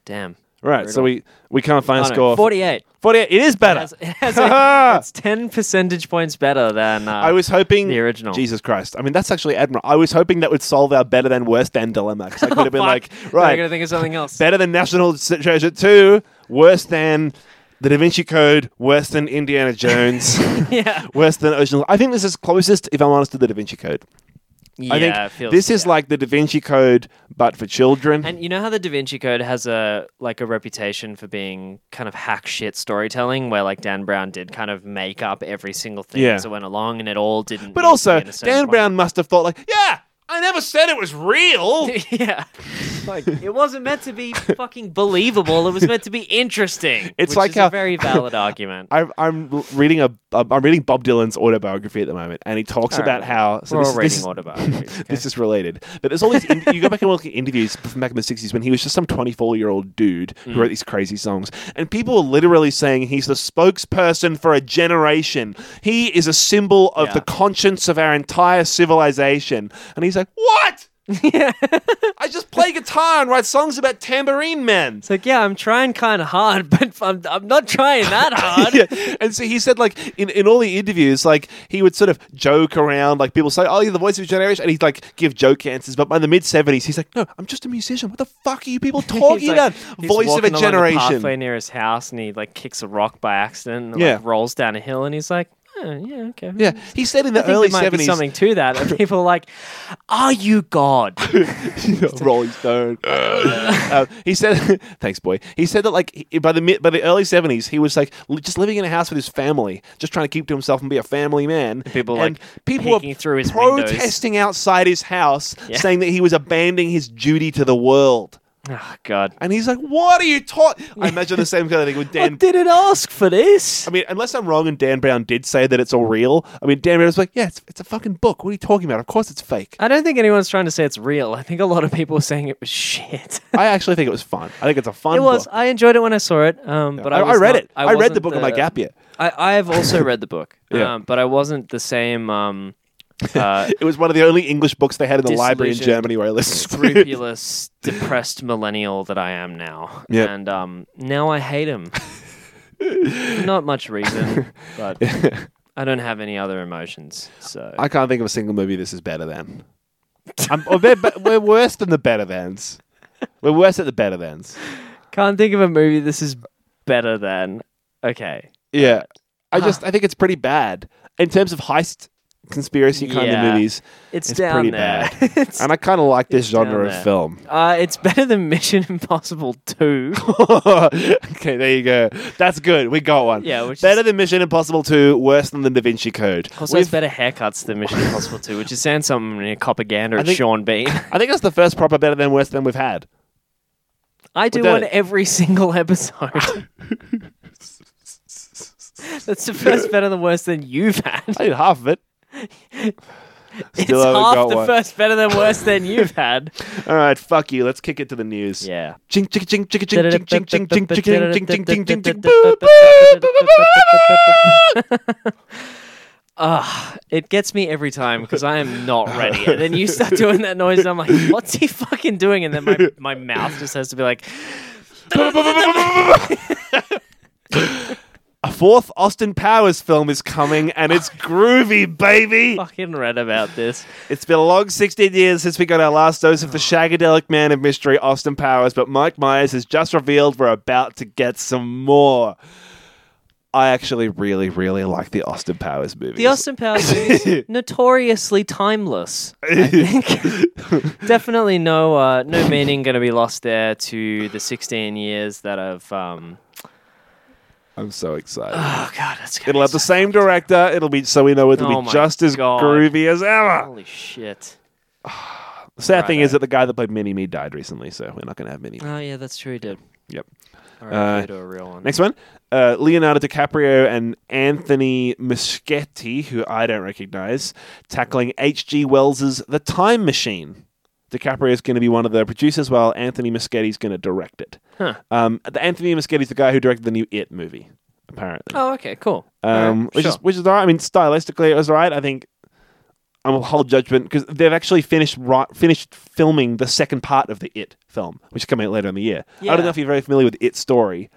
Speaker 2: Damn.
Speaker 1: Right, so we, we can't find
Speaker 2: Oh,
Speaker 1: a
Speaker 2: no,
Speaker 1: score.
Speaker 2: 48.
Speaker 1: 48. It is better.
Speaker 2: It has- it has a- it's 10 percentage points better than uh,
Speaker 1: I was hoping
Speaker 2: the original.
Speaker 1: Jesus Christ! I mean, that's actually admirable. I was hoping that would solve our better than worse than dilemma. 'cause I could have been
Speaker 2: Fuck.
Speaker 1: like,
Speaker 2: Now I
Speaker 1: right,
Speaker 2: gotta think of something else.
Speaker 1: better than National Treasure Two, worse than The Da Vinci Code, worse than Indiana Jones,
Speaker 2: yeah.
Speaker 1: worse than Ocean. I think this is closest, if I'm honest, to The Da Vinci Code.
Speaker 2: yeah,
Speaker 1: I think
Speaker 2: it feels-
Speaker 1: this is
Speaker 2: yeah.
Speaker 1: like the Da Vinci Code, but for children.
Speaker 2: And you know how the Da Vinci Code has a like a reputation for being kind of hack shit storytelling, where like Dan Brown did kind of make up every single thing
Speaker 1: Yeah.
Speaker 2: as it went along, and it all didn't.
Speaker 1: but
Speaker 2: need to
Speaker 1: also,
Speaker 2: be in a certain
Speaker 1: Dan
Speaker 2: point.
Speaker 1: Brown must have thought like, yeah, I never said it was real.
Speaker 2: yeah, like it wasn't meant to be fucking believable. It was meant to be interesting.
Speaker 1: It's
Speaker 2: which
Speaker 1: like
Speaker 2: is a
Speaker 1: how-
Speaker 2: very valid argument.
Speaker 1: I, I'm l- reading a I'm reading Bob Dylan's autobiography at the moment, and he talks
Speaker 2: All right.
Speaker 1: about how so
Speaker 2: We're
Speaker 1: this,
Speaker 2: all
Speaker 1: is-
Speaker 2: reading
Speaker 1: this, is-
Speaker 2: autobiographies. okay?
Speaker 1: this is related. But there's all these in- you go back and look at interviews from back in the '60s when he was just some 24 year old dude
Speaker 2: Mm.
Speaker 1: who wrote these crazy songs, and people were literally saying he's the spokesperson for a generation. He is a symbol of
Speaker 2: Yeah.
Speaker 1: the conscience of our entire civilization, and he's like, "What? I just play guitar and write songs about tambourine men."
Speaker 2: It's like, yeah, I'm trying kind of hard, but I'm, I'm not trying that hard.
Speaker 1: yeah. And so he said, like, in, in all the interviews, like, he would sort of joke around, like, people say, oh, you're the voice of your generation. And he'd, like, give joke answers. But by the mid 70s, he's like, no, I'm just a musician. What the fuck are you people talking
Speaker 2: He's
Speaker 1: about?
Speaker 2: like- he's
Speaker 1: voice of
Speaker 2: walking
Speaker 1: a
Speaker 2: along the
Speaker 1: generation.
Speaker 2: pathway near his house, and he like kicks a rock by accident, and
Speaker 1: Yeah.
Speaker 2: like rolls down a hill, and he's like, oh, yeah, okay,
Speaker 1: yeah. He said in the
Speaker 2: I think
Speaker 1: early
Speaker 2: there might be
Speaker 1: 70s,
Speaker 2: something to that. And people are like, are you God?
Speaker 1: Rolling Stone. um, he said, "Thanks, boy." He said that like he- by the mid, by the early seventies, he was like li- just living in a house with his family, just trying to keep to himself and be a family man.
Speaker 2: people,
Speaker 1: and
Speaker 2: like,
Speaker 1: people were
Speaker 2: peeking through his windows.
Speaker 1: protesting outside his house,
Speaker 2: Yeah.
Speaker 1: saying that he was abandoning his duty to the world.
Speaker 2: oh, God.
Speaker 1: And he's like, "What are you taught?" I imagine the same kind of thing with
Speaker 2: I
Speaker 1: Dan.
Speaker 2: didn't ask for this.
Speaker 1: I mean, unless I'm wrong, and Dan Brown did say that it's all real. I mean, Dan Brown was like, "Yeah, it's, it's a fucking book. What are you talking about? Of course, it's fake."
Speaker 2: I don't think anyone's trying to say it's real. I think a lot of people are saying it was shit.
Speaker 1: I actually think it was fun. I think it's a fun.
Speaker 2: It was.
Speaker 1: book.
Speaker 2: I enjoyed it when I saw it. Um, but
Speaker 1: I,
Speaker 2: I,
Speaker 1: I
Speaker 2: was
Speaker 1: read
Speaker 2: not-
Speaker 1: it. I, read the
Speaker 2: wasn't
Speaker 1: book on my gap year.
Speaker 2: I, I have also read the book,
Speaker 1: Yeah.
Speaker 2: um, but I wasn't the same um, uh,
Speaker 1: It was one of the only English books they had in the library in
Speaker 2: Disillusioned,
Speaker 1: Germany where I listened to it.
Speaker 2: scrupulous, depressed millennial that I am now.
Speaker 1: Yep.
Speaker 2: And um, now I hate him. Not much reason, but I don't have any other emotions. So
Speaker 1: I can't think of a single movie this is better than. I'm, oh, they're be- we're worse than the better thans. We're worse at the better thans.
Speaker 2: can't think of a movie this is better than. Okay.
Speaker 1: Yeah. I just I think it's pretty bad in terms of heist conspiracy kind
Speaker 2: Yeah.
Speaker 1: of movies.
Speaker 2: It's,
Speaker 1: It's
Speaker 2: down
Speaker 1: pretty
Speaker 2: there.
Speaker 1: bad.
Speaker 2: it's,
Speaker 1: And I kind of like this
Speaker 2: down
Speaker 1: genre of
Speaker 2: there.
Speaker 1: film.
Speaker 2: uh, it's better than Mission Impossible 2.
Speaker 1: okay, there you go. That's good. We got one.
Speaker 2: Yeah, which
Speaker 1: better
Speaker 2: is-
Speaker 1: than Mission Impossible 2, worse than the Da Vinci Code.
Speaker 2: Also, it's better haircuts than Mission Impossible 2, which is saying something in a propaganda at
Speaker 1: think-
Speaker 2: Sean Bean.
Speaker 1: I think that's the first proper better than worse than we've had.
Speaker 2: I do
Speaker 1: Without
Speaker 2: one
Speaker 1: it.
Speaker 2: every single episode. That's the first better than worse than you've had.
Speaker 1: I did half of it.
Speaker 2: It's
Speaker 1: Still haven't got
Speaker 2: half the
Speaker 1: one.
Speaker 2: first better than worse than you've had.
Speaker 1: All right, fuck you. Let's kick it to the news.
Speaker 2: Yeah.
Speaker 1: Ching ching ching ching ching ching ching ching ching ching ching ching ching ching ching.
Speaker 2: Ah, it gets me every time because I am not ready. And then you start doing that noise, and I'm like, "What's he fucking doing?" And then my, my mouth just has to be like,
Speaker 1: A fourth Austin Powers film is coming, and it's groovy, baby.
Speaker 2: "Fucking read about this."
Speaker 1: It's been a long 16 years since we got our last dose
Speaker 2: Oh.
Speaker 1: of the shagadelic man of mystery, Austin Powers, but Mike Myers has just revealed we're about to get some more. I actually really, really like the Austin Powers movies.
Speaker 2: The Austin Powers movies, notoriously timeless. I think definitely no uh, no meaning going to be lost there to the 16 years that have. Um...
Speaker 1: I'm so excited.
Speaker 2: Oh god, that's gonna
Speaker 1: It'll
Speaker 2: be
Speaker 1: have the
Speaker 2: so-
Speaker 1: same director. It'll be so we know it'll
Speaker 2: Oh
Speaker 1: be
Speaker 2: my
Speaker 1: just as
Speaker 2: God.
Speaker 1: groovy as ever.
Speaker 2: Holy shit!
Speaker 1: The sad thing
Speaker 2: Righto.
Speaker 1: is that the guy that played Mini Me died recently, so we're not going to have Mini.
Speaker 2: Oh yeah, that's true. He did.
Speaker 1: Yep.
Speaker 2: All
Speaker 1: Uh,
Speaker 2: right, do a real one.
Speaker 1: Next one, uh, Leonardo DiCaprio and Anthony Muschietti, who I don't recognize, tackling H.G. Wells's The Time Machine. DiCaprio is going to be one of the producers, while Anthony Muschietti's going to direct it.
Speaker 2: Huh.
Speaker 1: Um, the Anthony Muschietti's the guy who directed the new It movie, apparently.
Speaker 2: Oh okay, cool.
Speaker 1: um,
Speaker 2: Alright,
Speaker 1: which
Speaker 2: sure.
Speaker 1: is which is all right. I mean, stylistically, it was all right. I think I'm a whole judgment because they've actually finished ri- finished filming the second part of the It film, which is coming out later in the year. I don't know
Speaker 2: Yeah.
Speaker 1: if you're very familiar with It story,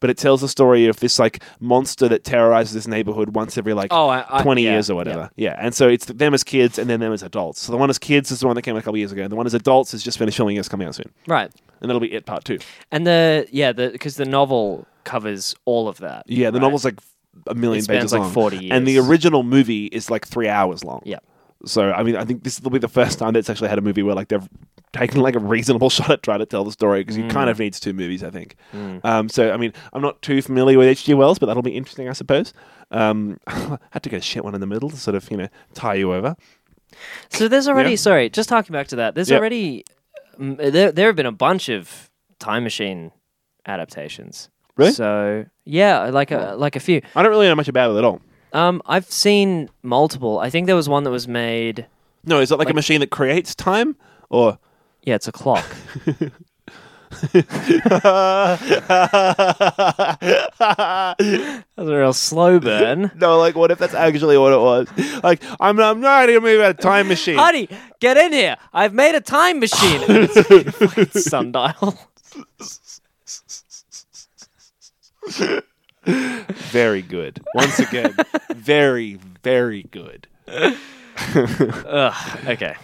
Speaker 1: but it tells the story of this like monster that terrorizes this neighborhood once every like
Speaker 2: Oh, I, I,
Speaker 1: 20
Speaker 2: yeah,
Speaker 1: years or
Speaker 2: yeah.
Speaker 1: whatever. Yeah. And so it's them as kids and then them as adults. So the one as kids is the one that came out a couple years ago. And the one as adults is just finished filming. It's coming out soon.
Speaker 2: Right,
Speaker 1: And that'll be It Part 2.
Speaker 2: and the yeah, the because the novel covers all of that.
Speaker 1: Yeah. The
Speaker 2: right?
Speaker 1: novel's like a million
Speaker 2: It
Speaker 1: pages
Speaker 2: spans like
Speaker 1: long.
Speaker 2: 40 years.
Speaker 1: And the original movie is like three hours long.
Speaker 2: Yeah.
Speaker 1: So I mean, I think this will be the first time that's actually had a movie where like they've taken like a reasonable shot at trying to tell the story because you kind of needs two movies, I think. Um, so I mean, I'm not too familiar with H.G. Wells, but that'll be interesting, I suppose. Um, had to go shit one in the middle to sort of you know tie you over.
Speaker 2: So there's already
Speaker 1: Yeah.
Speaker 2: sorry, just talking back to that. There's
Speaker 1: Yeah.
Speaker 2: already mm, there there have been a bunch of time machine adaptations.
Speaker 1: Really?
Speaker 2: So yeah, like a like a few.
Speaker 1: I don't really know much about it at all.
Speaker 2: Um, I've seen multiple. I think there was one that was made.
Speaker 1: No, is it like, a machine that creates time or?
Speaker 2: Yeah, it's a clock. that was a real slow burn.
Speaker 1: No, like what if that's actually what it was? Like I'm, I'm not going to move about a time machine.
Speaker 2: Honey, get in here. I've made a time machine. It's a fucking sundial.
Speaker 1: Very good. Once again, very, very good.
Speaker 2: Ugh, okay.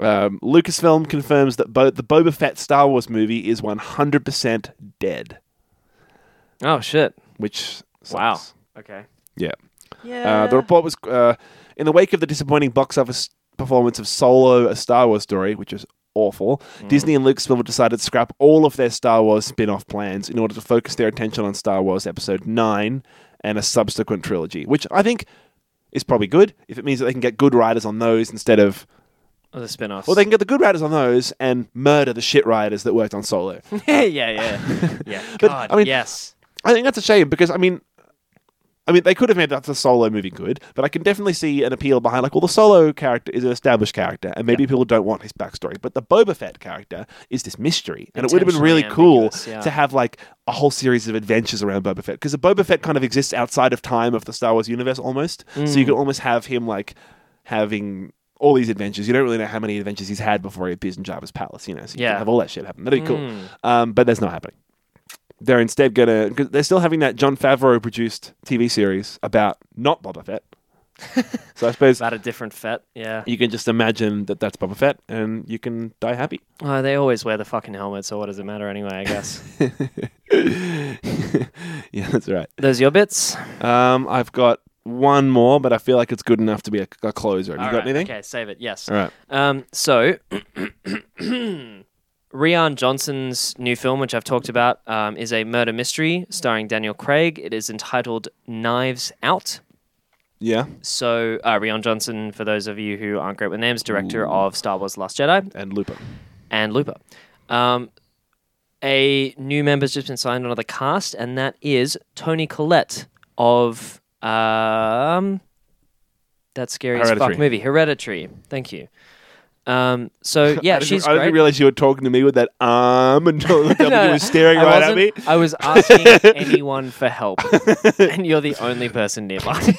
Speaker 1: Um, Lucasfilm confirms that Bo- the Boba Fett Star Wars movie is 100% dead,
Speaker 2: Oh shit.
Speaker 1: which sucks.
Speaker 2: Wow. Okay.
Speaker 1: Yeah.
Speaker 2: Yeah.
Speaker 1: Uh, the report was uh, in the wake of the disappointing box office performance of Solo, a Star Wars story, which is awful. Disney and Lucasfilm decided to scrap all of their Star Wars spin off plans in order to focus their attention on Star Wars Episode 9 and a subsequent trilogy, which I think is probably good if it means that they can get good writers on those instead of.
Speaker 2: oh, the spin-offs.
Speaker 1: Well, they can get the good writers on those and murder the shit writers that worked on Solo.
Speaker 2: yeah, yeah, yeah.
Speaker 1: But,
Speaker 2: God,
Speaker 1: I mean-
Speaker 2: yes.
Speaker 1: I think that's a shame because I mean, I mean they could have made that the solo movie good, but I can definitely see an appeal behind like, well, the solo character is an established character, and maybe people don't want his backstory, but the Boba Fett character is this mystery, and it would have been really
Speaker 2: Intentionally
Speaker 1: cool
Speaker 2: ambiguous, yeah.
Speaker 1: to have like a whole series of adventures around Boba Fett because the Boba Fett kind of exists outside of time of the Star Wars universe almost, so
Speaker 2: Mm.
Speaker 1: you could almost have him like having. All these adventures, you don't really know how many adventures he's had before he appears in Jabba's palace. You know, so you
Speaker 2: Yeah. Mm.
Speaker 1: can have all that shit happen. That'd be cool, um, but that's not happening they're instead gonna because they're still having that John Favreau produced TV series about not Boba Fett. so I suppose
Speaker 2: About a different fet. Yeah.
Speaker 1: you can just imagine that that's Boba Fett, and you can die happy.
Speaker 2: Oh, they always wear the fucking helmet, so what does it matter anyway, I guess.
Speaker 1: Yeah, that's right.
Speaker 2: Those your bits?
Speaker 1: Um, I've got one more, but I feel like it's good enough to be a, a closer. Have you
Speaker 2: All
Speaker 1: got
Speaker 2: right,
Speaker 1: anything?
Speaker 2: Okay, save it. Yes.
Speaker 1: All right.
Speaker 2: Um, so, Rian Johnson's new film, which I've talked about, um, is a murder mystery starring Daniel Craig. It is entitled Knives Out.
Speaker 1: Yeah,
Speaker 2: So, uh, Rian Johnson, for those of you who aren't great with names, director of Star Wars The Last Jedi
Speaker 1: and Looper.
Speaker 2: and Looper. Um, a new member's just been signed onto the cast, and that is Tony Collette of um, that scary as fuck
Speaker 1: Hereditary.
Speaker 2: movie, Hereditary. Thank you. Um, so yeah,
Speaker 1: I didn't-
Speaker 2: she's
Speaker 1: I didn't
Speaker 2: great.
Speaker 1: realize you were talking to me with that um until the W
Speaker 2: No,
Speaker 1: was staring
Speaker 2: I
Speaker 1: right at me.
Speaker 2: wasn't- I was asking anyone for help, and you're the only person nearby.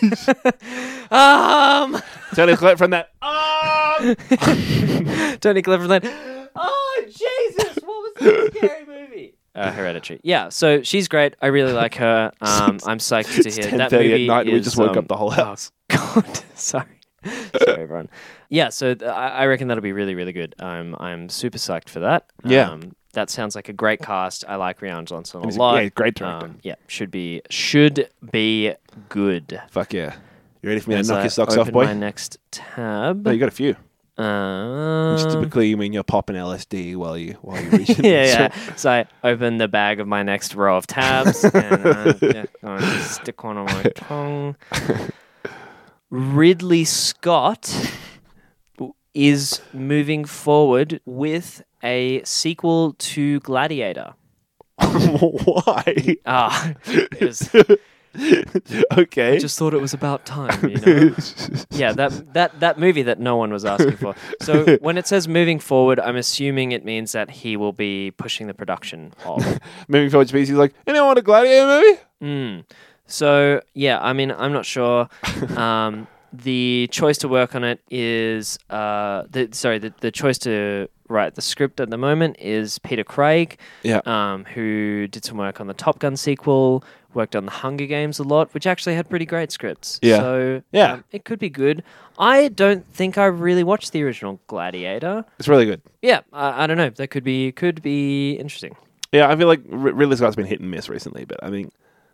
Speaker 2: um,
Speaker 1: Tony Collette from that um.
Speaker 2: Tony Cleverland. Oh Jesus! What was that scary movie? Uh, Hereditary. Yeah, so she's great. I really like her. Um, I'm psyched to
Speaker 1: It's
Speaker 2: hear that
Speaker 1: 10:30
Speaker 2: movie.
Speaker 1: at night.
Speaker 2: Is,
Speaker 1: We just woke
Speaker 2: um,
Speaker 1: up the whole house.
Speaker 2: God, sorry. Sorry, everyone. Yeah, so th- I I reckon that'll be really, really good. Um, I'm super psyched for that.
Speaker 1: Yeah.
Speaker 2: Um, that sounds like a great cast. I like Rian Johnson a
Speaker 1: He's a
Speaker 2: lot.
Speaker 1: great- great director.
Speaker 2: Um, yeah, should be should be good.
Speaker 1: Fuck yeah! You ready for me to
Speaker 2: As
Speaker 1: knock
Speaker 2: I
Speaker 1: your socks
Speaker 2: open
Speaker 1: off, boy?
Speaker 2: My next tab.
Speaker 1: No, you got a few.
Speaker 2: Um,
Speaker 1: Just to be clear, you mean you're popping LSD while you while you reach in the-
Speaker 2: yeah, yeah. So I open the bag of my next row of tabs and uh, yeah, I just stick one on my tongue. Ridley Scott is moving forward with a sequel to Gladiator.
Speaker 1: Why?
Speaker 2: Ah, it was-
Speaker 1: okay.
Speaker 2: just thought it was about time, you know. yeah, that that that movie that no one was asking for. So when it says moving forward, I'm assuming it means that he will be pushing the production of.
Speaker 1: Moving forward, species like anyone want a gladiator movie?
Speaker 2: Mm. So yeah, I mean, I'm not sure. Um, the choice to work on it is uh, the sorry, the, the choice to write the script at the moment is Peter Craig,
Speaker 1: Yeah.
Speaker 2: um, who did some work on the Top Gun sequel, worked on the Hunger Games a lot, which actually had pretty great scripts.
Speaker 1: Yeah.
Speaker 2: So
Speaker 1: Yeah.
Speaker 2: um, it could be good. I don't think I really watched the original Gladiator.
Speaker 1: It's really good.
Speaker 2: Yeah, I, I don't know. That could be could be interesting.
Speaker 1: Yeah, I feel like R- Ridley Scott's been hit and miss recently, but I think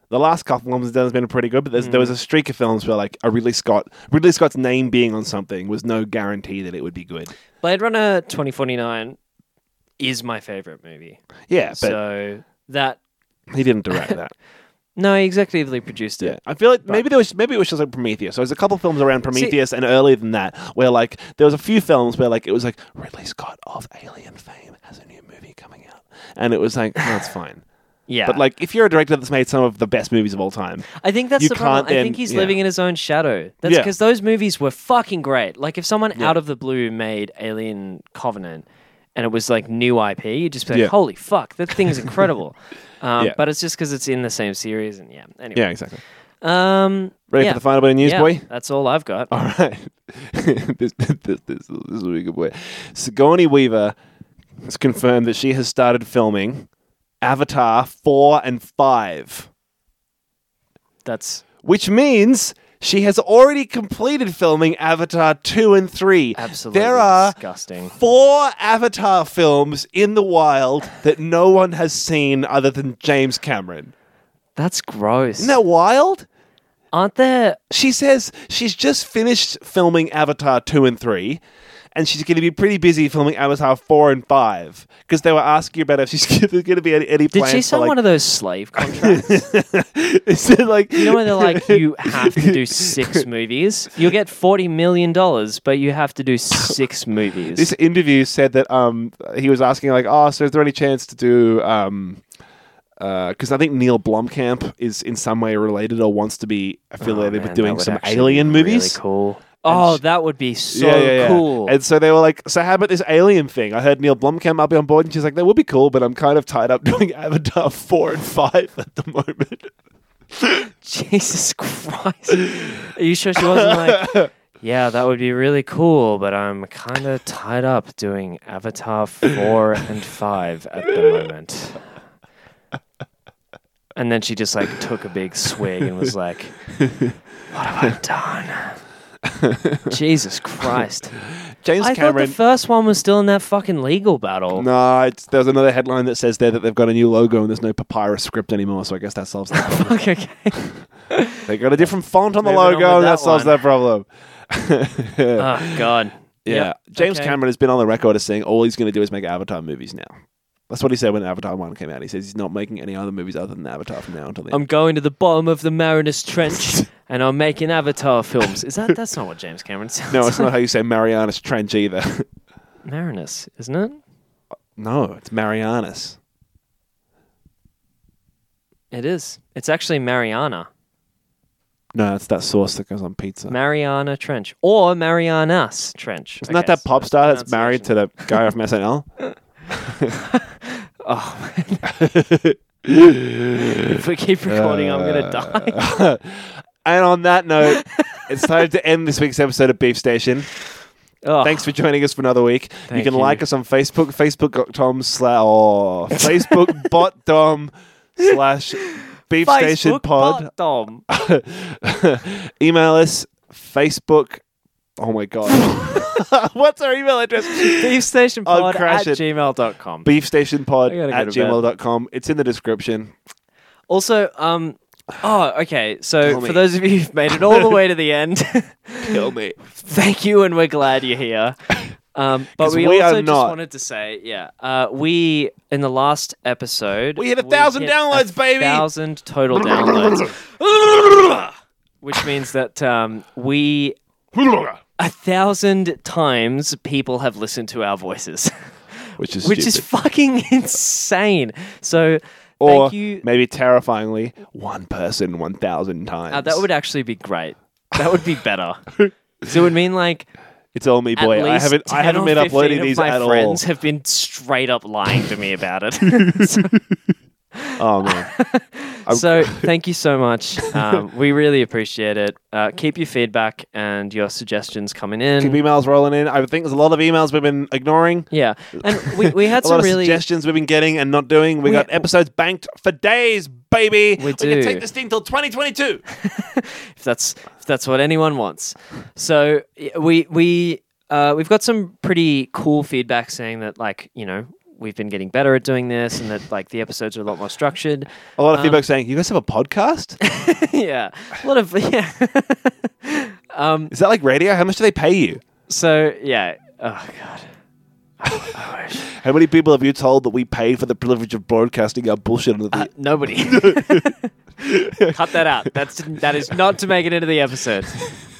Speaker 1: the last couple films he's done has been pretty good. But there's, there was
Speaker 2: Mm.
Speaker 1: a streak of films where like a Ridley Scott, Ridley Scott's name being on something was no guarantee that it would be good.
Speaker 2: Blade Runner 2049 is my favorite movie.
Speaker 1: Yeah, but
Speaker 2: so that
Speaker 1: he didn't direct that.
Speaker 2: no, he executively produced
Speaker 1: Yeah,
Speaker 2: it.
Speaker 1: I feel like maybe there was maybe it was just like Prometheus. So there's a couple films around Prometheus and earlier than that where like there was a few films where like it was like Ridley Scott of Alien fame has a new movie coming out, and it was like no, it's fine.
Speaker 2: Yeah,
Speaker 1: But like if you're a director that's made some of the best movies of all time,
Speaker 2: I think that's
Speaker 1: you
Speaker 2: the
Speaker 1: can't
Speaker 2: problem. I think
Speaker 1: then-
Speaker 2: he's
Speaker 1: yeah.
Speaker 2: living in his own shadow. That's
Speaker 1: Yeah.
Speaker 2: because those movies were fucking great. Like if someone out of the blue made Alien Covenant and it was like new IP, you'd just be like,
Speaker 1: Yeah.
Speaker 2: "Holy fuck, that thing's incredible." Um,
Speaker 1: Yeah.
Speaker 2: But it's just because it's in the same series, and yeah. Anyway,
Speaker 1: yeah, exactly.
Speaker 2: um,
Speaker 1: Ready
Speaker 2: yeah,
Speaker 1: for the final bit of news,
Speaker 2: yeah,
Speaker 1: boy? Oh.
Speaker 2: That's all I've got.
Speaker 1: All right, this, this, this, this will be good, boy. Sigourney Weaver has confirmed that she has started filming Avatar four and five.
Speaker 2: That's
Speaker 1: which means she has already completed filming Avatar 2 and 3.
Speaker 2: absolutely
Speaker 1: There are
Speaker 2: disgusting.
Speaker 1: four Avatar films in the wild that no one has seen other than James Cameron.
Speaker 2: That's gross.
Speaker 1: Isn't that wild?
Speaker 2: aren't there?
Speaker 1: She says she's just finished filming Avatar 2 and 3. And she's going to be pretty busy filming Avatar 4 and 5 because they were asking about if she's going to be any, any
Speaker 2: Did
Speaker 1: plans
Speaker 2: she
Speaker 1: for,
Speaker 2: sign
Speaker 1: like,
Speaker 2: one of those slave contracts?
Speaker 1: Is it like
Speaker 2: You know where they're like, you have to do six movies. You'll get forty million dollars, but you have to do six movies.
Speaker 1: this interview said that um he was asking like oh so is there any chance to do um because I think Neil Blomkamp is in some way related or wants to be affiliated
Speaker 2: Oh,
Speaker 1: with doing some alien movies.
Speaker 2: cool. Oh, that would be so cool.
Speaker 1: And so they were like, so how about this alien thing? I heard Neil Blomkamp might be on board, and she's like, that would be cool, but I'm kind of tied up doing Avatar four and five at the moment.
Speaker 2: Jesus Christ! Are you sure she wasn't like? Yeah, that would be really cool, but I'm kind of tied up doing Avatar 4 and 5 at the moment. And then she just like took a big swig and was like, What have I done? Jesus Christ.
Speaker 1: James
Speaker 2: I thought
Speaker 1: Cameron.
Speaker 2: the first one was still in that fucking legal battle.
Speaker 1: no, it's, there's another headline that says there that they've got a new logo and there's no papyrus script anymore, so I guess that solves that. problem.
Speaker 2: Fuck, okay.
Speaker 1: They got a different font on the
Speaker 2: Moving on
Speaker 1: logo,
Speaker 2: with
Speaker 1: and that,
Speaker 2: that
Speaker 1: solves
Speaker 2: one.
Speaker 1: that problem.
Speaker 2: Oh, God.
Speaker 1: Yeah.
Speaker 2: Yep.
Speaker 1: James
Speaker 2: Okay.
Speaker 1: Cameron has been on the record as saying all he's going to do is make Avatar movies now. That's what he said when Avatar 1 came out. He says he's not making any other movies other than Avatar from now until the
Speaker 2: I'm
Speaker 1: end.
Speaker 2: going to the bottom of the Mariners Trench and I'm making Avatar films. Is that that's not what James Cameron said?
Speaker 1: No, it's not how you say Marianas Trench either.
Speaker 2: Marinus, isn't it?
Speaker 1: no, it's Marianas.
Speaker 2: It is. It's actually Mariana.
Speaker 1: No, it's that sauce that goes on pizza.
Speaker 2: Mariana Trench. Or Marianas Trench.
Speaker 1: Isn't that that pop star that's married to the guy from SNL?
Speaker 2: Oh, man. if we keep recording, I'm going to
Speaker 1: Uh,
Speaker 2: die.
Speaker 1: and on that note, it's time to end this week's episode of Beef Station.
Speaker 2: Oh,
Speaker 1: Thanks for joining us for another week. you
Speaker 2: Thank
Speaker 1: can
Speaker 2: you.
Speaker 1: like us on Facebook, facebook.com slash, or facebook.com slash Beef Station
Speaker 2: Facebook
Speaker 1: Pod.
Speaker 2: bot, Dom.
Speaker 1: email us, Facebook. Oh my God. What's our email address? I'll
Speaker 2: Beefstationpod
Speaker 1: crash
Speaker 2: at
Speaker 1: it.
Speaker 2: gmail.com. I
Speaker 1: beefstationpod
Speaker 2: gotta go
Speaker 1: at
Speaker 2: to bed.
Speaker 1: gmail.com. It's in the description.
Speaker 2: Also, um, oh, okay. So
Speaker 1: Tell me.
Speaker 2: for those of you who've made it all the way to the end,
Speaker 1: Kill me.
Speaker 2: thank you, and we're glad you're here. Um,
Speaker 1: 'Cause
Speaker 2: but we,
Speaker 1: we are
Speaker 2: also just
Speaker 1: not.
Speaker 2: wanted to say, yeah, uh, we in the last episode
Speaker 1: We hit a thousand
Speaker 2: a
Speaker 1: downloads, baby!
Speaker 2: Thousand total downloads, which means that um, we a thousand times people have listened to our voices,
Speaker 1: Which is
Speaker 2: which
Speaker 1: stupid.
Speaker 2: is fucking insane. So
Speaker 1: or
Speaker 2: thank you.
Speaker 1: maybe terrifyingly, one person 1,000 times.
Speaker 2: Uh, that would actually be great. That would be better. so it would mean like
Speaker 1: it's all me,
Speaker 2: at
Speaker 1: boy. I
Speaker 2: least
Speaker 1: haven't, I
Speaker 2: 10
Speaker 1: haven't
Speaker 2: or
Speaker 1: been
Speaker 2: 15
Speaker 1: uploading
Speaker 2: of
Speaker 1: these
Speaker 2: my
Speaker 1: at
Speaker 2: friends have been straight up lying to me about it. so,
Speaker 1: all. Oh, man.
Speaker 2: so thank you so much. Um, we really appreciate it. Uh, keep your feedback and your suggestions coming in.
Speaker 1: Keep emails rolling in. I think there's a lot of emails we've been ignoring.
Speaker 2: yeah, and we, we had
Speaker 1: A lot
Speaker 2: some
Speaker 1: of
Speaker 2: really
Speaker 1: suggestions we've been getting and not doing. We,
Speaker 2: We-
Speaker 1: got episodes banked for days, baby.
Speaker 2: We
Speaker 1: can
Speaker 2: do.
Speaker 1: take this thing till 2022.
Speaker 2: if that's if that's what anyone wants. So y- we we uh, we've got some pretty cool feedback saying that like you know we've been getting better at doing this and that like the episodes are a lot more structured.
Speaker 1: A lot of feedback saying, "You guys have a podcast?
Speaker 2: yeah, a lot of yeah.
Speaker 1: Is that like radio? How much do they pay you?
Speaker 2: so yeah. Oh god. I wish.
Speaker 1: How many people have you told that we paid for the privilege of broadcasting our bullshit into the
Speaker 2: Nobody. Cut that out. That's that is not to make it into the episode.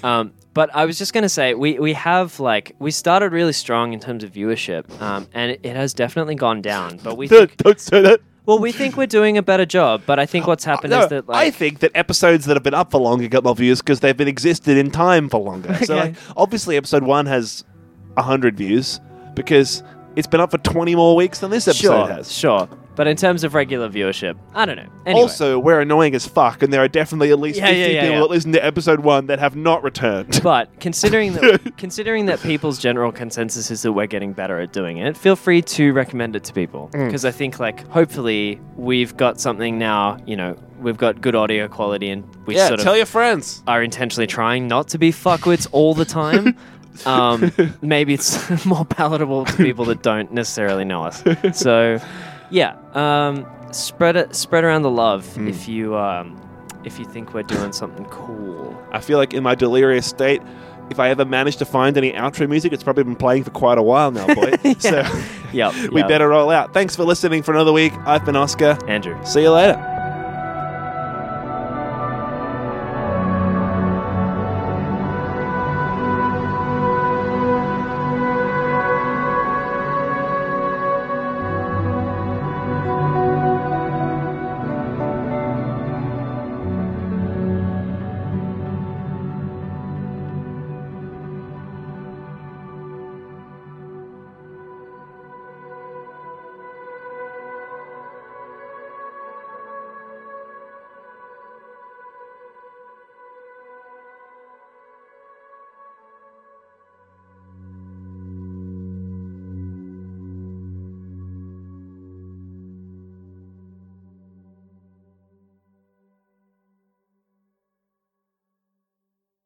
Speaker 2: Um, but I was just gonna say we we have like we started really strong in terms of viewership, um, and it, it has definitely gone down. But we think,
Speaker 1: don't say that.
Speaker 2: well, we think we're doing a better job. But I think what's happened
Speaker 1: No,
Speaker 2: is that
Speaker 1: I
Speaker 2: like
Speaker 1: think that episodes that have been up for longer got more views because they've been existed in time for longer. So,
Speaker 2: Okay.
Speaker 1: like, obviously, episode one has hundred views because it's been up for twenty more weeks than this episode
Speaker 2: sure
Speaker 1: has.
Speaker 2: sure. But in terms of regular viewership, I don't know. Anyway,
Speaker 1: Also, we're annoying as fuck, and there are definitely at least
Speaker 2: Yeah, yeah,
Speaker 1: fifty
Speaker 2: yeah,
Speaker 1: people
Speaker 2: yeah.
Speaker 1: that listened to episode one that have not returned.
Speaker 2: But considering that considering that people's general consensus is that we're getting better at doing it, feel free to recommend it to people
Speaker 1: Mm.
Speaker 2: because I think like hopefully we've got something now. You know, we've got good audio quality and we sort of
Speaker 1: your friends.
Speaker 2: are intentionally trying not to be fuckwits all the time. um, maybe it's more palatable to people that don't necessarily know us. So, yeah, um, spread it, spread around the love
Speaker 1: Mm.
Speaker 2: if you um, if you think we're doing something cool.
Speaker 1: I feel like in my delirious state, if I ever manage to find any outro music, it's probably been playing for quite a while now, boy. So
Speaker 2: Yep,
Speaker 1: we
Speaker 2: yep.
Speaker 1: better roll out. Thanks for listening for another week. I've been Oscar.
Speaker 2: Andrew.
Speaker 1: See you later.